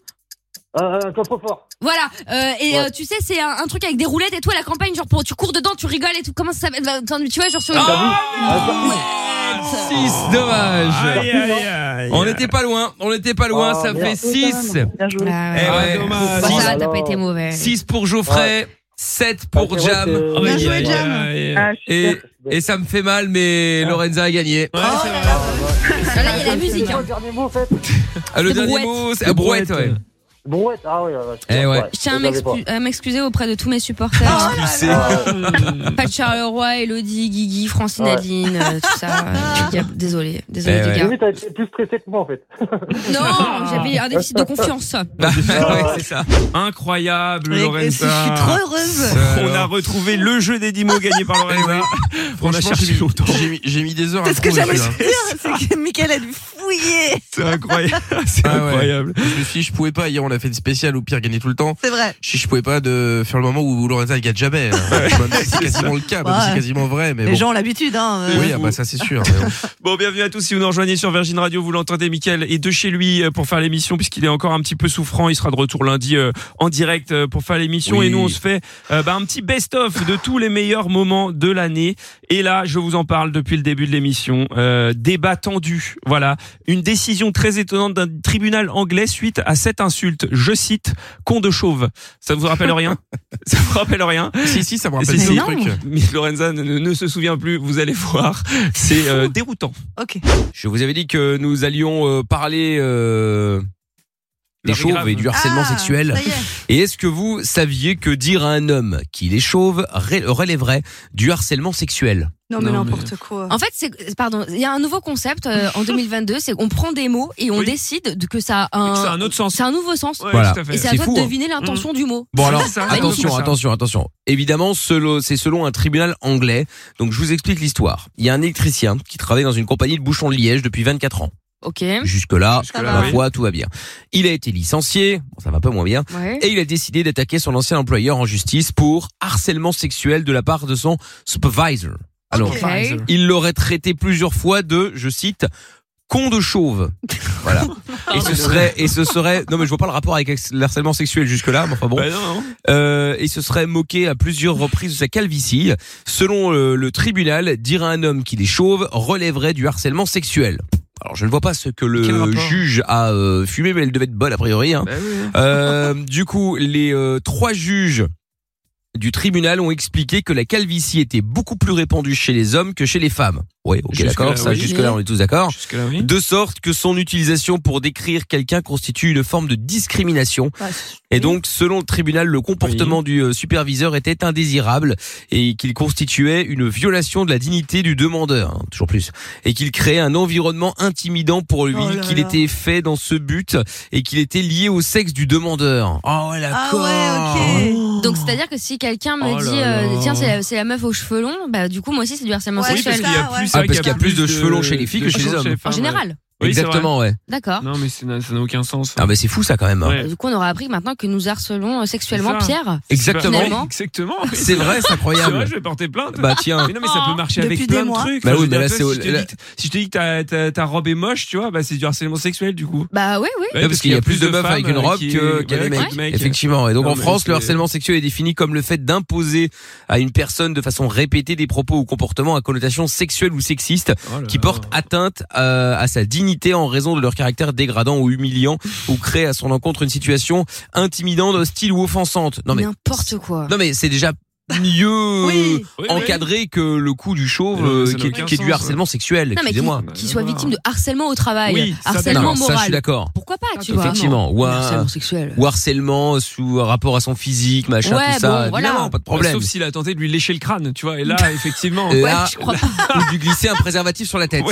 Euh, un coffre-fort.
Voilà. Euh, et
Ouais.
euh, tu sais, c'est un, un truc avec des roulettes et tout à la campagne, genre pour tu cours dedans, tu rigoles et tout. Comment ça s'appelle Enfin, Tu vois, genre sur.
Ah,
Ouais.
6, dommage.
Aïe, aïe,
On n'était pas loin, on n'était pas loin,
Oh,
Ah,
ça
merde.
fait 6.
Ah, dommage.
Ça, va, t'as pas été mauvais.
6 pour Geoffrey, 7 pour
c'est vrai
Jam.
que- Bien joué,
Aïe,
Jam.
aïe, aïe.
Ah, je
Et, et ça me fait mal, mais Lorenza a gagné.
Ah, Là, il y a la musique. hein.
Le dernier mot, en fait.
Ah, le
C'est
dernier
brouette.
mot, c'est ah, brouette, ouais.
Brouette, ah ouais, ouais, ouais.
Eh ouais.
Je tiens à m'excu- à m'excuser auprès de tous mes
Ah,
supporters. Pas de Charleroi, Elodie, Guigui, Francine
Ouais.
Adeline, euh, tout ça. Il y a- Désolé, désolé
Eh
les
ouais.
gars.
Oui, t'as été plus stressé que moi en fait.
Non, j'avais un déficit de confiance.
Incroyable,
Mec,
Lorenza.
je suis trop heureuse.
On a retrouvé le jeu des 10 mots gagné
Eh
par Lorenza. On a
Franchement, j'ai
cherché
mis-
longtemps.
j'ai mis- J'ai mis des heures à
C'est ce que
hein,
trouver,
j'allais
celui-là.
te dire, c'est que Michael a dû fouiller.
C'est incroyable. C'est
Ah ouais.
incroyable.
Je me suis dit, je pouvais pas. Hier, on a fait une spéciale où Pierre gagnait tout le temps.
C'est vrai.
Je, je pouvais pas de faire le moment où Lorenza elle gagne jamais. Bah, c'est quasiment le cas, même si c'est
Ouais.
quasiment vrai. Mais
Les
bon.
gens ont l'habitude, hein. euh.
Oui, ah bah ça c'est sûr. mais bon.
Bon, bienvenue à tous. Si vous nous rejoignez sur Virgin Radio, vous l'entendez, Mickaël est de chez lui euh, pour faire l'émission puisqu'il est encore un petit peu souffrant. Il sera de retour lundi euh, en direct euh, pour faire l'émission
Oui.
et nous on se fait euh, bah, un petit best-of de tous les meilleurs moments de l'année. Et là, je vous en parle depuis le début de l'émission. Euh, débat tendu. Voilà, une décision très étonnante d'un tribunal anglais suite à cette insulte. Je cite "con de chauve". Ça vous rappelle rien Ça vous rappelle rien
Si si, ça me rappelle
Si,
des
si.
trucs.
Mais Lorenza ne, ne- ne se souvient plus. Vous allez voir, c'est euh, déroutant.
Ok.
Je vous avais dit que nous allions euh, parler euh, des
L'heure est
chauves
grave.
et du harcèlement sexuel. Et est-ce que vous saviez que dire à un homme qu'il est chauve ré- relèverait du harcèlement sexuel
Non, mais n'importe quoi.
En fait, c'est pardon, il y a un nouveau concept euh, en 2022, c'est qu'on prend des mots et on décide de- que ça a un,
que ça a un autre sens.
C'est un nouveau sens.
Voilà.
Et c'est à
C'est
toi
fou,
de
hein.
deviner l'intention du mot.
Bon
C'est
alors,
ça.
attention, attention, attention. Évidemment, selon- c'est selon un tribunal anglais. Donc je vous explique l'histoire. Il y a un électricien qui travaille dans une compagnie de bouchons de Liège depuis 24 ans.
Ok.
Jusque-là,
Ça va.
ma foi, tout va bien. Il a été licencié, bon, ça va un peu moins bien,
Ouais.
et il a décidé d'attaquer son ancien employeur en justice pour harcèlement sexuel de la part de son supervisor. Alors,
Ok.
il l'aurait traité plusieurs fois de, je cite, con de chauve. Voilà.
Ah,
Et ce serait, et ce serait, non mais je vois pas le rapport avec le harcèlement sexuel jusque là, mais enfin
Bah
bon. Euh, et ce serait moqué à plusieurs reprises de sa calvitie. Selon euh, le tribunal, dire à un homme qu'il est chauve relèverait du harcèlement sexuel. Alors je ne vois pas ce que
Quel
le
rapport
juge a euh, fumé, mais elle devait être bonne a priori.
Bah
hein. Euh, du coup, les euh, trois juges du tribunal ont expliqué que la calvitie était beaucoup plus répandue chez les hommes que chez les femmes. Oui, ok,
Jusque-là,
d'accord, ça
oui.
jusque-là on est tous d'accord.
Jusque-là, oui.
De sorte que son utilisation pour décrire quelqu'un constitue une forme de discrimination.
Bah,
Et donc, selon le tribunal, le comportement du euh, superviseur était indésirable et qu'il constituait une violation de la dignité du demandeur, hein, toujours plus, et qu'il créait un environnement intimidant pour lui,
Oh là
qu'il
là.
était fait dans ce but et qu'il était lié au sexe du demandeur. Oh ouais,
Ah
Ah
d'accord.
Donc c'est-à-dire que si quelqu'un me
Oh là
dit euh,
là.
tiens c'est la, c'est la meuf aux cheveux longs, bah du coup moi aussi c'est du harcèlement
Ouais,
sexuel.
c'est ça, ouais.
Ah, parce qu'il y a plus de cheveux longs chez les filles
de
que chez les
cheveux
hommes.
chez les femmes,
En général.
Oui, c'est
Exactement,
vrai.
ouais.
D'accord.
Non, mais c'est- ça n'a aucun sens. hein.
Ah, mais c'est fou ça quand même.
Ouais.
Du coup on aura appris maintenant que nous harcelons euh, sexuellement
C'est ça.
Pierre.
Exactement.
Finalement.
Exactement.
C'est vrai, c'est incroyable.
C'est vrai, je vais porter plainte.
Bah, tiens.
Mais non, mais ça peut marcher
Depuis
avec
des
plein de
mois.
trucs.
Bah
Je
oui,
veux
mais
dire,
là,
toi,
c'est au-
si, je te
là-
dis que- si je te dis que ta, ta, ta robe est moche, tu vois, bah, c'est du harcèlement sexuel du coup.
Bah ouais, oui.
Ouais, parce qu'il y a plus de meufs avec une
euh,
robe que- qu'avec des mecs. Effectivement. Et donc en France, le harcèlement sexuel est défini comme le fait d'imposer à une personne de façon répétée des propos ou comportements à connotation sexuelle ou sexiste qui portent atteinte euh, à, à sa dignité en raison de leur caractère dégradant ou humiliant ou créent à son encontre une situation intimidante, hostile ou offensante. Non mais
N'importe quoi.
non mais c'est déjà mieux encadré que le coup du chauve euh,
ça n'a
qui est,
aucun
qui est du
sens,
harcèlement sexuel.
Non mais qu'il
Excusez-moi.
qu'il soit victime de harcèlement au travail, harcèlement
Non,
moral.
Ça, je suis d'accord.
Pourquoi pas, tu vois
Ah, Effectivement, ou un-
harcèlement sexuel.
ou harcèlement sous rapport à son physique, machin,
Ouais,
tout ça.
bon, voilà.
Évidemment, pas de problème.
Bah, Sauf s'il a tenté de lui lécher le crâne, tu vois. Et là, effectivement.
Là, ou du glisser un préservatif sur la tête.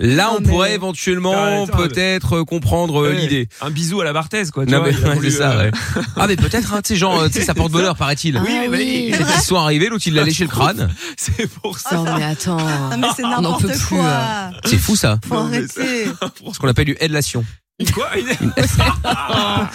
Là, on pourrait éventuellement peut-être euh, comprendre euh,
Ouais.
l'idée.
Un bisou à la Barthès, quoi. tu
Non
vois,
mais
il a
ouais,
voulu,
c'est ça.
euh,
ouais. Ah mais peut-être, hein, tu sais, genre, euh, tu sais, ça porte bonheur, paraît-il. Ah,
Oui,
Ah
mais oui.
Peut-être qu'ils sont arrivés, l'autre il l'a léché le crâne.
C'est pour ça.
Non mais attends.
Ah, mais c'est
On n'en
n'importe
peut plus.
quoi.
hein.
C'est fou ça.
Faut arrêter.
Ce qu'on appelle du aidlation.
Quoi Ah,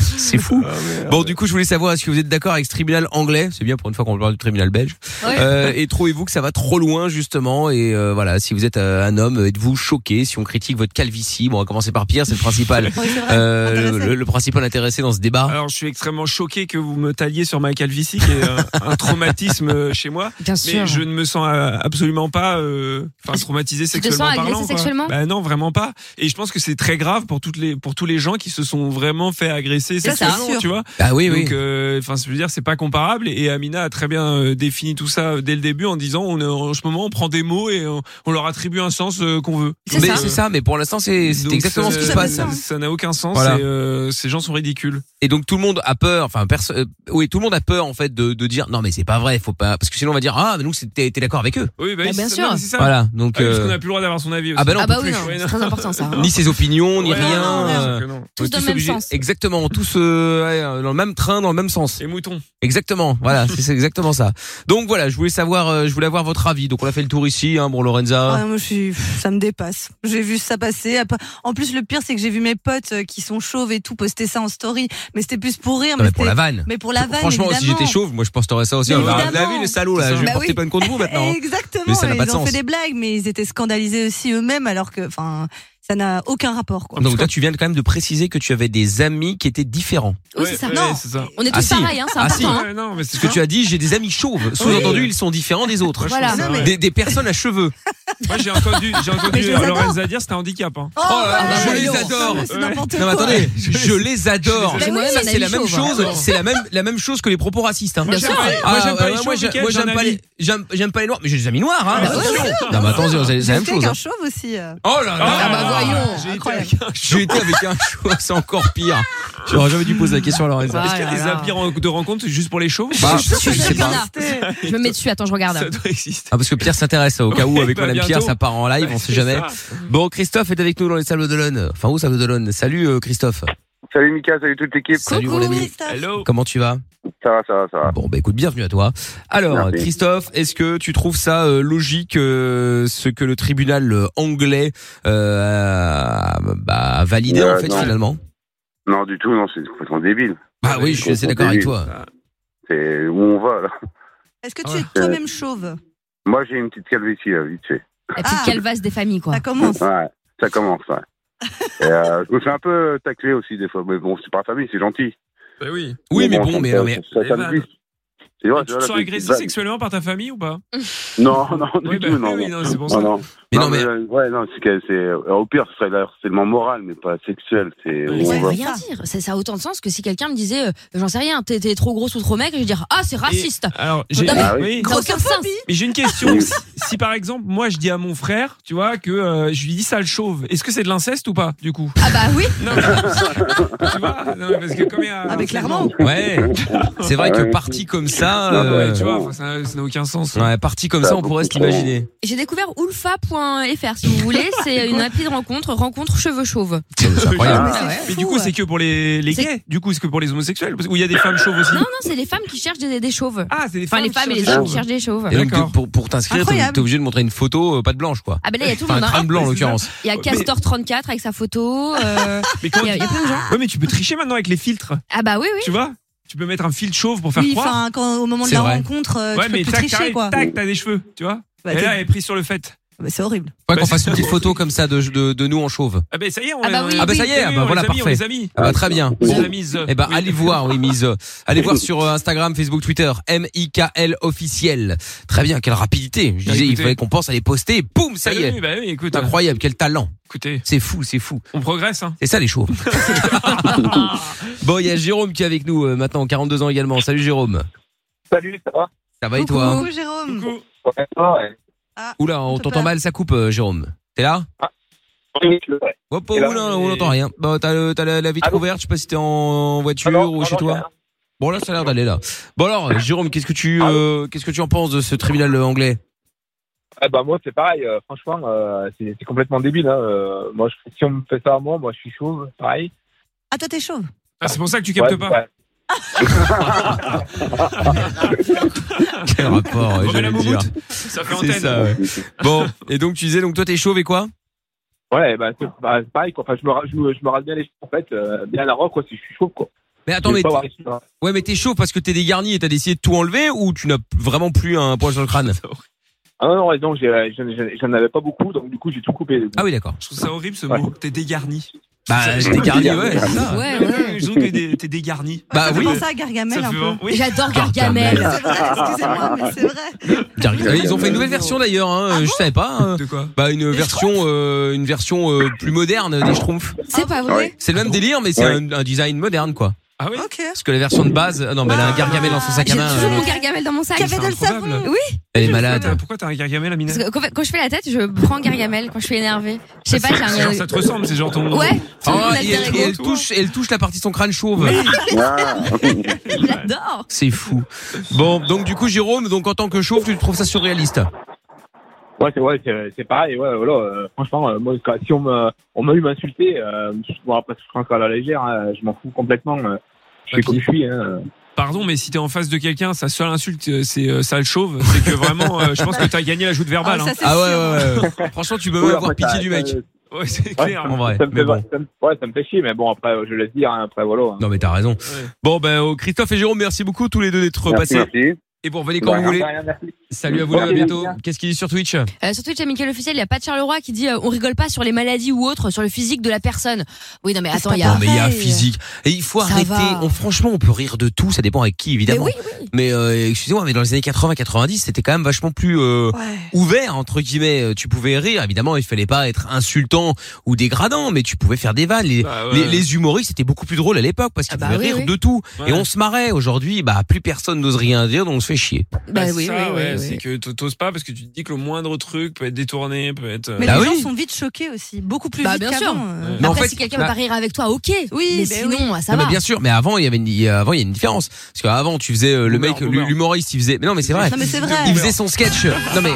C'est fou. Bon, du coup, je voulais savoir, est-ce que vous êtes d'accord avec ce tribunal anglais C'est bien pour une fois qu'on parle du tribunal belge.
Ouais.
Euh, et trouvez-vous que ça va trop loin, justement Et euh, voilà, si vous êtes euh, un homme, êtes-vous choqué si on critique votre calvitie Bon, on va commencer par Pierre, c'est le principal. Euh, le, le- le principal intéressé dans ce débat.
Alors, je suis extrêmement choqué que vous me taliez sur ma calvitie, qui est euh, un, traumatisme euh, chez moi.
Bien
Mais
sûr.
je ne me sens euh, absolument pas euh, enfin, traumatisé
tu te
sexuellement
sens agressé
parlant. quoi.
sexuellement
Bah non, vraiment pas. Et je pense que c'est très grave pour toutes les pour tous les gens qui se sont vraiment fait agresser
C'est ça.
sexuellement,
Sûr.
tu vois.
Ah oui, oui.
Donc, euh, enfin, je veux dire, c'est pas comparable. Et Amina a très bien euh, défini tout ça dès le début en disant, on, est- en ce moment, on prend des mots et on, on leur attribue un sens euh, qu'on veut.
C'est Mais ça. c'est ça, mais pour l'instant, c'est- c'est
Donc,
exactement
ça-
ce qui se passe.
ça- Ça n'a aucun sens.
Voilà.
et, euh, ces gens sont ridicules.
Et donc tout le monde a peur, enfin perso- euh, oui, tout le monde a peur en fait de, de dire non mais c'est pas vrai, faut pas parce que sinon on va dire ah mais nous c'est- t'es t'es d'accord avec eux.
Oui, bah,
Ah,
oui,
bien
c'est-
sûr.
non, mais c'est ça.
Voilà, donc,
Ah oui, parce
euh,
qu'on n'a plus le droit d'avoir son avis.
Ah bah non, on
Ah bah
peut
oui,
plus.
non, c'est très important ça.
Ni ses opinions, ni
Ouais,
rien.
non, non,
euh,
non, non.
on est
Tous dans le même
obligés-
sens.
Exactement, tous euh, ouais, dans le même train, dans le même sens.
Les moutons.
Exactement, voilà, c'est c'est exactement ça. Donc voilà, je voulais savoir, euh, je voulais avoir votre avis. Donc on a fait le tour ici, hein, bon Lorenza.
Ah, moi, je suis- pff, ça me dépasse. J'ai vu ça passer. Après- En plus, le pire, c'est que j'ai vu mes potes euh, qui sont chauves et tout poster ça en story. Mais c'était plus pour rire.
Non, mais pour
c'était-
la vanne.
Mais pour la vanne.
Franchement, si
évidemment.
j'étais chauve, moi je posterais ça aussi.
Mais
Ah, bah, vous l'avez
évidemment.
vu, le salaud là, je vais
Bah
porter
oui.
peine contre vous maintenant. hein.
Exactement.
Mais ça n'a
et
pas de
ils ont
sens.
fait des blagues, mais ils étaient scandalisés aussi eux-mêmes, alors que, enfin, ça n'a aucun rapport. Quoi.
Donc là, tu viens de quand même de préciser que tu avais des amis qui étaient différents.
Oui, c'est ça. Non.
On est tous
Ah, si.
pareils, hein, c'est
Ah,
important.
si.
hein.
Ce que tu as dit, j'ai des amis chauves. Sous-entendu, ils sont différents des autres.
Moi, je Voilà. trouve ça, ouais.
Des, des personnes à cheveux.
Moi, j'ai entendu, j'ai
Mais je
entendu
les adore.
Lorenza dire c'était un handicap. Hein.
Oh, là là, je les adore. Non, mais attendez, je les adore.
Mais moi-même,
Ça,
un
c'est la
ami
même
chauve,
chose.
hein.
C'est la même, la même chose que les propos racistes. hein.
Moi, j'aime Bien pas les- sûr. moi, j'aime pas les
ouais,
chauves,
j'ai-
Mickaël,
moi, j'aime
j'en
pas
ai
les, j'aime, j'aime pas les noirs, mais j'ai des amis noirs. Hein,
Bah oui,
attention.
oui,
Non, mais attention, c'est c'est la même
J'étais
chose.
avec
hein.
un chauve aussi. euh.
Oh là là.
Ah bah voyons,
J'ai été
incroyable.
avec un
J'ai été avec un chauve, c'est encore pire. J'aurais jamais dû poser la question à Lorenza.
Est-ce qu'il y a des applis ren- de rencontre juste pour les chauves
Bah, Je suis sûr je sais qu'il y en pas.
Je me mets dessus, attends, je regarde.
Ça doit exister.
Ah, parce que Pierre s'intéresse au cas où
Ouais,
avec
bah,
Madame Pierre
bientôt.
ça part en live,
Ouais,
on sait
c'est
jamais.
ça.
Bon Christophe est avec nous dans les salles de l'Olonne. Enfin où salles de l'Olonne Salut euh, Christophe.
Salut Mika, salut toute l'équipe.
Salut mon ami. Comment tu vas
Ça va, ça va, ça va.
Bon bah écoute, bienvenue à toi. Alors
Merci.
Christophe, est-ce que tu trouves ça euh, logique euh, ce que le tribunal euh, anglais euh, a bah, a validé
Euh,
en fait
non.
finalement
Non, du tout, non, c'est complètement débile.
Bah oui, je suis assez d'accord avec toi.
C'est où on va, là.
Est-ce
Ah
que tu es
Euh,
toi-même chauve Ah.
Moi, j'ai une petite calvitie, là, vite fait.
La petite calvasse des familles, quoi. Ça
commence.
Ouais, ça commence, ouais. Et, euh, je me fais un peu tacler aussi, des fois. Mais bon, c'est par famille, c'est gentil.
Bah oui.
Oui, mais
bon,
bon,
ça-
mais,
ça-
mais- Eh ben,
ça- ça me
Evan.
glisse. C'est vrai,
Tu
vois,
te
la
sens
petite
agressé
vanne.
sexuellement par ta famille ou pas
Non, non, du
Oui, bah,
tout,
oui,
non. Oh,
oui, non, c'est pour
non,
ça.
non.
Mais
non,
non, mais-
euh, ouais, non, c'est que c'est euh, au pire, ce serait l'harcèlement moral, mais pas sexuel.
Euh,
C'est où on
veut
va.
rien dire. Ça, ça a autant de sens que si quelqu'un me disait, euh, j'en sais rien, t'es t'es trop grosse ou trop maigre, je vais dire, ah, c'est raciste.
Alors, j'ai
Non, mais
Ah oui.
ça a aucun sens.
Mais j'ai une question. si, si, par exemple, moi je dis à mon frère, tu vois, que euh, je lui dis ça le chauve, est-ce que c'est de l'inceste ou pas, du coup
Ah bah oui.
Non, mais- tu vois, non, mais parce que comme il y
Ah,
a.
mais clairement. Ouais. C'est vrai que parti comme ça,
Ouais,
euh,
Ah, tu vois, enfin, ça ça n'a aucun sens.
Ouais, parti comme ça, on pourrait se l'imaginer.
J'ai découvert ulfa.fr si vous voulez, c'est une appli de rencontre, rencontre cheveux chauves.
incroyable.
Ah, Mais du coup, c'est que pour les, les gays. Du coup, c'est que pour les homosexuels. Parce- Ou il y a des femmes chauves aussi.
Non, non, c'est les femmes qui cherchent des, des chauves.
Ah, c'est les
enfin,
femmes
les
qui
femmes et
cherchent
les
des
hommes qui
chauves.
cherchent des chauves.
Et donc, t'es- pour, pour t'inscrire, t'es
Incroyable.
t'es obligé de montrer une photo, euh, pas de blanche, quoi.
Ah, ben là, il y a tout le
Enfin,
monde.
Un
hein.
crâne blanc, en l'occurrence.
Il y a Castor34 avec sa photo. euh,
Mais comment
il y a- il y a plein de gens.
Ouais, mais tu peux tricher maintenant avec les filtres.
Ah, bah oui, oui.
Tu vois Tu peux mettre un filtre chauve pour faire
Oui,
croire.
enfin, quand- au moment de
C'est
la
vrai.
rencontre, euh,
ouais,
tu
mais
peux plus
tac,
tricher,
t'arrives,
quoi.
Tac, t'as des cheveux, tu vois
Bah,
Et
t'es- Ah, bah,
là, elle est prise sur le fait.
c'est horrible.
Ouais,
Bah,
qu'on fasse une petite photo comme ça de, de, de nous en chauve.
Ah, bah ça y est, on
Ah
est-
bah,
on est-
ça y est,
on
bah, voilà,
les amis, on
parfait.
les amis.
Ah bah très bien.
On les
Bon.
a mises.
Eh ben allez voir, oui mise. euh, Allez voir sur euh, Instagram, Facebook, Twitter, M I K L officiel. Très bien, quelle rapidité. Je
Bah,
disais, il
écoutez.
fallait qu'on pense à les poster. et Boum, ça y
Ah
est.
oui, bah oui, écoute,
Incroyable, quel talent.
Écoutez,
c'est fou, c'est fou.
on progresse, hein.
C'est ça les chauves. bon, il y a Jérôme qui est avec nous euh, maintenant, 42 ans également. Salut Jérôme.
Salut, ça va
Ça va et toi
Coucou, Jérôme.
Ouais, ça va, ouais.
Oula, on t'entend mal, ça coupe, euh, Jérôme. T'es là
Ah, Oui, je- ouais.
Wapo,
Et là,
oula, on
j'ai-
n'entend rien. Bah, t'as le- t'as la, la vitre ouverte, je sais pas si t'es en voiture ou chez toi. Bon là, ça a l'air d'aller là. Bon alors,
Ah.
euh, Jérôme, qu'est-ce que tu, euh, qu'est-ce que tu en penses de ce tribunal euh, anglais
Ah bah moi c'est pareil, euh, franchement euh, c'est c'est complètement débile. Hein. euh, moi je- si on me fait ça à moi, moi je suis chauve, pareil.
Ah, toi, t'es chauve
Ah, c'est pour ça que tu captes
Ouais,
pas.
ouais.
Quel rapport euh,
Remets la
j'allais dire.
moumoute, ça fait
C'est
antenne.
ça. ouais. Bon, et donc tu disais, donc toi t'es chauve et quoi
Ouais, bah, c'est bah, c'est pareil, quoi. Enfin, je me, ra- je, me, je me rase bien les cheveux, en fait, euh, bien à la rock, quoi, si je suis chaud, quoi.
Mais attends,
Je vais
mais
pas
t'es-
avoir les cheveux, hein.
Ouais, mais t'es chaud parce que t'es dégarni et t'as décidé de tout enlever ou tu n'as p- vraiment plus un poil sur le crâne
Ah non, non, et donc, j'ai- euh, j'en j'en- j'en avais pas beaucoup, donc du coup, j'ai tout coupé.
Ah oui, d'accord.
Je trouve ça horrible ce mot. T'es dégarni.
Bah,
Je
je
trouve ça-
dégarni, ouais, c'est ça.
Ouais, ouais. Je trouve que t'es- t'es dégarni.
Bah oui.
à Gargamel
Ça
un
fait
peu.
vraiment- oui. Ah,
J'adore Gargamel.
C'est vrai, excusez-moi, mais c'est vrai.
Gargamel. Ils ont fait une nouvelle version d'ailleurs, hein, je savais pas. hein.
De quoi
Bah une version, euh, une version euh, plus moderne des Schtroumpfs.
C'est pas vrai.
C'est le même délire, mais c'est
Ouais.
un, un design moderne quoi.
Ah oui.
Parce que la version de base, ah non, mais elle a un Gargamel dans son sac à main.
J'ai toujours
euh,
mon Gargamel dans mon sac. Café
C'est improbable.
Oui.
Elle est malade.
Pourquoi t'as un Gargamel, Amina
Parce que quand- quand je fais la tête, je prends Gargamel quand je suis énervée. Je sais pas, j'ai
C'est genre,
un.
Ça te ressemble, c'est genre ton.
Ouais. Ton
Oh, et elle,
alter
et
ego.
elle touche, elle touche la partie de son crâne chauve.
J'adore.
C'est fou. Bon, donc du coup, Jérôme, donc en tant que chauve, tu trouves ça surréaliste
Ouais, c'est ouais, c'est- c'est pareil, ouais, voilà. euh, franchement, euh, moi, quand- si on m'a on m'a eu m'insulter, euh, je m'en pas encore à la légère, hein, je m'en fous complètement. euh, je
Bah,
suis comme je suis, hein.
Pardon, mais si t'es en face de quelqu'un, sa seule insulte, euh, c'est euh, ça le chauve. C'est que vraiment, euh, je pense que t'as gagné la joute verbale.
Ah, ça,
hein.
c'est Ah ouais, sûr. ouais, ouais.
Franchement, tu peux
Oui,
même
après,
avoir pitié
ça-
du
ça-
mec.
Ouais, c'est
Ouais,
clair.
En vrai,
Ça me,
mais
fait,
bon.
ça me- ouais, ça me fait chier, mais bon, après, je laisse dire, hein, après, voilà.
Non, mais t'as raison. Bon, ben, oh, Christophe et Jérôme, merci beaucoup tous les deux d'être
Merci,
passés.
merci.
Et bon, revenez quand
Ouais.
vous voulez.
De rien, merci.
Salut à vous,
Ok,
là, à bientôt.
merci.
Qu'est-ce qu'il dit sur Twitch
Euh, sur Twitch, à Michael Officiel, il y a pas de Charleroi qui dit euh, on rigole pas sur les maladies ou autres, sur le physique de la personne. Oui, non, mais attends, il y a.
Non, mais il y a physique. Et il faut
Ça
arrêter.
va.
On, franchement, on peut rire de tout. Ça dépend avec qui, évidemment.
Mais
Mais, euh, excusez-moi, mais dans les années 80-90, c'était quand même vachement plus euh, ouvert entre guillemets. Euh, Tu pouvais rire. Évidemment, il fallait pas être insultant ou dégradant, mais tu pouvais faire des vannes. Les,
Bah ouais.
les, les humoristes c'était beaucoup plus drôle à l'époque parce
Ah
qu'ils
bah
pouvaient
oui,
rire
oui.
de tout.
Ouais.
Et on se marrait. Aujourd'hui, bah plus personne n'ose rien dire, donc on se fait chier.
Bah,
oui,
ça,
oui, oui,
ouais,
oui.
c'est que t- t'oses pas parce que tu te dis que le moindre truc peut être détourné, peut être. euh,
Bah
Mais les gens sont vite choqués aussi, beaucoup plus
Bah,
vite
bien
qu'avant.
sûr.
euh.
Mais en
Après,
fait,
si quelqu'un
bah-
veut pas rire avec toi, ok. Oui, mais
ben
sinon, ça
Non,
va.
mais bien sûr, mais avant il y avait une, il y a- avant il y a une différence parce qu'avant tu faisais euh, le mec l'humoriste il faisait mais non mais c'est vrai.
Non, mais c'est vrai.
Il faisait son sketch. Non mais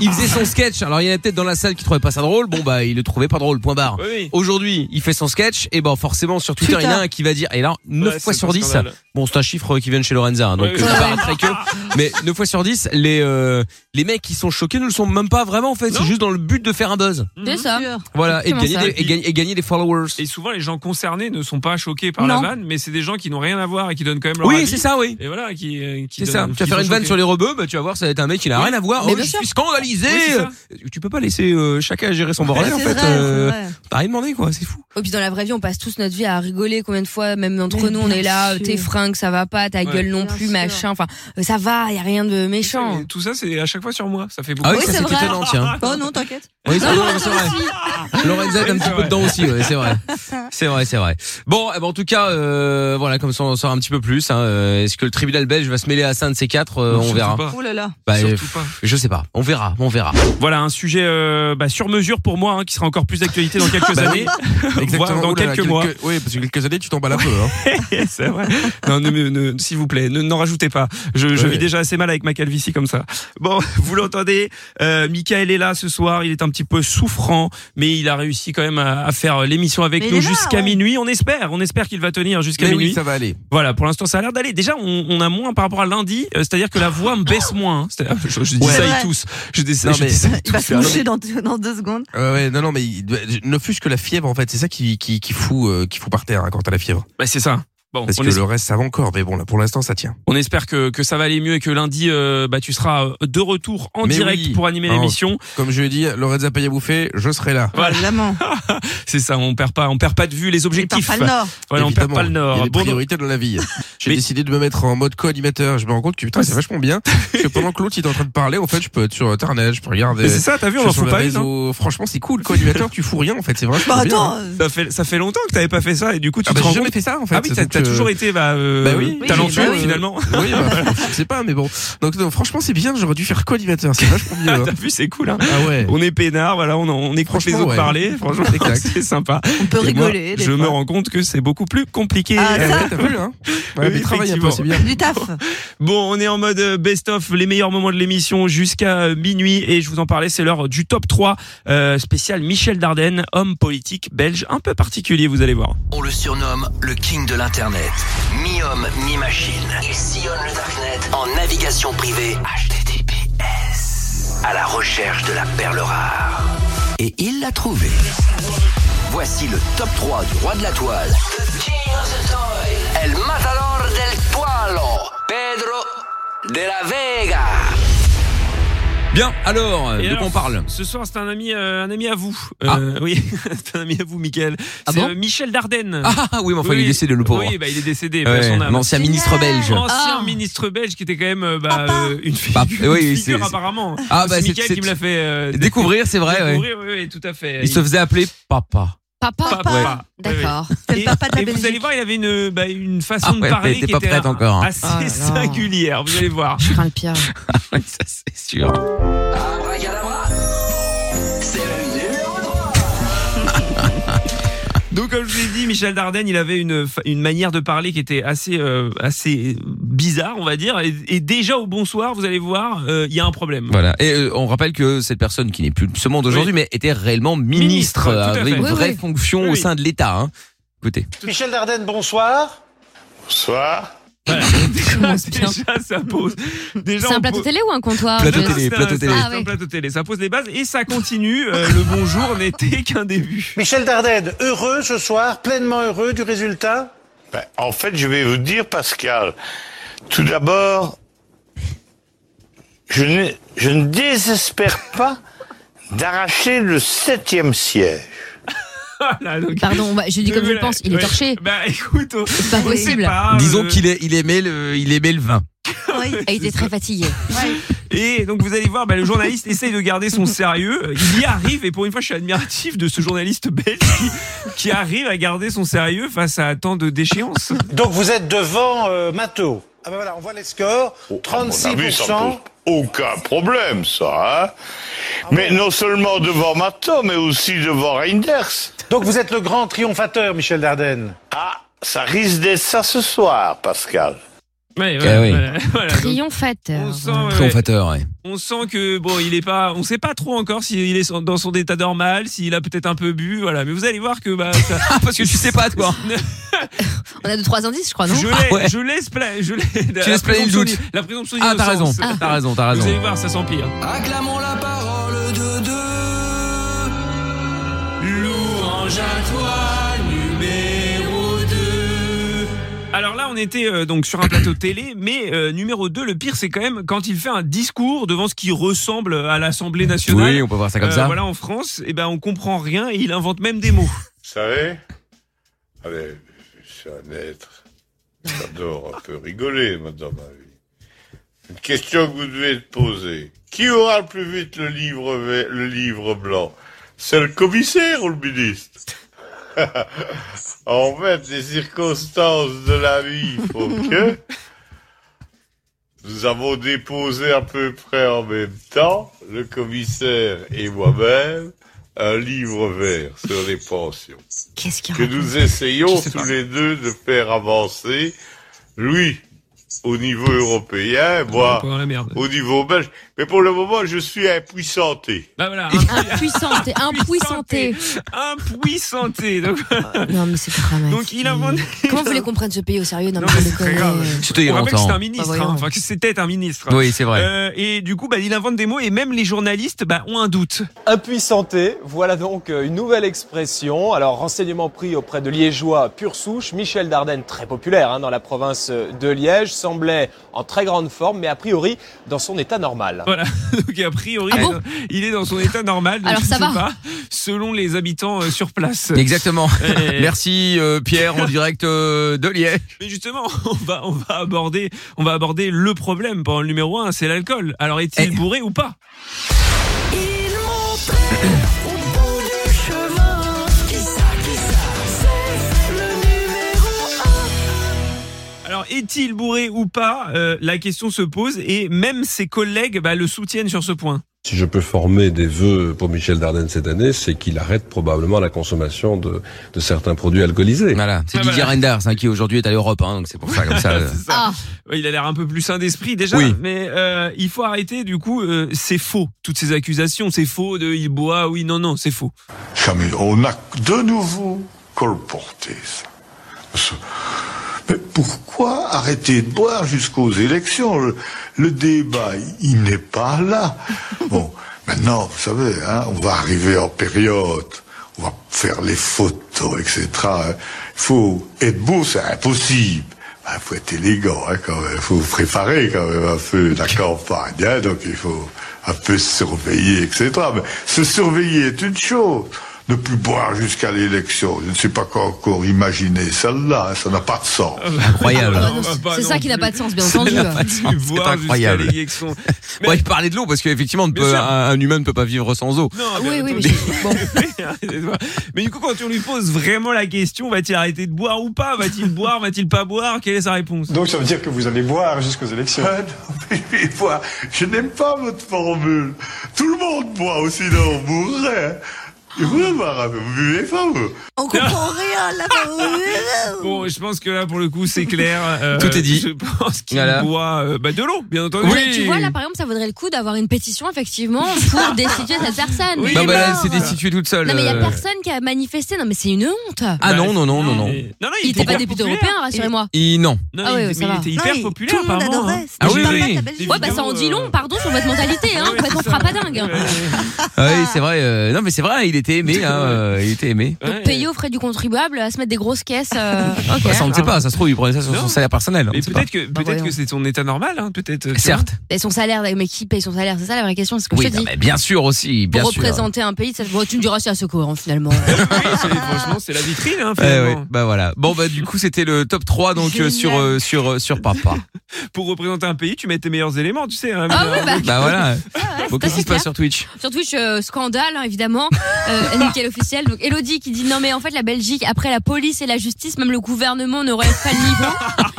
il faisait son sketch. Alors il y en a peut-être dans la salle qui trouvait pas ça drôle. Bon bah il le trouvait pas drôle point barre. Aujourd'hui, il fait son sketch et ben forcément sur Twitter, il y en a un qui va dire et là 9
Ouais,
fois
c'est
sur
pas
10.
scandale.
Bon, c'est un chiffre qui vient de chez Lorenza hein, donc
Ouais,
euh,
ouais.
je parle très que mais 9 fois sur 10, les euh, les mecs qui sont choqués ne le sont même pas vraiment en fait, c'est juste dans le but de faire un buzz.
C'est ça.
Voilà, et de gagner, des, et gagner- et gagner des followers.
Et souvent, les gens concernés ne sont pas choqués par
Non.
la vanne, mais c'est des gens qui n'ont rien à voir et qui donnent quand même leur
Oui,
avis.
c'est ça, oui.
Et voilà, qui. euh, qui
C'est ça.
donnent-
Tu vas
qui
faire
sont
une vanne
choqués.
sur les rebeux, bah, tu vas voir, ça va être un mec qui n'a
Oui.
rien à voir.
Mais
Oh,
bien
je
sûr.
suis scandalisé.
Oui, c'est ça.
tu peux pas laisser euh, chacun gérer son bordel,
Ouais,
en
Bah, c'est
fait.
vrai,
euh,
c'est vrai.
T'as rien demandé, quoi. C'est fou.
Et Oh, puis dans la vraie vie, on passe tous notre vie à rigoler combien de fois, même entre nous, on est là, euh, tes fringues, ça va pas, ta
Ouais.
gueule non
Bien
plus, machin. Enfin, euh, ça va, y a rien de méchant.
Tout ça, c'est à chaque fois sur moi. Ça fait beaucoup.
Ah oui, ça, c'est étonnant, tiens.
Oh non, t'inquiète.
Oui, c'est
Non,
vrai, c'est vrai.
Ah,
Lorenza est un petit peu dedans aussi, ouais, c'est vrai. C'est vrai, c'est vrai. Bon, eh ben, en tout cas, euh, voilà, comme ça on en sort un petit peu plus. hein, euh, Est-ce que le tribunal belge va se mêler à ça un de ces quatre euh, On verra.
Oh là là.
Bah, euh, Je sais pas. On verra, on verra.
Voilà un sujet euh, bah, sur mesure pour moi hein, qui sera encore plus d'actualité dans quelques
Bah
années,
oui.
voire dans
Ouh là là,
quelques mois.
Oui, parce que quelques années, tu t'en bats la peu.
hein.
c'est vrai. Non, ne- ne- s'il vous plaît, ne- n'en rajoutez pas. Je, je
Ouais.
vis déjà assez mal avec ma calvitie comme ça. Bon, vous l'entendez, euh, Michael est là ce soir. Il est un petit peu souffrant, mais il a réussi quand même à, à faire euh, l'émission avec
Mais il
nous
est là,
jusqu'à
ouais.
minuit. On espère, on espère qu'il va tenir jusqu'à
Mais oui,
minuit.
ça va aller.
Voilà, pour l'instant, ça a l'air d'aller. Déjà, on, on a moins par rapport à lundi. euh, C'est-à-dire que la voix me baisse moins. hein. C'est-à-dire- Je, je dis
Ouais.
ça
Ouais.
et tous. Je dis ça,
Non,
je
mais-
dis ça et
Il va
tous.
se moucher dans, deux- dans deux secondes.
Ouais, ouais, non, non, mais il doit- ne fût-ce que la fièvre, en fait, c'est ça qui, qui, qui fout, euh, qui fout par terre hein, quand t'as la fièvre.
Bah, c'est ça. Bon,
Parce
on
que
est-
le reste, ça va encore, mais bon, là, pour l'instant, ça tient.
On espère que, que ça va aller mieux et que lundi, euh, bah, tu seras euh, de retour en
Mais
direct
oui.
pour animer
Alors,
l'émission.
Comme je l'ai dit, Lorenza paye à bouffer, je serai là.
Voilà. c'est ça, on perd pas, on perd pas de vue les objectifs.
perd pas le nord.
Voilà, on perd
Évidemment,
pas le nord.
il y a des
Bon,
priorités dans la vie. J'ai décidé de me mettre en mode co-animateur. Je me rends compte que putain, c'est vachement bien. Parce que pendant que l'autre il est en train de parler, en fait, je peux être sur internet, je peux regarder.
Mais c'est ça, t'as vu, on
euh, je suis
en
sur
fout
les
pas une, hein.
réseaux. Franchement, c'est cool, co-animateur, tu fous rien, en fait, c'est vachement
Bah,
bien.
attends,
hein.
ça fait ça fait longtemps que t'avais pas fait ça et du coup tu
Ah,
te
bah,
rends
j'ai jamais
compte-
fait ça en fait.
Ah oui, t'as
Donc,
t'as
euh,
toujours été bah, euh,
bah oui,
talentueux
bah oui.
finalement.
Oui, bah, je sais pas, mais bon. Donc non, franchement, c'est bien. J'aurais dû faire co-animateur. C'est vachement mieux. hein.
T'as vu, c'est cool. Hein.
Ah ouais.
On est peinard, voilà, on, on écoute les
Franchement,
autres
ouais.
parler. Franchement,
Exact.
c'est sympa. On
peut rigoler, des
je me
fois.
rends compte que c'est beaucoup plus compliqué.
Ah, ça Ouais, t'as vu, hein. Ouais, mais travaille un peu, c'est bien.
Du taf.
Bon, on est en mode euh, best-of, les meilleurs moments de l'émission jusqu'à euh, minuit. Et je vous en parlais, c'est l'heure du top 3 euh, spécial Michel Dardenne, homme politique belge un peu particulier, vous allez voir.
On le surnomme le king de l'internet. Mi-homme, mi-machine. Il sillonne le darknet en navigation privée HTTPS à la recherche de la perle rare. Et il l'a trouvé. Voici le top 3 du roi de la toile. El matador del toalo, Pedro de la Vega.
Bien, alors, euh,
Et
de
alors,
quoi on parle Ah.
Ce soir, c'est un ami, euh, un ami à vous. Euh, Oui, c'est un ami à vous, Michael. c'est
bon
euh, Michel Dardenne.
Ah oui, mais enfin, il est décédé, le pauvre.
Oui, bah, il est décédé.
Ouais,
paix à son âme.
un ancien ministre belge.
Ah.
Ancien ministre belge qui était quand même euh, bah, euh, une figure,
Papa.
une
Eh Oui,
figure
c'est- c'est-
apparemment.
Ah,
c'est
bah, c'est-
Michael
c'est-
qui me l'a fait euh,
Découvrir, c'est vrai, ouais.
découvrir, oui, oui, tout à fait.
Il se faisait appeler papa.
Papa,
Ouais.
D'accord.
Et, et vous allez voir, il avait une, bah, une façon
Ah
de
ouais,
parler
elle était
qui
pas
était
prête
un-
encore, hein.
assez
Ah là là.
singulière. Vous allez voir.
Oh Je crains le pire.
Ouais, ça, c'est sûr.
Donc comme je vous l'ai dit, Michel Dardenne, il avait une fa- une manière de parler qui était assez euh, assez bizarre, on va dire. Et, et déjà au bonsoir, vous allez voir, euh, il y a un problème.
Voilà. Et euh, on rappelle que cette personne qui n'est plus de ce monde aujourd'hui, mais était réellement ministre,
Ministre, tout à
avait
fait.
une
Oui,
vraie
oui.
fonction
Oui,
au
oui.
sein de l'État. hein. Écoutez.
Michel Dardenne, bonsoir. Bonsoir.
déjà ça pose. Déjà
C'est
on
un plateau
pose-
télé ou un comptoir
Non, non, c'est un-
plateau
c'est
télé.
un-
Ah
c'est un
ouais.
plateau télé. Ça pose les bases et ça continue. Euh, le bonjour n'était qu'un début.
Michel Dardenne, heureux ce soir, pleinement heureux du résultat
Ben, en fait, je vais vous dire, Pascal, tout d'abord, je ne, je ne désespère pas d'arracher le septième siège.
Pardon, bah, je dis comme je le pense, il est torché.
Bah écoute, c'est
pas possible.
Disons qu'il est- il aimait le, il aimait le vin.
Et il était très fatigué.
Et donc vous allez voir, bah, le journaliste essaye de garder son sérieux. Il y arrive et pour une fois, je suis admiratif de ce journaliste belge qui, qui arrive à garder son sérieux face à tant de déchéances.
Donc vous êtes devant euh, Matteau. Ah ben voilà, on voit les scores.
Oh, À mon avis, ça
36%.
pose aucun problème, ça. hein. mais non seulement devant Mato, mais aussi devant Reinders.
Donc vous êtes le grand triomphateur, Michel Dardenne.
Ah, ça risque d'être ça ce soir, Pascal.
Ouais,
Eh oui.
voilà, donc,
Triomphateur.
ouais, ouais.
Triomphateur, ouais.
On sent que bon, il est pas, on sait pas trop encore s'il est dans son état normal, s'il a peut-être un peu bu, voilà. Mais vous allez voir que bah, ça-
parce que tu sais pas toi.
On a 2-3 indices, je crois, non
Je,
Ah
l'ai-
ouais.
je laisse pla- je l'ai- la
laisses planer le
présomption
doute.
d'i- La présomption
Ah, t'as
d'innocence.
raison, t'as raison, t'as raison.
Vous allez voir, ça s'empire.
Acclamons la parole de deux. Louange à toi, numéro 2.
Alors là, on était euh, donc sur un plateau télé, mais euh, numéro 2, le pire, c'est quand même quand il fait un discours devant ce qui ressemble à l'Assemblée nationale. Euh,
Oui, on peut voir ça comme ça.
Voilà, en France, et ben on comprend rien et il invente même des mots.
Vous savez Allez, je suis un être. J'adore un peu rigoler, madame. ma vie. Une question que vous devez te poser. Qui aura le plus vite le livre, ve- le livre blanc C'est le commissaire ou le ministre En fait, les circonstances de la vie font que nous avons déposé à peu près en même temps, le commissaire et moi-même, un livre vert sur les pensions
Qu'est-ce qu'il
que nous essayons tous les deux de faire avancer. Lui, au niveau
Ah,
européen, moi,
encore la merde.
au niveau belge. Mais pour le moment, je suis impuissanté.
Bah voilà,
Impuissanté, impuissanté.
impuissanté. Donc,
non mais c'est pas
Donc il invente.
Comment vous voulez qu'on prenne ce pays au sérieux Non, mais je déconne.
C'était il y a
On rappelle que
longtemps.
c'était un
Bah,
ministre,
voyons.
hein. enfin que c'était un ministre.
Oui, c'est vrai.
Euh, et du coup, bah, il invente des mots et même les journalistes bah, ont un doute.
Impuissanté, voilà donc euh, une nouvelle expression. Alors, renseignement pris auprès de Liégeois pure souche, Michel Dardenne, très populaire hein, dans la province de Liège, semblait en très grande forme, mais a priori dans son état normal.
Voilà. Donc a priori, il est dans son état normal. donc
Ah Alors,
je
ça
ne
va.
sais pas, selon les habitants euh, sur place.
Exactement.
Et-
Merci euh, Pierre en direct euh, de Liège.
Mais justement, on va, on va aborder, on va aborder le problème pendant le numéro 1, c'est l'alcool. Alors est-il
Eh.
bourré ou pas Alors est-il bourré ou pas Euh, La question se pose et même ses collègues bah, le soutiennent sur ce point.
Si je peux former des vœux pour Michel Dardenne cette année, c'est qu'il arrête probablement la consommation de, de certains produits alcoolisés.
Voilà,
Ah,
Ah
c'est
bah,
Didier Reinders hein, qui aujourd'hui est à l'Europe, hein, donc c'est pour ça comme ça. euh.
C'est
Ah.
ça. Ouais, Il a l'air un peu plus sain d'esprit déjà,
Oui.
mais euh, il faut arrêter du coup, euh, c'est faux. Toutes ces accusations, c'est faux de il boit, oui, non, non, c'est faux.
Camille, on a de nouveau colporté ça. Ce- Mais pourquoi arrêter de boire jusqu'aux élections le, le débat, il n'est pas là. Bon, ben,
Maintenant, vous savez, hein, on va arriver en période, on va faire les photos, etc. Il faut être beau, c'est impossible. Bah, Il faut être élégant, hein, quand même. faut vous préparer quand même un peu la campagne, hein, donc il faut un peu se surveiller, etc. Mais se surveiller est une chose. Ne plus boire jusqu'à l'élection, je ne sais pas quoi encore imaginer celle-là, hein, ça n'a pas de sens.
Incroyable.
bah,
Ah, non, c'est- c'est ça qui n'a pas de sens, bien entendu. hein.
Ah, C'est incroyable. On va parler de l'eau parce qu'effectivement, on ne peut-
sûr.
un, un humain ne peut pas vivre sans eau.
Ah, oui, oui, mais
Mais du coup, quand on lui pose vraiment la question, va-t-il arrêter de boire ou pas Va-t-il boire Va-t-il pas boire Quelle est sa réponse Ah,
Donc ça veut dire que vous allez boire jusqu'aux élections.
Mais voilà, je n'aime pas votre formule. Tout le monde boit aussi dans on bourrait. Vous, vous buvez pas, vous
On comprend rien là.
Bon, je pense que là, pour le coup, c'est clair. Euh,
Tout est dit.
Je pense qu'il
Voilà.
boit euh, bah, de l'eau, bien entendu.
Mais Tu vois, là, par exemple, ça vaudrait le coup d'avoir une pétition, effectivement, pour destituer cette personne.
bah, bah, là, elle s'est destituée toute seule.
Non, mais il y a
euh.
personne qui a manifesté. Non, mais c'est une honte.
Ah non, non, non, non, non.
Il était pas député européen, rassurez-moi.
Il- non.
Ah ouais, ça va.
hyper populaire, apparemment, hein.
Ah oui, oui.
Ouais, bah ça en dit long, pardon, sur votre mentalité, hein. Complètement frappadingue.
Ah oui, c'est vrai. euh, non, mais c'est vrai, il était aimé. hein, euh, il était aimé.
Donc payer aux frais du contribuable, à se mettre des grosses caisses. euh, ok.
Bah, ça, on ne sait pas. Ça se trouve, il prenait ça sur son salaire personnel. hein,
Et peut-être que,
Bah,
peut-être que c'est son état normal, hein, peut-être. tu
Certes.
Et son salaire, mais qui paye son salaire C'est ça la vraie question, c'est ce que
Oui,
je te
non,
dis.
mais bien sûr aussi, bien
Pour
sûr.
représenter un pays, ça, bon, tu me diras c'est assez cohérent finalement.
Ah. franchement, c'est la vitrine, hein,
Eh
finalement.
oui, bah voilà. Bon bah du coup c'était le top 3 donc euh, sur euh, sur euh, sur papa.
Pour représenter un pays, tu mets tes meilleurs éléments, tu sais. hein,
Ah
mais,
oui,
euh,
bah.
Bah voilà. Faut que
assez
ça se
clair.
passe sur Twitch.
Sur Twitch, euh, scandale hein, évidemment, euh, nickel officiel. Donc Elodie qui dit non mais en fait la Belgique, après la police et la justice, même le gouvernement n'aurait pas le niveau.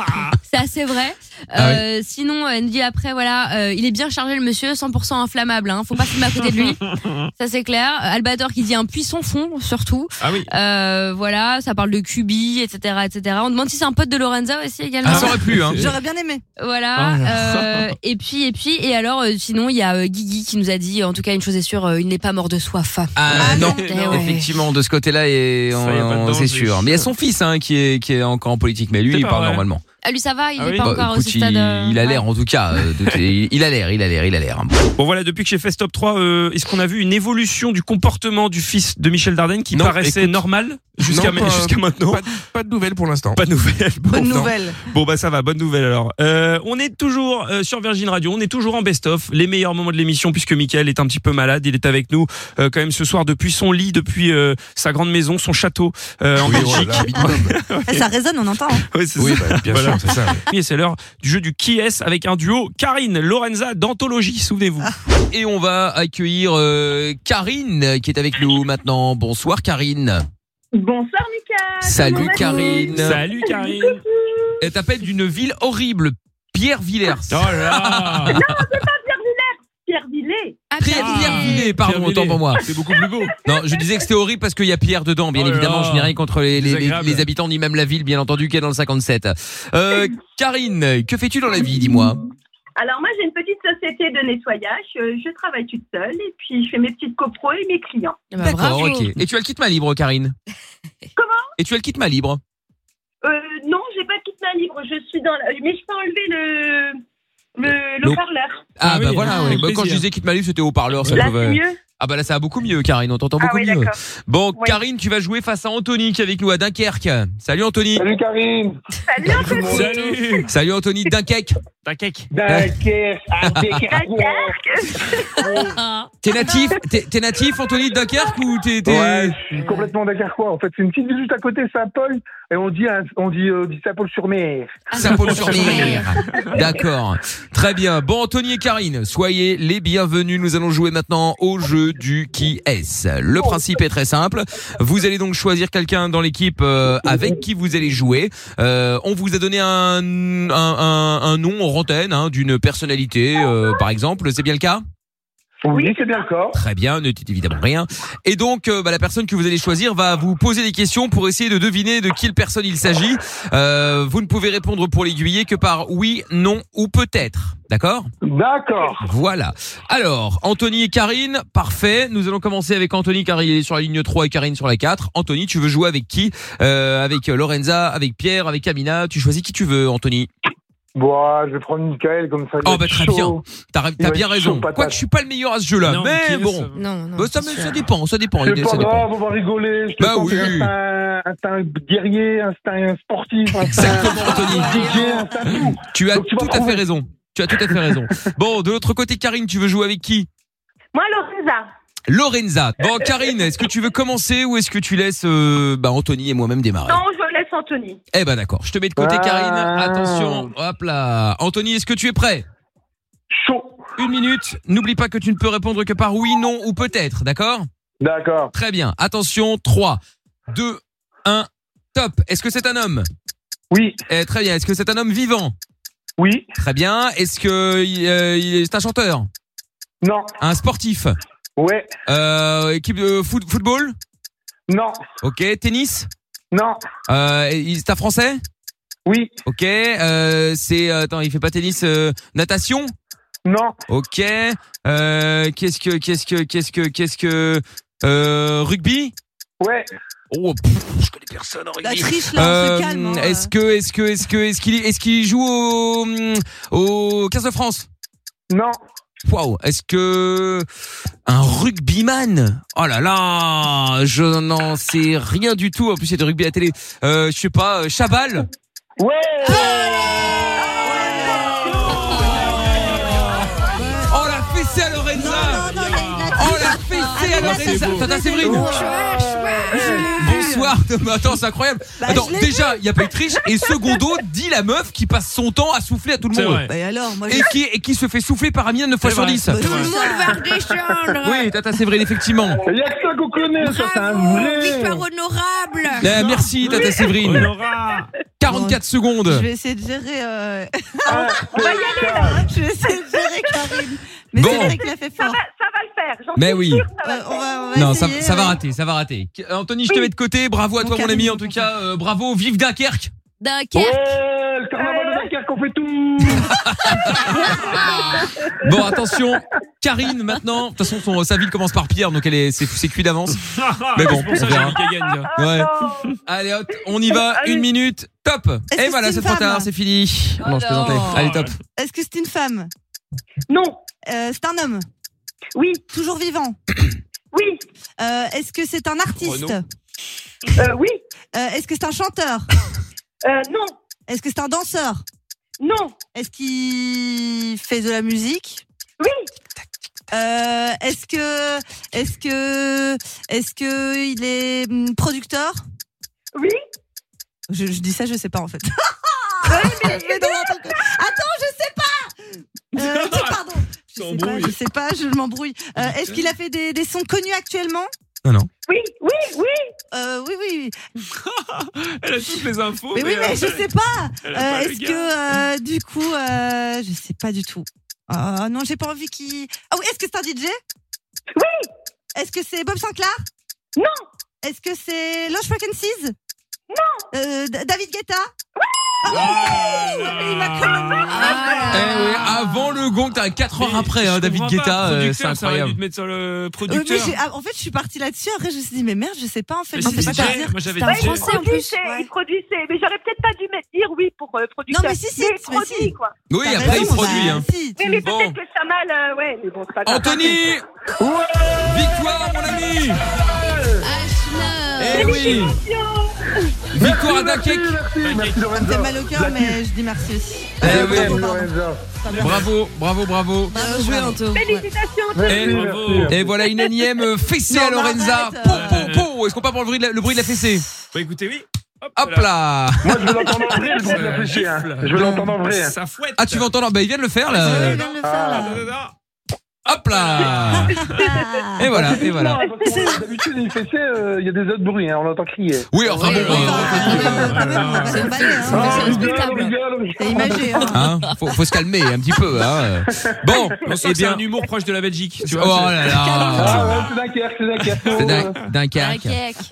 C'est assez vrai.
Ah
Euh, Sinon, elle nous dit après voilà, euh, il est bien chargé le monsieur, 100% inflammable. Hein, faut pas fumer à côté de lui. Ça c'est clair. Euh, Albator qui dit un puissant fond surtout.
Ah oui.
Euh, voilà, ça parle de Cubi, etc., etc. On demande si c'est un pote de Lorenza aussi également.
Ah, ça aurait pu, hein. J'aurais
bien aimé.
Ah,
Voilà. euh, et puis, et puis, et alors, euh, sinon, il y a euh, Guigui qui nous a dit, en tout cas, une chose est sûre, euh, il n'est pas mort de soif.
Ah non,
Eh ouais.
effectivement de ce côté-là et
Ça, y a pas de
on-
danger.
c'est sûr. Mais il y a son fils hein, qui est qui est encore en politique mais lui
C'est
il
pas
parle
vrai.
normalement.
Ah, lui, ça va, il n'est
Bah,
pas encore
écoute,
au stade.
il,
euh,
il a l'air
ouais.
en tout cas euh, de- il il a l'air, il a l'air, il a l'air.
Bon voilà, depuis que j'ai fait ce top 3, euh, est-ce qu'on a vu une évolution du comportement du fils de Michel Dardenne qui
Non,
paraissait
écoute,
normal jusqu'à
non, pas-
jusqu'à maintenant
pas de-
pas de nouvelles pour l'instant. Pas de nouvelles.
Bonne
non.
nouvelle.
Bon bah ça va, bonne nouvelle alors. Euh, on est toujours euh, sur Virgin Radio, on est toujours en best-of, les meilleurs moments de l'émission puisque Michael est un petit peu malade, il est avec nous euh, quand même ce soir depuis son lit, depuis euh, sa grande maison, son château euh, en Belgique.
Eh, Ça résonne, on entend. hein.
Oui, c'est
Oui,
ça.
bah, bien sûr, c'est ça,
Et c'est l'heure du jeu du qui est avec un duo Karine Lorenza d'Anthologie, souvenez-vous.
Ah.
Et on va accueillir euh, Karine qui est avec nous maintenant. Bonsoir Karine.
Bonsoir
Ah,
Mika.
Salut
Comment vas-tu
Karine. Elle t'appelle d'une ville horrible, Pierre-Villers. Oh
non, c'est pas Pierre Villers, Pierre Villet.
Ah,
Pierre-Villers, pardon, autant pour moi. C'est beaucoup plus beau. Non, je disais que c'était horrible parce qu'il y a Pierre dedans, bien
Oh là
évidemment.
là.
Je n'ai rien contre les, les- les-
Désagréable.
les habitants ni même la ville, bien entendu, qui est dans le 57. Euh, Karine, que fais-tu dans la vie, dis-moi
Alors moi j'ai une petite société de nettoyage, euh, je travaille toute seule et puis je fais mes petites copros et mes clients.
bah,
D'accord, ok. Et tu as le kit ma libre, Karine
Comment
Et tu as le kit ma libre
Euh, non, j'ai pas de petite main libre, je suis dans la... mais je peux enlever le le, le
Le-
parleur.
Ah, bah voilà, ouais. Bah, quand je disais kit ma libre, c'était haut-parleur. ça
Là, c'est
pouvait-
mieux
Ah bah là, ça va beaucoup mieux, Karine. On t'entend
Ah
beaucoup
oui,
mieux.
d'accord.
Bon, Karine, tu vas jouer face à Anthony qui est avec nous à Dunkerque. Salut Anthony. Salut Karine.
Salut Anthony.
Salut. Salut Anthony Dunkerque. Dunkerque.
Dunkerque,
T'es natif, t'es t'es natif Anthony de Dunkerque ou t'es t'es-
Ouais, je suis complètement quoi En fait, c'est une petite ville juste à côté, Saint-Paul, et on dit, un- on dit, euh, dit Saint-Paul-sur-Mer.
Saint-Paul-sur-Mer. D'accord. Très bien. Bon, Anthony et Karine, soyez les bienvenus. Nous allons jouer maintenant au jeu du qui est-ce. Le principe est très simple. Vous allez donc choisir quelqu'un dans l'équipe euh, avec qui vous allez jouer. Euh, on vous a donné un, un, un- un nom en antenne hein, d'une personnalité, euh, par exemple. C'est bien le cas
Oui, c'est bien le corps.
Très bien, ne dites évidemment rien. Et donc, euh, bah, la personne que vous allez choisir va vous poser des questions pour essayer de deviner de quelle personne il s'agit. Euh, vous ne pouvez répondre pour l'aiguiller que par oui, non ou peut-être. D'accord D'accord. Voilà. Alors, Anthony et Karine, parfait. Nous allons commencer avec Anthony car il est sur la ligne 3 et Karine sur la 4. Anthony, tu veux jouer avec qui Euh, Avec euh, Lorenza, avec Pierre, avec Amina. Tu choisis qui tu veux, Anthony
Bon, je vais prendre Michael comme ça. il va
Oh, bah,
être
très
chaud.
bien. T'as ra-
Il
t'as
va
bien
être
raison.
chaud, patate.
Quoique je suis pas le meilleur à ce jeu-là,
Non,
mais
Michael,
bon.
ça- Non, non,
Bah, ça,
c'est
ça
sûr.
dépend, ça dépend.
C'est
les-
pas
ça dépend.
grave, on va rigoler. Je te
Bah
sens
oui.
un, un, un guerrier, un, un sportif, un, un DJ, un tout.
Tu as tout à fait raison. Tu as tout à fait raison. Bon, de l'autre côté, Karine, tu veux jouer avec qui
Moi, Lorenza.
Lorenza. Bon, Karine, est-ce que tu veux commencer ou est-ce que tu laisses euh, bah, Anthony et moi-même démarrer
Non, je laisse Anthony.
Eh ben d'accord, je te mets de côté
Ah.
Karine. Attention, hop là. Anthony, est-ce que tu es prêt
Chaud.
Une minute. N'oublie pas que tu ne peux répondre que par oui, non ou peut-être, d'accord
D'accord.
Très bien. Attention, 3, 2, 1, top. Est-ce que c'est un homme Eh,
Oui.
très bien. Est-ce que c'est un homme vivant
Oui.
Très bien. Est-ce que euh, il est c'est un chanteur
Non.
Un sportif
Ouais.
Euh, équipe de foot- football
Non.
Ok. Tennis
Non.
Euh, il- c'est un français
Oui.
Ok. Euh, c'est euh, attends, il fait pas tennis. euh, natation
Non.
Ok. Euh, qu'est-ce que qu'est-ce que qu'est-ce que qu'est-ce que euh, rugby
Ouais.
Oh, pff, je connais personne en rugby.
La triche,
Euh,
hein.
hein.
Est-ce que est-ce que est-ce que est-ce qu'il est-ce qu'il joue au hum, au 15 de France
Non.
Waouh, est-ce que un rugbyman Oh là là, je n'en sais rien du tout. En plus, c'est du rugby à la télé. Euh, je sais pas, euh, Chabal.
Ouais.
Oh la fessée à Lorenza Oh la
Ah,
fessée à Lorenza Attends, attends, Séverine Bonsoir Thomas, attends c'est incroyable Attends, déjà, il n'y a pas eu de triche Et secondo, dit la meuf qui passe son temps à souffler à tout le
C'est
monde
vrai. Bah, et alors, moi,
Et
je-
qui, et qui se fait souffler par Amina 9 fois
C'est
sur
vrai,
10
c'est vrai. Tout le monde
va redescendre.
Oui, Tata Séverine, effectivement
Il y a que ça qu'on connaît, ça, c'est un
Oh,
vrai.
victoire honorable.
Eh, Merci Tata Séverine 44
Je
secondes
vais essayer de gérer. euh, On va y aller là. Je vais essayer de gérer Karine. Mais
Bon.
c'est vrai qu'il a fait fort. Ça va,
le faire.
Mais suis oui. sûre,
on va, on va
Non, ça,
essayer,
ça va
ouais.
rater, ça va rater euh, Anthony, je te
Oui.
mets de côté, bravo à
Mon
toi mon
Karine,
ami
mon
En tout cas, euh, bravo, vive Dunkerque
Dunkerque.
Ouais, le carnaval de Dunkerque, on fait tout.
Bon, attention, Karine maintenant. De toute façon, son- sa ville commence par Pierre, donc elle est, c'est, c'est cuit d'avance. Mais bon,
C'est pour
on
ça que
verra.
j'ai dit qu'elle gagne,
Ouais.
là.
Allez, hop, on y va. Une minute, top.
Est-ce
Et
que
voilà,
c'est
c'est
une
trop
femme
tard, c'est fini.
Oh
non, je plaisantais.
non.
Allez, top.
Est-ce que c'est une femme Euh,
Non.
c'est un homme
Oui.
Toujours vivant Euh,
Oui.
Est-ce que c'est un artiste
Euh, Oui.
Euh,
Euh,
Est-ce que c'est un chanteur
Non.
Est-ce que c'est un danseur
Non.
Est-ce qu'il fait de la musique
Oui.
Euh, est-ce que est-ce que est-ce que il est hum, producteur
Oui.
Je, je dis ça, je sais pas en fait.
Je vais dans la-
Attends, je sais pas. Euh, ok, pardon. Je sais pas, je sais pas, je m'embrouille. Euh, est-ce qu'il a fait des, des sons connus actuellement
Non, non.
Oui, oui, oui.
Euh, oui, oui, oui.
Elle a toutes les infos.
Mais oui,
euh,
mais je sais pas.
elle a pas
Euh,
le
Est-ce
gars.
que euh, du coup, euh, je sais pas du tout. Ah non, j'ai pas envie qu'il. Ah oui, est-ce que c'est un DJ
Oui.
Est-ce que c'est Bob Sinclair
Non.
Est-ce que c'est Lost Frequencies
Non.
Euh, D- David Guetta Ah,
Ah.
Eh ouais,
euh,
avant le gong, t'as 4 heures après, hein, David
comprends pas,
Guetta. euh,
producteur,
c'est
ça aurait dû
incroyable.
te mettre sur le
Euh, mais
producteur.
j'ai- ah, en fait, je suis partie là-dessus. Après, je me suis dit, mais merde, je sais pas en fait.
Mais
je
c'est
sais pas
DJ,
quoi dire.
moi, j'avais
C'est un
DJ.
français, en
Bah, Il
plus.
produisait, il produisait. Mais j'aurais peut-être pas dû mettre dire oui pour euh, producteur.
mais si, si, mais
Mais produit,
si.
quoi.
Oui,
T'as
après, il
raison,
produit.
bah,
hein.
Mais, mais
Bon.
peut-être que ça mal, euh, ouais, mais bon, c'est pas grave.
Anthony Victoire, mon ami Eh oui Victoire à Dunkerque
Ça me fait mal au cœur, mais je dis merci aussi.
Eh oui. Bravo, bravo, bravo.
Bien joué, Anto.
Félicitations.
Et, et voilà une énième euh, fessée à Lorenza. Pou, pou, pou. Est-ce qu'on part pour le bruit de la, le bruit de la fessée
Bah écoutez, oui. Hop,
là.
Moi, je veux l'entendre en vrai, le bruit de la fessée, hein. Je veux l'entendre en vrai.
Ça fouette.
Ah, tu vas entendre Bah, il vient de le faire
Ah,
là. Hop là Ah. Et voilà, et voilà.
D'habitude, une fessée, euh, il y a des autres bruits, hein, on l'entend crier. Ah,
Oui, enfin bon. euh, Ah,
hein. C'est imagé. hein.
Hein, faut, faut se calmer un petit peu. Hein. Bon,
On sent
eh
que c'est
bien.
un humour proche de la Belgique. Tu vois,
Oh
c'est-
là là
Ah ouais, c'est Dunkerque, c'est Euh, Dunkerque.
C'est d'un- d'un cac.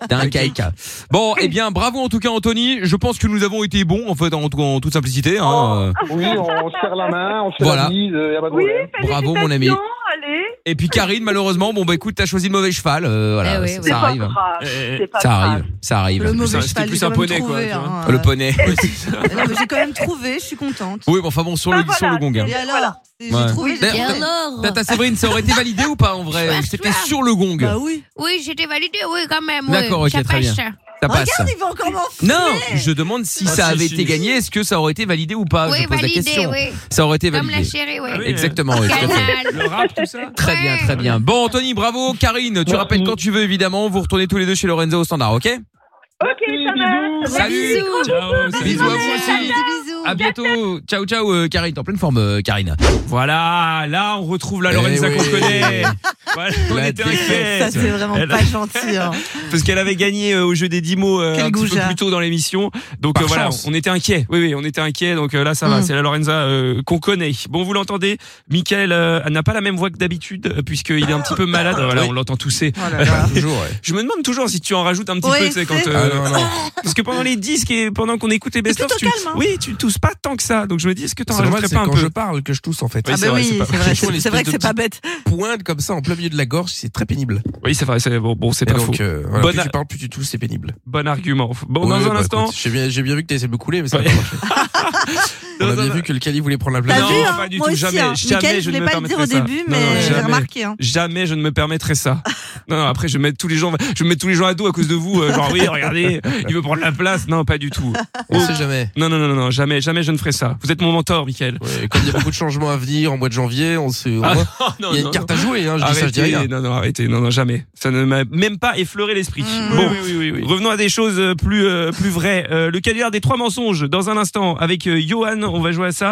D'un cac. Bon, eh bien, bravo en tout cas, Anthony. Je pense que nous avons été bons, en fait, en, tout- en toute simplicité. Hein.
Oui, on se serre Oh, la main, on se fait
Voilà.
la bise, il y a pas de
Oui,
problème.
Bravo, mon ami.
Allez.
Et puis Karine, malheureusement, bon bah écoute, t'as choisi le mauvais cheval, euh, voilà,
Eh oui,
ça,
oui.
ça
C'est
arrive.
pas grave,
Euh,
c'est pas
ça
grave.
arrive, ça arrive.
Eh, Le mauvais
C'était
cheval,
plus
j'ai quand
un
même
poney quoi.
trouvé,
tu vois.
hein,
le
euh,
poney. oui,
Non, mais J'ai quand même trouvé, je suis contente.
Oui, bon, enfin bon, sur le sur le gong. hein.
Et alors J'ai
Ouais.
trouvé.
D'ailleurs,
j'ai-
T'as ta Séverine, ça aurait été validé ou pas en vrai C'était sur le gong.
oui.
Bah Oui, j'étais validé, oui, quand même. oui.
D'accord, ok,
Ça
très bien.
passe.
Ça passe.
Regarde, il va encore m'enfumer.
Non, je demande si
Ah,
ça
si,
avait
si.
été gagné, est-ce que ça aurait été validé ou pas
Oui,
Ah, Je pose
validé,
la question.
oui.
Ça aurait été
Comme
validé.
la chérie, oui. Ah oui,
Exactement, oui, tout à fait.
Le rap, tout ça
Très bien, très bien. Bon, Anthony, bravo. Karine, tu rappelles quand tu veux, évidemment. Vous retournez tous les deux chez Lorenzo au standard, ok
Ok, ça va.
Salut.
Bisous.
Bisous à vous aussi. À bientôt. Ciao, ciao, euh, Karine. T'es en pleine forme, euh, Karine. Eh
Voilà, là on retrouve la Lorenza qu'on connaît. Voilà, on
La
était
défaite.
inquiets.
Ça, c'est vraiment
Elle-
Pas gentil. hein.
Parce qu'elle avait gagné euh, au jeu des 10 mots euh,
Quel
un petit peu
goujat.
plus tôt dans l'émission. Donc
Par
euh, voilà,
chance.
on était inquiet. Oui, oui, on était inquiet. Donc euh, là, ça va.
Mm.
C'est la Lorenza euh, qu'on connaît. Bon, vous l'entendez. Michael euh, n'a pas la même voix que d'habitude euh, puisqu'il est un petit peu malade. Voilà,
Oui.
on l'entend tousser.
Toujours, ouais.
Je me demande toujours si tu en rajoutes un petit
Oh Oui,
peu, tu sais, quand. euh,
c'est- Ah, non, non.
Parce que pendant les disques et pendant qu'on écoute les best-of, tu,
hein.
oui, tu tousses pas tant que ça. Donc je me dis, est-ce que t'en
C'est normal,
rajouterais
c'est
pas un
quand
peu
je parle que je tousse en fait.
Oui, Ah c'est bah vrai, oui, c'est pas- c'est vrai,
Je trouve
c'est-
une
c'est vrai
espèce
que
de
c'est pas
petite Pointe comme ça en plein milieu de la gorge, c'est très pénible.
Oui, c'est vrai, c'est bon, bon c'est
Et
pas
donc,
faux.
euh, voilà,
Bon
plus
a-
tu parles, plus tu tousses, c'est pénible.
Bon argument. Bon,
Ouais,
dans
ouais,
un
bah,
instant.
écoute, J'ai bien, j'ai bien vu que t'as essayé de me couler, mais ça n'a pas marché. On a bien vu que le Cali voulait prendre la place.
non, pas du tout, jamais, jamais
Mickaël, je
ne
voulais
me
pas le dire au
permettrai ça.
début,
Non, non,
mais j'ai
jamais.
remarqué, hein.
Jamais je ne me permettrai ça. Non, non, après je vais mettre tous les gens, je vais mettre tous les gens à dos à cause de vous. euh, genre oui, regardez, il veut prendre la place. Non, pas du tout.
On sait jamais.
Non, non, non, non, non, jamais, jamais je ne ferai ça. Vous êtes mon mentor, Michael.
Et comme il y a beaucoup de changements à venir en mois de janvier, on se, on
Ah,
voit-
non,
il y a une
non,
carte à jouer. Hein, je dis ça, je dis
Arrêtez,
rien.
non, non, arrêtez, non, non, jamais. Ça ne m'a même pas effleuré l'esprit. Bon, revenons à des choses euh, plus, euh, plus vraies. Euh, le canular des trois mensonges, dans un instant, avec euh, Johan, on va jouer à ça.